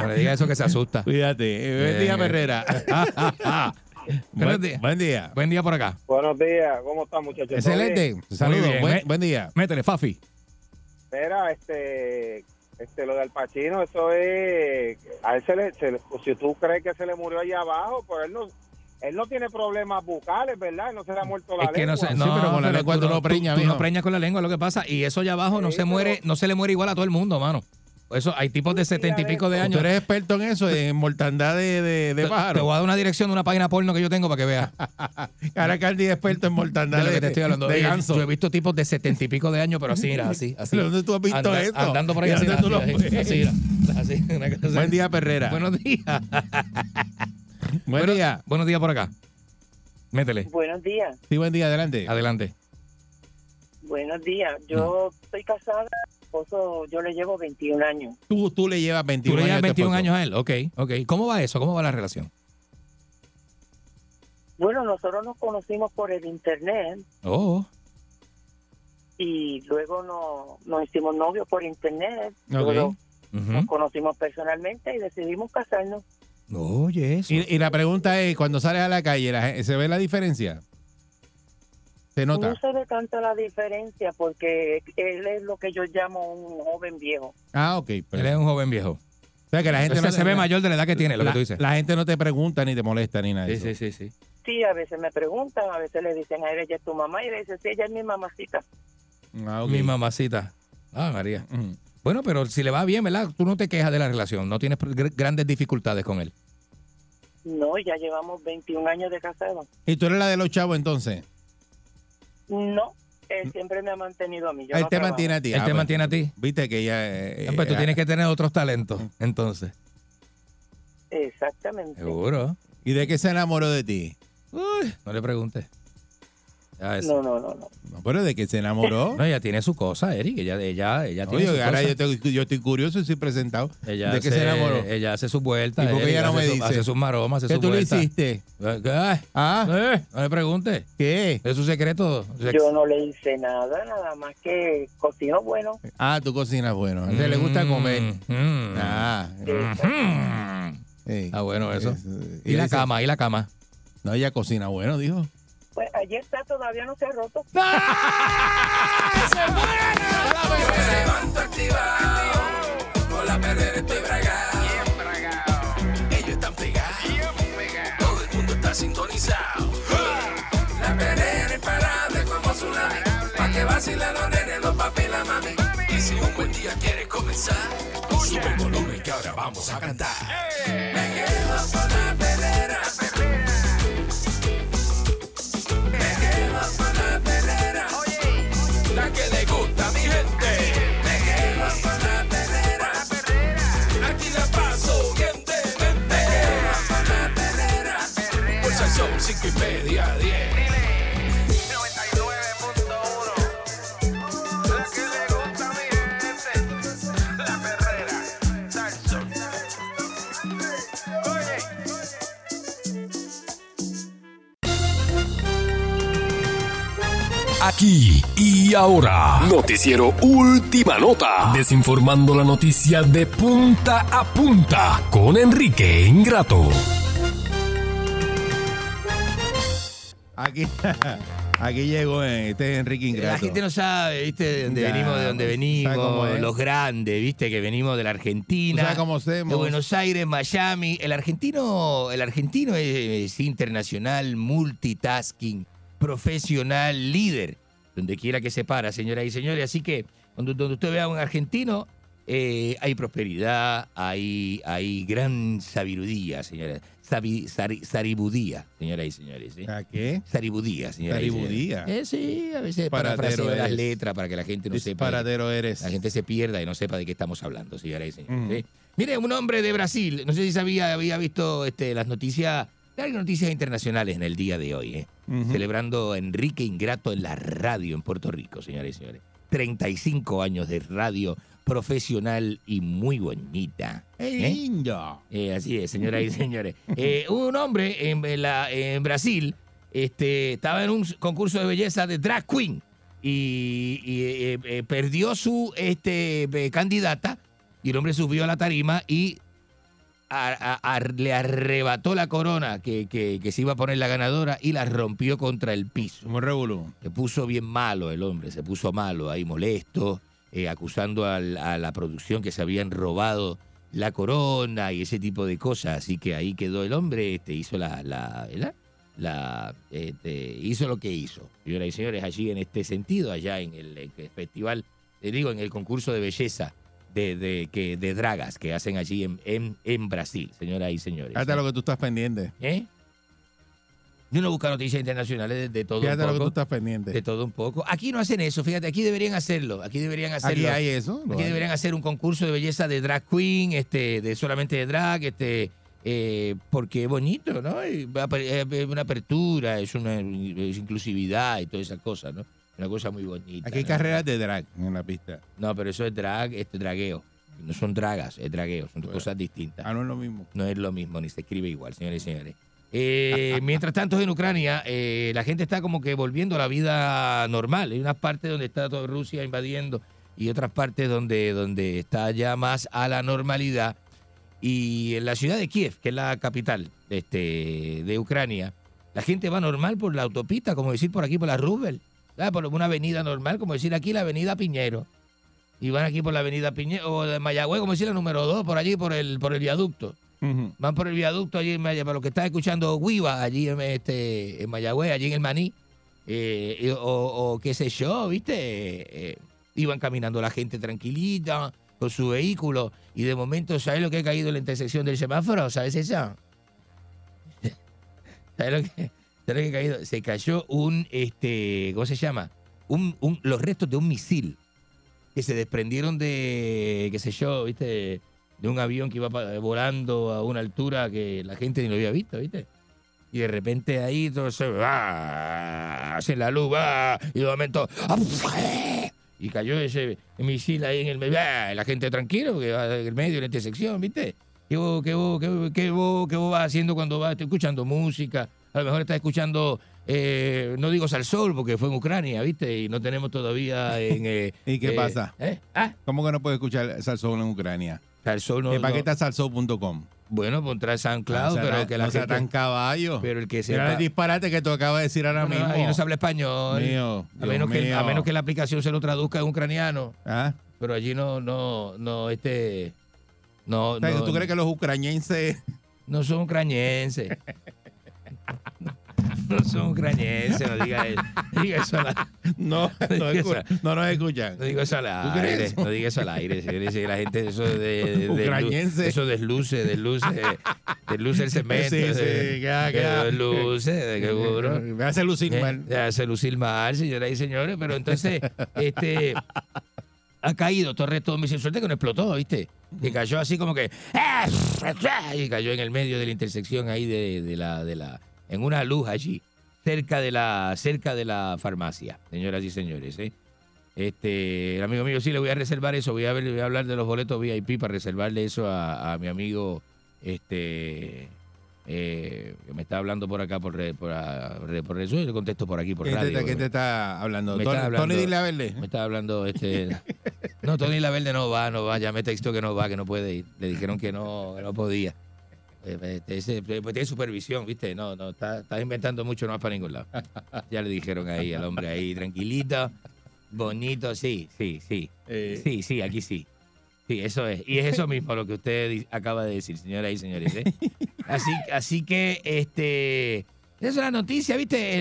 E: No le digas eso que se asusta.
D: Cuídate. Eh, Buen día,
E: Eh. [laughs]
D: Herrera.
E: Buenos
D: buen,
E: días.
D: buen día.
E: Buen día por acá.
P: Buenos días, ¿cómo están muchachos?
D: Excelente.
P: ¿Todo
D: Saludos.
P: bien?
D: Buen,
P: Me-
D: buen día.
E: Métele, Fafi.
P: Mira, este, este, lo del Pachino, eso es, a él se le, se le- si tú crees que se le murió allá abajo, pues él no, él no tiene problemas bucales, ¿verdad? No se le ha muerto la
E: Es que no
P: lengua.
E: sé, no, pero
D: tú no preñas,
E: tú no
D: mijo.
E: preñas con la lengua, es lo que pasa. Y eso allá abajo no se muere, no se le muere igual a todo el mundo, mano. Eso, hay tipos de setenta y pico de
D: Tú
E: años.
D: eres experto en eso, en mortandad de, de, de
E: Te-
D: pájaros.
E: Te voy a dar una dirección de una página porno que yo tengo para que veas.
D: [laughs] Ahora Candy es experto en mortandad
E: de lo
D: de,
E: que te estoy hablando.
D: de
E: Oye,
D: ganso.
E: Yo he visto tipos de setenta y pico de años, pero así, mira, así, así.
D: ¿Dónde tú has visto
E: Anda-
D: eso?
E: Andando por ahí
D: ¿Y
E: así,
D: dónde
E: así,
D: tú lo
E: así,
D: ves?
E: así, mira, así, una cosa
D: Buen
E: así.
D: día, Perrera.
E: Buenos días.
D: [laughs] Buen día.
E: Buenos días por acá. Métele.
Q: Buenos días,
D: Sí, buen día, adelante.
E: Adelante.
Q: buenos días. Yo
D: Mm.
Q: estoy casada, mi esposo, yo le llevo 21 años.
D: Tú, tú le llevas 21
E: Tú le llevas
D: años. a tu
E: 21
D: esposo.
E: años a él. Ok, ok. ¿Cómo va eso? ¿Cómo va la relación?
Q: Bueno, nosotros nos conocimos por el internet
E: Oh,
Q: y luego nos, nos hicimos novios por internet,
D: Ok. Mm.
Q: nos conocimos personalmente y decidimos casarnos.
E: Oye, eso.
D: Y, y la pregunta es, cuando sales a la calle, la gen- ¿se ve la diferencia? ¿Se nota?
Q: No se ve tanta la diferencia porque él es lo que yo llamo un joven viejo.
D: Ah, ok. Él
E: es un joven viejo.
D: O sea, que la gente
E: Ese
D: no te-
E: se ve mayor de la edad que tiene, lo que
D: la,
E: tú dices.
D: La gente no te pregunta ni te molesta ni nada.
E: Sí, sí, sí.
Q: Sí, a veces me preguntan, a veces le dicen a él, ella es tu mamá, y le dicen, sí, ella es mi mamacita.
E: mi mamacita. Ah, María.
D: Mm.
E: Bueno, pero si le va bien, ¿verdad? Tú no te quejas de la relación, no tienes gr- grandes dificultades con él.
Q: No, ya llevamos 21 años de casados.
D: ¿Y tú eres la de los chavos entonces?
Q: No, él siempre me ha mantenido a mí. Yo
D: Él
Q: no
D: Mm. te
Q: trabajo.
D: mantiene a ti.
E: Él
D: Ah,
E: te
D: pues,
E: mantiene a ti.
D: Viste que ella... eh,
E: Ah, pues tú
D: eh,
E: tienes que tener otros talentos, entonces.
Q: Exactamente.
E: Seguro.
D: ¿Y de qué se enamoró de ti?
E: No le preguntes. Ya
Q: No,
E: eso.
Q: no, no, no.
D: No, pero de que se enamoró.
E: [laughs] No, ella tiene su cosa, Eric. Ella, ella, ella tiene
D: Oye,
E: su
D: ahora
E: cosa.
D: yo, te- yo estoy curioso y soy presentado.
E: Ella
D: ¿De qué
E: hace-
D: se enamoró?
E: Ella hace sus vueltas.
D: ¿Y por qué
E: Eric,
D: ella no
E: hace
D: me
E: su-
D: dice?
E: Hace sus maromas, hace
D: ¿Qué
E: sus
D: tú le
E: vueltas.
D: hiciste?
E: ¿Qué?
D: ¿Ah?
E: Eh, no le pregunte.
D: ¿Qué?
E: Es su secreto.
Q: Yo no le hice nada, nada más que cocino bueno.
D: Ah, tú cocinas bueno. A ella le gusta comer.
E: Mm,
D: Ah.
E: Ah, bueno, eso.
D: Y,
E: la cama, y la cama.
D: eh, No, ella cocina Ah, bueno, dijo.
Q: Pues allí está, todavía no se ha roto.
C: Me levanto activado. Con la perrera estoy bragado. Ellos están pegados. está sintonizado. La perrera imparable como tsunami. Pa' que vacilen los nenes, los papi y la mami. Y si un buen día quieres comenzar, sube el volumen que ahora vamos a cantar. Me quedo con la perrera. Me quedo con la perrera. La que le gusta a mi gente. Me quedo con la perrera. Aquí la paso bien de mente. Me quedo con la perrera. Pues el son cinco y media, diez. Pues
A: Aquí y ahora, Noticiero Última Nota, desinformando la noticia de punta a punta con Enrique Ingrato.
E: [laughs]
D: Aquí, aquí llegó eh, este es Enrique Ingrato.
E: La gente no sabe, ¿viste? De dónde
D: Ya,
E: venimos, de dónde
D: pues, ¿sabe cómo
E: venimos,
D: es?
E: los grandes, ¿viste? Que venimos de la Argentina.
D: Tú sabes cómo hacemos.
E: De Buenos Aires, Miami. El argentino, el argentino es, es internacional, multitasking, profesional, líder. Donde quiera que se para, señoras y señores. Así que cuando, donde usted vea a un argentino, eh, hay prosperidad, hay, hay gran sabiduría, señora. Sabi- sari- saribudía, señoras y señores. ¿A
D: qué?
E: Saribudía, señoras y señores.
D: Saribudía.
E: Eh, sí, a veces
D: Disparatero
E: parafraseo las
D: eres.
E: letras para que la gente no sepa.
D: Disparatero
E: eres. La gente se pierda y no sepa de qué estamos hablando, señora y señores. ¿eh? ¿sí? Mire, un hombre de Brasil, no sé si sabía, había visto este, las noticias, hay noticias internacionales en el día de hoy, ¿eh?
D: Ujú.
E: celebrando a Enrique Ingrato en la radio en Puerto Rico, señores y señores. 35 años de radio profesional y muy bonita.
D: ¡Qué
E: ¿eh?
D: lindo!
E: Eh, así es, señoras y
D: [laughs]
E: señores. Eh, un hombre en, en la- en Brasil este, estaba en un concurso de belleza de drag queen y, y, eh, eh, perdió su este, eh, candidata y el hombre subió a la tarima y a- a- a- le arrebató la corona que, que- que se iba a poner la ganadora y la rompió contra el piso. Se puso bien malo el hombre, se puso malo ahí, molesto, eh, acusando al- a la producción que se habían robado la corona y ese tipo de cosas. Así que ahí quedó el hombre, este, hizo la, la, la- la, este, hizo lo que hizo. Señoras y señores, allí en este sentido, allá en el, eh, festival, eh, digo, en el concurso de belleza de, de, que, de dragas que hacen allí en, en, en Brasil, señoras y señores.
D: Hasta lo que tú estás pendiente.
E: ¿Eh? Yo no busco noticias internacionales de, de todo
D: Fíjate
E: un
D: lo que
E: poco.
D: tú estás pendiente.
E: De todo un poco. Aquí no hacen eso, fíjate, aquí deberían hacerlo. Aquí deberían hacerlo.
D: Aquí hay eso, lo
E: Aquí
D: hay.
E: deberían hacer un concurso de belleza de drag queen, este, de solamente de drag, este, eh, porque es bonito, ¿no? Y va a per- Es una apertura, es una es inclusividad y todas esas cosas, ¿no? Una cosa muy bonita.
D: Aquí hay
E: ¿no?
D: carreras de drag en la pista.
E: No, pero eso es drag, este dragueo. No son dragas, es dragueo, son cosas distintas.
D: Ah, no es lo mismo.
E: No es lo mismo, ni se escribe igual, señores y señores. Eh, mientras tanto, en Ucrania, eh, la gente está como que volviendo a la vida normal. Hay unas partes donde está toda Rusia invadiendo y otras partes donde, donde está ya más a la normalidad. Y en la ciudad de Kiev, que es la capital este, de Ucrania, la gente va normal por la autopista, como decir por aquí, por la Rubel, ¿sabes? por una avenida normal, como decir aquí la avenida Piñero. Y van aquí por la avenida Piñero, o de Mayagüez, como decir la número 2, por allí, por el, por el viaducto. Van por el viaducto allí en Mayagüez. Para los que están escuchando Guiva allí en, este, en Mayagüez, allí en el Maní, eh, y- o, o qué sé yo, ¿viste? Eh, eh, iban caminando la gente tranquilita con su vehículo y de momento, ¿sabes lo que ha caído en la intersección del semáforo? ¿Sabes [laughs] eso? ¿Sabes lo que, sabes lo que ha caído? Se cayó un, este, ¿cómo se llama? Un, un- los restos de un misil que se desprendieron de, qué sé yo, ¿viste? De un avión que iba pa- volando a una altura que la gente ni lo había visto, ¿viste? Y de repente ahí todo se va, hace la luz, va, y de momento, ¡ah! y cayó ese misil ahí en el medio, ¡ah! la gente tranquila, porque va en el medio, en la intersección, ¿viste? ¿Qué vos, qué vos, qué vos, qué vos, qué vos vas haciendo cuando vas? Estás escuchando música, a lo mejor estás escuchando, eh, no digo Salsol, porque fue en Ucrania, ¿viste? Y no tenemos todavía en... eh,
D: [laughs] ¿Y qué
E: eh,
D: pasa?
E: ¿eh? ¿Ah?
D: ¿Cómo que no puedes escuchar Salsón en Ucrania?
E: Salsón no-
D: ¿De paqueta
E: no.
D: salsón.com?
E: Bueno, contra SoundCloud,
D: No sea
E: pero
D: tan-
E: que la
D: no sea
E: gente-
D: tan caballo.
E: Pero el que
D: Mira
E: sepa-
D: el disparate que tú acabas de decir ahora
E: Bueno,
D: mismo.
E: ahí no se habla español.
D: Mío,
E: a,
D: Dios
E: menos Que, a
D: mío.
E: menos que la aplicación se lo traduzca en ucraniano.
D: ¿Ah?
E: Pero allí no, no, no, este. No,
D: O sea,
E: no, [laughs]
D: ¿Tú crees que los ucranienses [laughs]
E: no son ucranienses? No son ucranienses, no diga
D: [laughs]
E: eso. Diga eso al aire. [laughs]
D: No, no,
E: Diga eso
D: escu- no nos escuchan.
E: No digo eso al aire,
D: crees?
E: no diga eso al aire, señores, y la gente eso de, de- de-
D: Ucraniense.
E: eso desluce,
D: [laughs]
E: desluce, desluce el cemento,
D: Sí, sí,
E: eh,
D: ya,
E: que
D: ya.
E: desluce, de seguro.
D: [laughs] Me hace lucir mal.
E: Me hace lucir mal, señoras y señores, pero entonces, este ha caído Torres Tommy sin suerte que no explotó, ¿viste? Que cayó así como que ¡ah! y cayó en el medio de la intersección ahí de, de la de la en una luz allí cerca de la cerca de la farmacia, señoras y señores, ¿eh? Este, el amigo mío, sí, le voy a reservar eso. Voy a, ver, voy a hablar de los boletos VIP para reservarle eso a, a mi amigo, este, eh, que me está hablando por acá, por, re- por, a- re- por eso yo le contesto por aquí, por
D: ¿Quién te-
E: radio.
D: quién te Este está hablando?
E: Me
D: Tony-
E: está
D: Tony
E: hablando-
D: Di La Verde.
E: Me está hablando, este, [laughs] no, Tony La Verde no va, no va, ya me textó que no va, que no puede ir. Le dijeron que no, que no podía. Eh, eh, ese, eh, pues tiene supervisión, ¿viste? No, no, está- estás inventando mucho, no vas para ningún lado. Ya le dijeron ahí al hombre ahí, tranquilito, bonito, sí, sí, sí.
D: Eh.
E: Sí, sí, aquí sí. Sí, eso es. Y es eso mismo lo que usted di- acaba de decir, señoras y señores.
D: [laughs]
E: ¿eh? Así, así que, este. Esa es la noticia, ¿viste?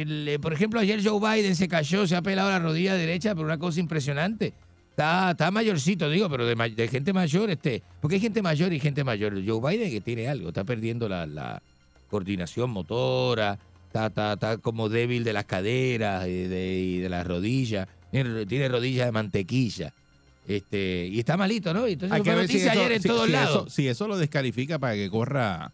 E: El- el- el- por ejemplo, ayer Joe Biden se cayó, se ha pelado la rodilla derecha por una cosa impresionante. Está, está mayorcito, digo, pero de, ma- de gente mayor, este. Porque hay gente mayor y gente mayor. Joe Biden que tiene algo, está perdiendo la, la coordinación motora, está, está, está como débil de las caderas y de, y de las rodillas. Tiene, tiene rodillas de mantequilla. Este, y está malito, ¿no? Y Entonces
D: Hay
E: fue
D: que ver si
E: noticia
D: eso-
E: ayer en
D: si-
E: todos
D: si
E: lados.
D: eso- si eso lo descalifica para que corra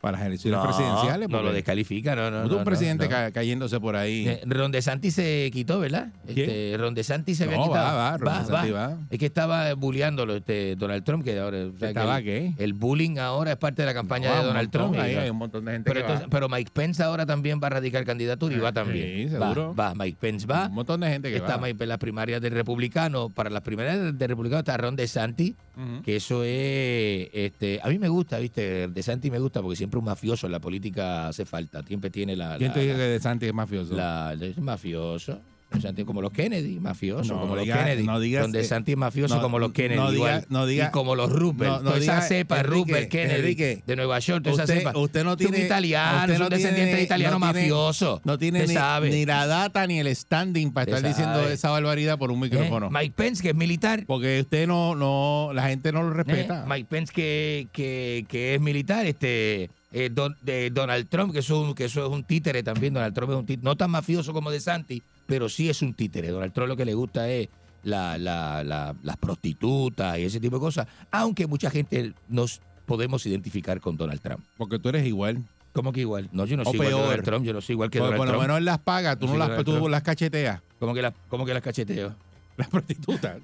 D: para las elecciones
E: No,
D: presidenciales.
E: no lo
D: porque- Ah,
E: descalifica, no, no.
D: Tuvo
E: no,
D: un
E: no,
D: presidente
E: no.
D: ca- cayéndose por ahí.
E: Eh, Ron DeSantis se quitó, ¿verdad?
D: ¿Quién?
E: Este, Ron DeSantis se había
D: No, va,
E: quitado.
D: va, Ron DeSantis va.
E: Es que estaba bulleándolo este Donald Trump, que ahora... o sea,
D: ¿Estaba
E: que el, el bullying ahora es parte de la campaña
D: No,
E: de
D: un
E: Donald
D: montón,
E: Trump. y
D: ahí
E: no.
D: hay un montón de gente
E: pero,
D: que va.
E: pero Mike Pence ahora también va a radicar candidatura y va también.
D: sí, seguro.
E: Va, va, Mike Pence va.
D: Un montón de gente que
E: está
D: va.
E: Mike Pence en las primarias del republicano. Para las primarias del republicano está Ron DeSantis,
D: Ujú.
E: que eso es... este A mí me gusta, ¿viste? DeSantis me gusta porque siempre un mafioso en la política hace falta. Siempre tiene la...
D: ¿Quién
E: la-
D: te dice que De Santi es mafioso?
E: la, es mafioso. O sea, como los Kennedy, mafioso,
D: No
E: como los
D: digas-
E: Kennedy.
D: no digas-
E: donde
D: eh,
E: Santi es mafioso
D: no-
E: como los Kennedy.
D: no diga-
E: igual.
D: no diga-
E: y como los Rupert.
D: No- no
E: toda esa
D: diga-
E: cepa,
D: Enrique,
E: Rupert Kennedy.
D: Enrique,
E: de Nueva York, toda
D: usted,
E: esa cepa.
D: usted no
E: Es un
D: tiene
E: italiano,
D: usted
E: es un
D: no tiene-
E: descendiente de italiano
D: no tiene-
E: mafioso.
D: No tiene
E: Usted
D: ni,
E: sabe.
D: ni la data ni el standing para
E: Usted
D: estar diciendo
E: sabe. Eh,
D: esa barbaridad por un micrófono.
E: Mike Pence, que es militar.
D: Porque usted no, no, la gente no lo
E: Eh,
D: respeta.
E: Mike Pence, que, que, que es militar, este eh, Don- de Donald Trump, que, es un, que eso es un títere también. Donald Trump es un títere, no tan mafioso como de Santi, pero sí es un títere. Donald Trump lo que le gusta es la, la- la- las prostitutas y ese tipo de cosas, aunque mucha gente nos podemos identificar con Donald Trump.
D: Porque tú eres igual.
E: ¿Cómo que igual? No, yo no
D: O
E: soy igual que
D: peor.
E: Donald Trump, yo no soy igual que
D: Porque
E: Donald
D: por lo
E: Trump.
D: menos él las paga,
E: Yo
D: tú no
E: soy
D: las,
E: Donald
D: tú
E: Trump.
D: las cacheteas.
E: ¿Cómo que, las- cómo que las cacheteo?
D: [laughs] Las prostitutas.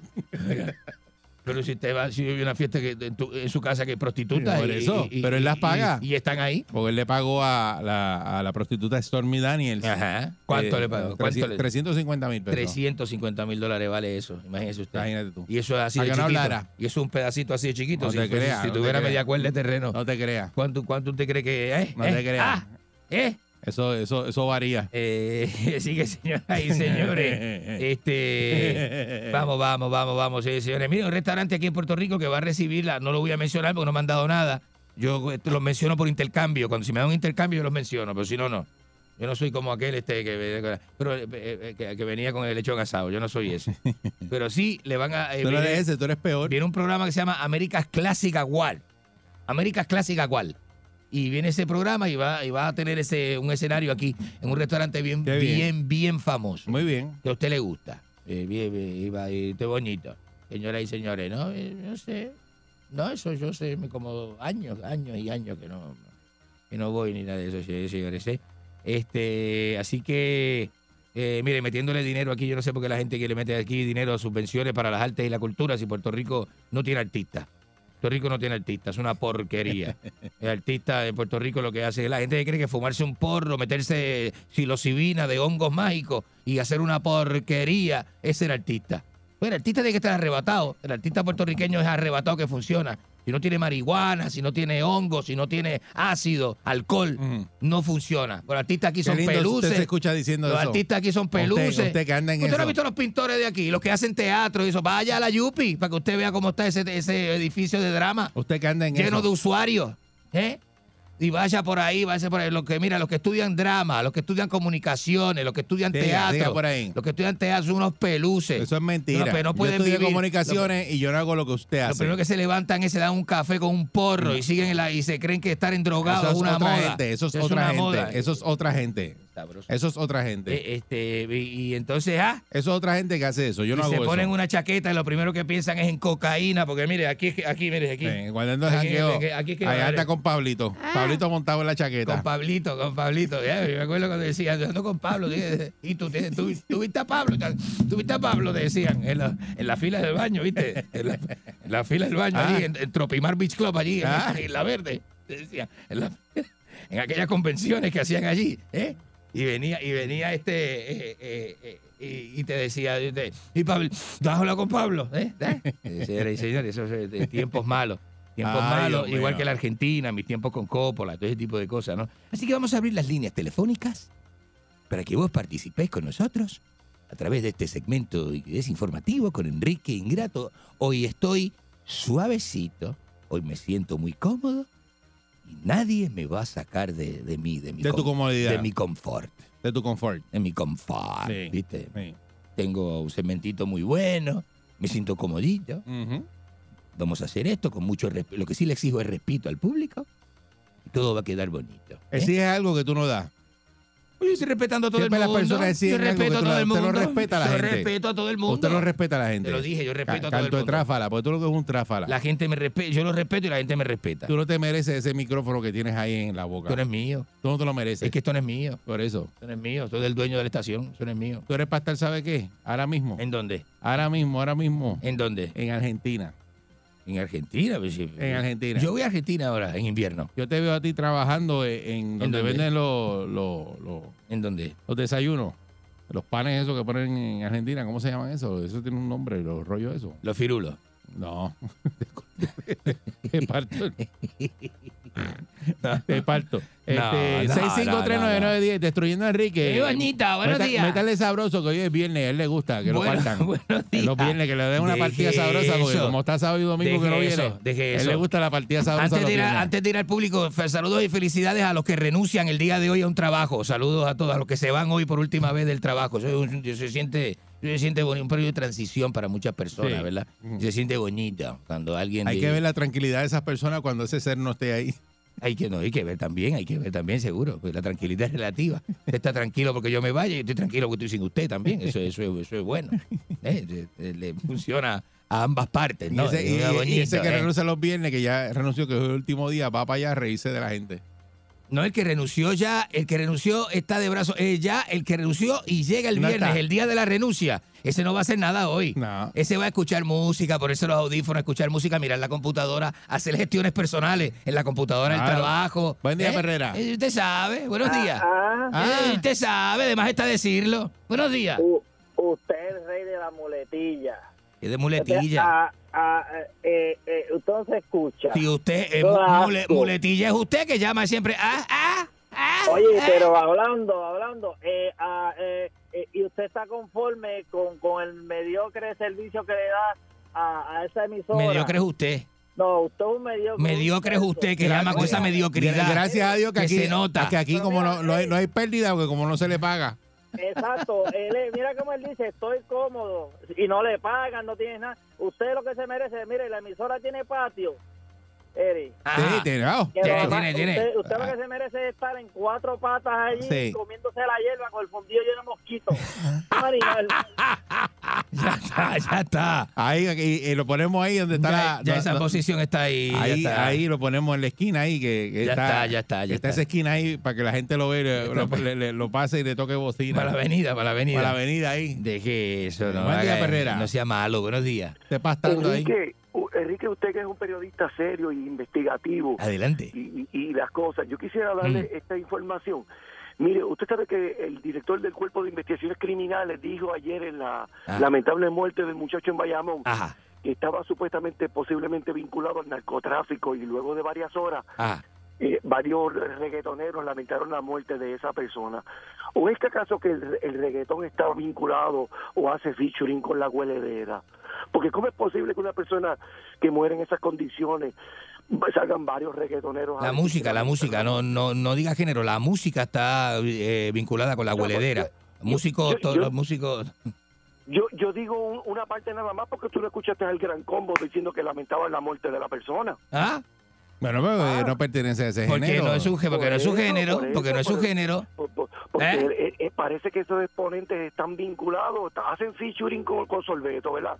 E: Pero si usted va, si hay una fiesta que, en, tu- en su casa que hay prostitutas.
D: Por
E: y-
D: eso,
E: y- y-
D: pero él las
E: y-
D: paga.
E: y están ahí.
D: Porque él le pagó a la, a la prostituta Stormy Daniels. Eh,
E: Ajá. ¿Cuánto le pagó? ¿Cuánto le-
D: 350 mil pesos.
E: 350 mil dólares vale eso, imagínese usted.
D: Imagínate tú.
E: Y eso es así
D: Para
E: de
D: que no
E: chiquito.
D: hablara.
E: Y eso es un pedacito así de chiquito.
D: No
E: si,
D: te
E: fuese-
D: creas,
E: si
D: no te
E: tuviera
D: creas.
E: media cuerda de terreno.
D: No te creas.
E: ¿Cuánto, cuánto usted cree que es? ¿Eh? Ah,
D: No te creas. Eso, eso, eso
E: [laughs]
D: varía.
E: Así que, señoras y
D: [laughs]
E: señores, este, vamos, vamos, vamos, vamos, sí, señores. Miren, un restaurante aquí en Puerto Rico que va a recibirla, no lo voy a mencionar porque no me han dado nada. Yo eh, los menciono por intercambio. Cuando si me dan un intercambio, yo los menciono, pero si no, no. Yo no soy como aquel este que, pero, eh, eh, que, que venía con el lechón asado. Yo no soy
D: [laughs]
E: ese. Pero sí, le van a. eh,
D: Tú no
E: viene-
D: eres ese, tú eres peor.
E: Viene un programa que se llama Américas Clásica Wall. Américas Clásica Wall. Y viene ese programa y va, y va a tener ese, un escenario aquí en un restaurante bien,
D: Qué
E: bien.
D: bien.
E: bien, famoso.
D: Muy bien.
E: Que a usted le gusta. Eh, bien, bien, y va, y este bonito. Señoras y señores, ¿no? Eh, no sé. No, eso yo sé me- como años, años y años que no, que no voy ni nada de eso, señores. y señores, ¿eh? Este, así que, eh, mire, metiéndole dinero aquí, yo no sé por qué la gente que le mete aquí dinero a subvenciones para las artes y la cultura si Puerto Rico no tiene artistas. Puerto Rico no tiene artistas, es una
D: [laughs]
E: porquería. El artista de Puerto Rico lo que hace es la gente que cree que fumarse un porro, meterse psilocibina de hongos mágicos y hacer una porquería es ser artista. Pues el artista tiene que estar arrebatado. El artista puertorriqueño es arrebatado que funciona. Si no tiene marihuana, si no tiene hongos, si no tiene ácido, alcohol, no funciona. Los artistas aquí
D: Mm. Qué
E: son
D: lindo
E: peluces.
D: usted se escucha diciendo
E: Los
D: eso.
E: artistas aquí son
D: Usted-
E: peluces.
D: usted que anda en
E: no ha
D: eso.
E: visto los pintores de aquí, los que hacen teatro y eso. Vaya a la Yupi para que usted vea cómo está ese, ese edificio de drama
D: Usted que anda en
E: lleno
D: eso.
E: de usuarios. ¿eh? Y vaya por ahí, vaya por ahí. Los que, mira, los que estudian drama, los que estudian comunicaciones, los que estudian
D: Diga,
E: teatro.
D: diga por ahí.
E: Los que estudian teatro son unos peluces. Eso
D: es mentira.
E: Pero no
D: Yo
E: pueden
D: estudié
E: vivir.
D: comunicaciones y yo no hago lo que usted
E: Lo,
D: hace.
E: lo primero que se levantan es se dan un café con un porro y siguen en la, y se creen que estar en drogado
D: Mm. Eso
E: es una
D: otra
E: moda.
D: gente, eso es,
E: una
D: otra gente,
E: moda.
D: eso es otra gente. Eso es otra gente.
E: Eh, este, y, y entonces, ah.
D: Eso es otra gente que hace eso. Yo
E: y
D: no
E: se
D: hago
E: ponen
D: eso.
E: una chaqueta y lo primero que piensan es en cocaína, porque mire, aquí es que, aquí, mire, aquí.
D: Eh, cuando ando en
E: Aquí,
D: jangueo,
E: aquí, aquí es que-
D: ahí anda con Pablito. Pablito montado en la chaqueta.
E: Con Pablito, con Pablito. ya, yo me acuerdo cuando decían, yo ando con Pablo. dije, Y tú, te- tú, tú viste a Pablo, tú viste a Pablo, te decían, en la, en la fila del baño, ¿viste? En la, en la fila del baño,
D: Ah.
E: allí, en, en Tropimar Beach Club, allí, en,
D: Ah.
E: en La Verde. Te decían, en, la- en aquellas convenciones que hacían allí, ¿eh? Y venía, y venía este, eh, eh, eh, y, y te decía, y te- y Pablo, ¿tú has hablado con Pablo? ¿Eh? ¿Eh? Eh, Señores y señores, esos eh, de tiempos malos. Tiempos
D: Ay,
E: malos,
D: Dios
E: igual
D: mío.
E: que la Argentina, mis tiempos con Coppola, todo ese tipo de cosas, ¿no? Así que vamos a abrir las líneas telefónicas para que vos participéis con nosotros a través de este segmento desinformativo con Enrique Ingrato. Hoy estoy suavecito, hoy me siento muy cómodo y nadie me va a sacar de, de mí, de mi,
D: De tu
E: com-
D: comodidad.
E: de mi confort.
D: De tu confort.
E: De mi confort,
D: Sí,
E: ¿viste? Tengo un cementito muy bueno, me siento comodito. Vamos a hacer esto con mucho respeto. Lo que sí le exijo es respeto al público. y Todo va a quedar bonito.
D: Exige algo que tú no das.
E: Yo estoy respetando a todo
D: Siempre
E: el
D: las
E: mundo.
D: personas
E: yo
D: exigen algo que
E: respeto a
D: tú
E: todo
D: no-
E: el
D: usted
E: mundo.
D: no respeta a la
E: yo
D: gente.
E: respeto a todo el mundo.
D: Usted no respeta a la gente.
E: Te lo dije, yo respeto a todo el
D: Canto de
E: mundo.
D: tráfala, porque tú lo que es un tráfala.
E: La gente me respeta, yo lo respeto y la gente me respeta.
D: Tú no te mereces ese micrófono que tienes ahí en la boca.
E: Tú no es mío.
D: Tú no te lo mereces.
E: Es que esto no es mío.
D: Por eso.
E: Eso no es mío, soy del dueño de la estación, eso no es mío.
D: Tú eres pastel, ¿sabe qué? Ahora mismo.
E: ¿En dónde?
D: Ahora mismo, ahora mismo.
E: ¿En dónde?
D: En Argentina.
E: En Argentina, pues, sí.
D: En Argentina.
E: Yo voy a Argentina ahora, en invierno.
D: Yo te veo a ti trabajando e- en donde
E: dónde?
D: venden los, los, los-
E: ¿En dónde?
D: los desayunos. Los panes esos que ponen en Argentina, ¿cómo se llaman eso? Eso tiene un nombre, los rollos esos.
E: Los firulos. [laughs]
D: No. Te parto. [laughs] Te parto. Este,
E: [laughs] no,
D: 6539910, destruyendo a Enrique.
E: Qué bonita, buenos
D: Meta-
E: días.
D: Métale sabroso, que hoy es viernes, a él le gusta que
E: Bueno,
D: lo
E: [laughs]
D: partan. Los viernes, que le den una
E: Deje
D: partida sabrosa, porque
E: eso.
D: como está sábado y domingo que
E: Deje
D: no viene,
E: eso, deje
D: a él
E: eso.
D: le gusta la partida sabrosa.
E: Antes
D: los
E: de, ir a-
D: viernes.
E: antes de ir al público, fe- saludos y felicidades a los que renuncian el día de hoy a un trabajo. Saludos a todos, a los que se van hoy por última vez del trabajo. Eso, es un- se siente, eso se siente bonito, un periodo de transición para muchas personas,
D: Sí. Mm.
E: ¿verdad? Se siente bonito cuando alguien... de-
D: Hay que ver la tranquilidad de esas personas cuando ese ser no esté ahí.
E: Hay que, no, hay que ver también, hay que ver también, seguro. Pues la tranquilidad es relativa. Usted está tranquilo porque yo me vaya y estoy tranquilo porque estoy sin usted también. Eso, eso, es- eso es
D: [laughs]
E: bueno. Eh, le, le funciona a ambas partes,
D: Y
E: ¿no?
D: ese,
E: Es
D: y- y
E: bonito,
D: ese que
E: eh.
D: renuncia los viernes, que ya renunció, que es el último día, va para allá a reírse de la gente.
E: No, el que renunció ya, el que renunció está de brazo. eh, ya, el que renunció y llega el
D: No
E: viernes,
D: está.
E: el día de la renuncia. Ese no va a hacer nada hoy. Ese va a escuchar música, ponerse los audífonos, escuchar música, mirar la computadora, hacer gestiones personales en la computadora del
D: Claro.
E: trabajo.
D: Buen día,
E: ¿Eh?
D: Perrera.
E: Eh, usted sabe, buenos
D: Ah,
E: días.
D: ah.
E: Eh, usted sabe, además está decirlo. Buenos días.
Q: U- usted es rey de la muletilla.
E: Es de muletilla.
Q: Ah, ah, eh, eh, usted no se escucha.
E: Si usted es
Q: Todo
E: mule-
Q: asco.
E: muletilla, es usted que llama siempre. Ah, ah, ah. [laughs]
Q: Oye,
E: ah.
Q: pero hablando, hablando, eh, ah, eh, eh, ¿y usted está conforme con, con el mediocre servicio que le da a, a esa emisora?
E: Mediocre es usted.
Q: No, usted es un mediocre.
E: Mediocre es usted que llama con esa mediocridad.
D: Gracias a Dios que,
E: que
D: aquí,
E: se nota.
D: que aquí como no, no hay, no hay pérdida, porque como no se le paga.
Q: Exacto, él es- mira cómo él dice, estoy cómodo y no le pagan, no tiene nada. Usted lo que se merece, mire, la emisora tiene patio, Eri.
E: Ah.
D: Sí, tiene, vamos.
Q: Que lo demás- Usted, usted lo que se merece es estar en cuatro patas allí
D: Sí.
Q: comiéndose la hierba con el fundillo lleno de
D: [laughs]
Q: mosquitos. Un animal.
E: Ya está, ya está.
D: Ahí, y, y lo ponemos ahí donde está
E: Ya-
D: la.
E: ya
D: la-
E: esa
D: la-
E: posición está ahí, ya
D: Ahí,
E: está.
D: ahí lo ponemos en la esquina ahí. Que, que
E: Ya
D: está,
E: está, ya está, ya
D: que
E: está.
D: esa esquina ahí para que la gente lo vea, y le- lo, le- le- lo pase y le toque bocina.
E: Para la avenida, para la avenida.
D: Para la avenida ahí.
E: Deje eso, no,
D: Buen día,
E: haga-
D: Perrera.
E: no sea malo. Buenos días.
D: Te pastando ahí.
R: Enrique, u- Enrique, usted que es un periodista serio e investigativo.
E: Adelante.
R: Y, y- y las cosas. Yo quisiera darle esta información. Mire, usted sabe que el director del Cuerpo de Investigaciones Criminales dijo ayer en la
E: Ah.
R: lamentable muerte del muchacho en Bayamón
E: Ajá.
R: que estaba supuestamente, posiblemente vinculado al narcotráfico y luego de varias horas
E: Ah.
R: eh, varios reggaetoneros lamentaron la muerte de esa persona. ¿O es que acaso que el, el reggaetón está vinculado o hace featuring con la hueledera? Porque ¿cómo es posible que una persona que muere en esas condiciones salgan varios reggaetoneros.
E: La
R: a-
E: música, la música, no, no, no diga género, la música está eh, vinculada con la hueledera. Músicos,
R: pues, yo-
E: todos
R: yo-
E: los músicos.
R: Yo, yo digo un- una parte nada más porque tú no escuchaste el gran combo diciendo que lamentaba la muerte de la persona.
E: ¿Ah?
D: Bueno, pero eh, no pertenece a ese
E: Porque
D: género.
E: no es un gé- porque no es un género, porque no es un género.
R: Porque
E: ¿Eh?
R: eh, eh, parece que esos exponentes están vinculados, ta- hacen featuring con, con Sorbeto, ¿verdad?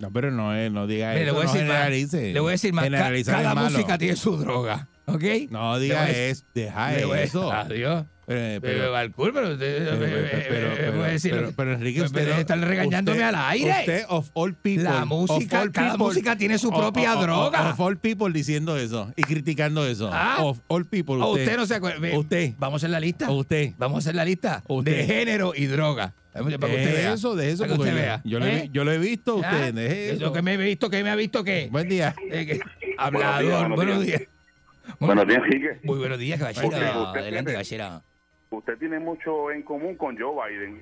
D: No, pero no, es, no diga
E: Mire,
D: eso.
E: le voy a
D: no
E: decir más.
D: generalice.
E: Le voy a decir más. Ca-
D: Generalizar
E: cada
D: es malo.
E: música tiene su droga, ¿ok?
D: No
E: Le voy
D: diga
E: a decir-
D: eso. Deja
E: le voy a- [laughs]
D: eso.
E: Adiós.
D: Eh, pero-
E: Pero, Balcour, pero usted-
D: Pero, pero,
E: eh,
D: pero,
E: eh,
D: pero,
E: voy a decir-
D: pero, pero, Enrique,
E: pero
D: usted no-
E: están regañándome
D: usted-
E: al aire.
D: Usted, of all people.
E: La música,
D: of all
E: cada música tiene su propia droga.
D: Of all people diciendo eso y criticando eso.
E: Ah.
D: Of all people.
E: Ah,
D: Usted,
E: usted no se acuerda. Ve,
D: Usted.
E: Vamos a hacer la lista.
D: Usted.
E: Vamos a hacer la lista de
D: Usted.
E: género y droga. Para que usted
D: De
E: vea.
D: eso, de eso.
E: Para que
D: porque
E: usted
D: yo-
E: vea.
D: Yo, lo he,
E: ¿Eh?
D: vi- yo lo he visto a
E: Ah,
D: usted. deje
E: eso
D: eso.
E: que me he visto, que me ha visto, que.
D: Buen día.
E: Eh, que- hablador, buenos días.
L: Buenos días, Enrique.
E: Muy buenos días,
L: Usted-
E: caballero.
L: usted
E: Adelante,
L: tiene-
E: caballero.
L: Usted tiene mucho en común con Joe Biden.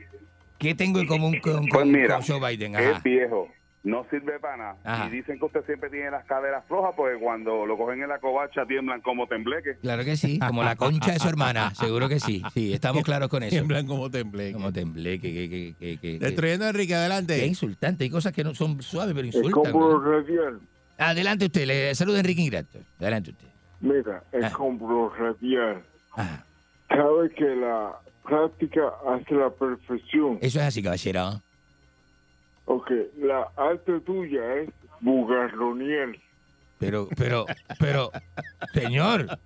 E: ¿Qué tengo en común con,
L: Pues
E: con,
L: mira,
E: con Joe Biden? Ajá.
L: es viejo, no sirve para nada.
E: Ajá.
L: Y dicen que usted siempre tiene las caderas flojas porque cuando lo cogen en la covacha tiemblan como tembleque.
E: Claro que sí, como la concha de su hermana, seguro que sí. Sí, [laughs] estamos claros con
D: [laughs]
E: eso. Tiemblan como tembleque. Como tembleque, que, que, que, que-
D: Destruyendo a Enrique, adelante.
E: Qué insultante, hay cosas que no son suaves, pero
S: El
E: insultan. ¿eh?
S: combo
E: ¿verdad?
S: radial,
E: Adelante usted, le saluda Enrique Ingrato. Adelante usted.
S: mira, el combo radial. Sabe que la práctica hace la perfección.
E: Eso es así, caballero. ¿ah?
S: Ok, la arte tuya es bugarroniel.
E: Pero, pero, pero, señor.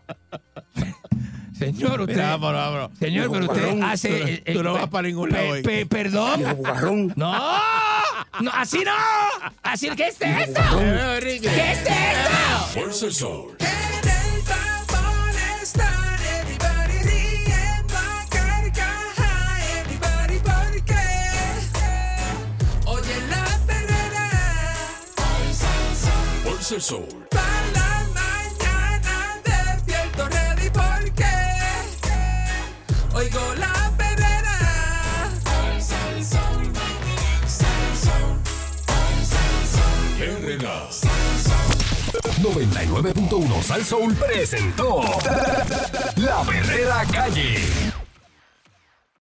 E: Señor, usted.
D: Mira, vámonos, vámonos.
E: Señor, pero usted
D: Bugarrón,
E: hace.
D: tú no-
E: eh, eh,
D: tú no vas
E: pe-
D: para ningún
E: pe-
D: lado hoy.
E: pe- perdón. No, no, así no. Así, ¿qué es esto? ¿Qué es esto?
A: Fuerza el Sol.
B: Oye la perrera.
A: Fuerza el Sol.
B: Pa' la mañana despierto ready porque oigo la perrera.
A: Herrera. 99.1 Sal Soul presentó La Verdadera Calle.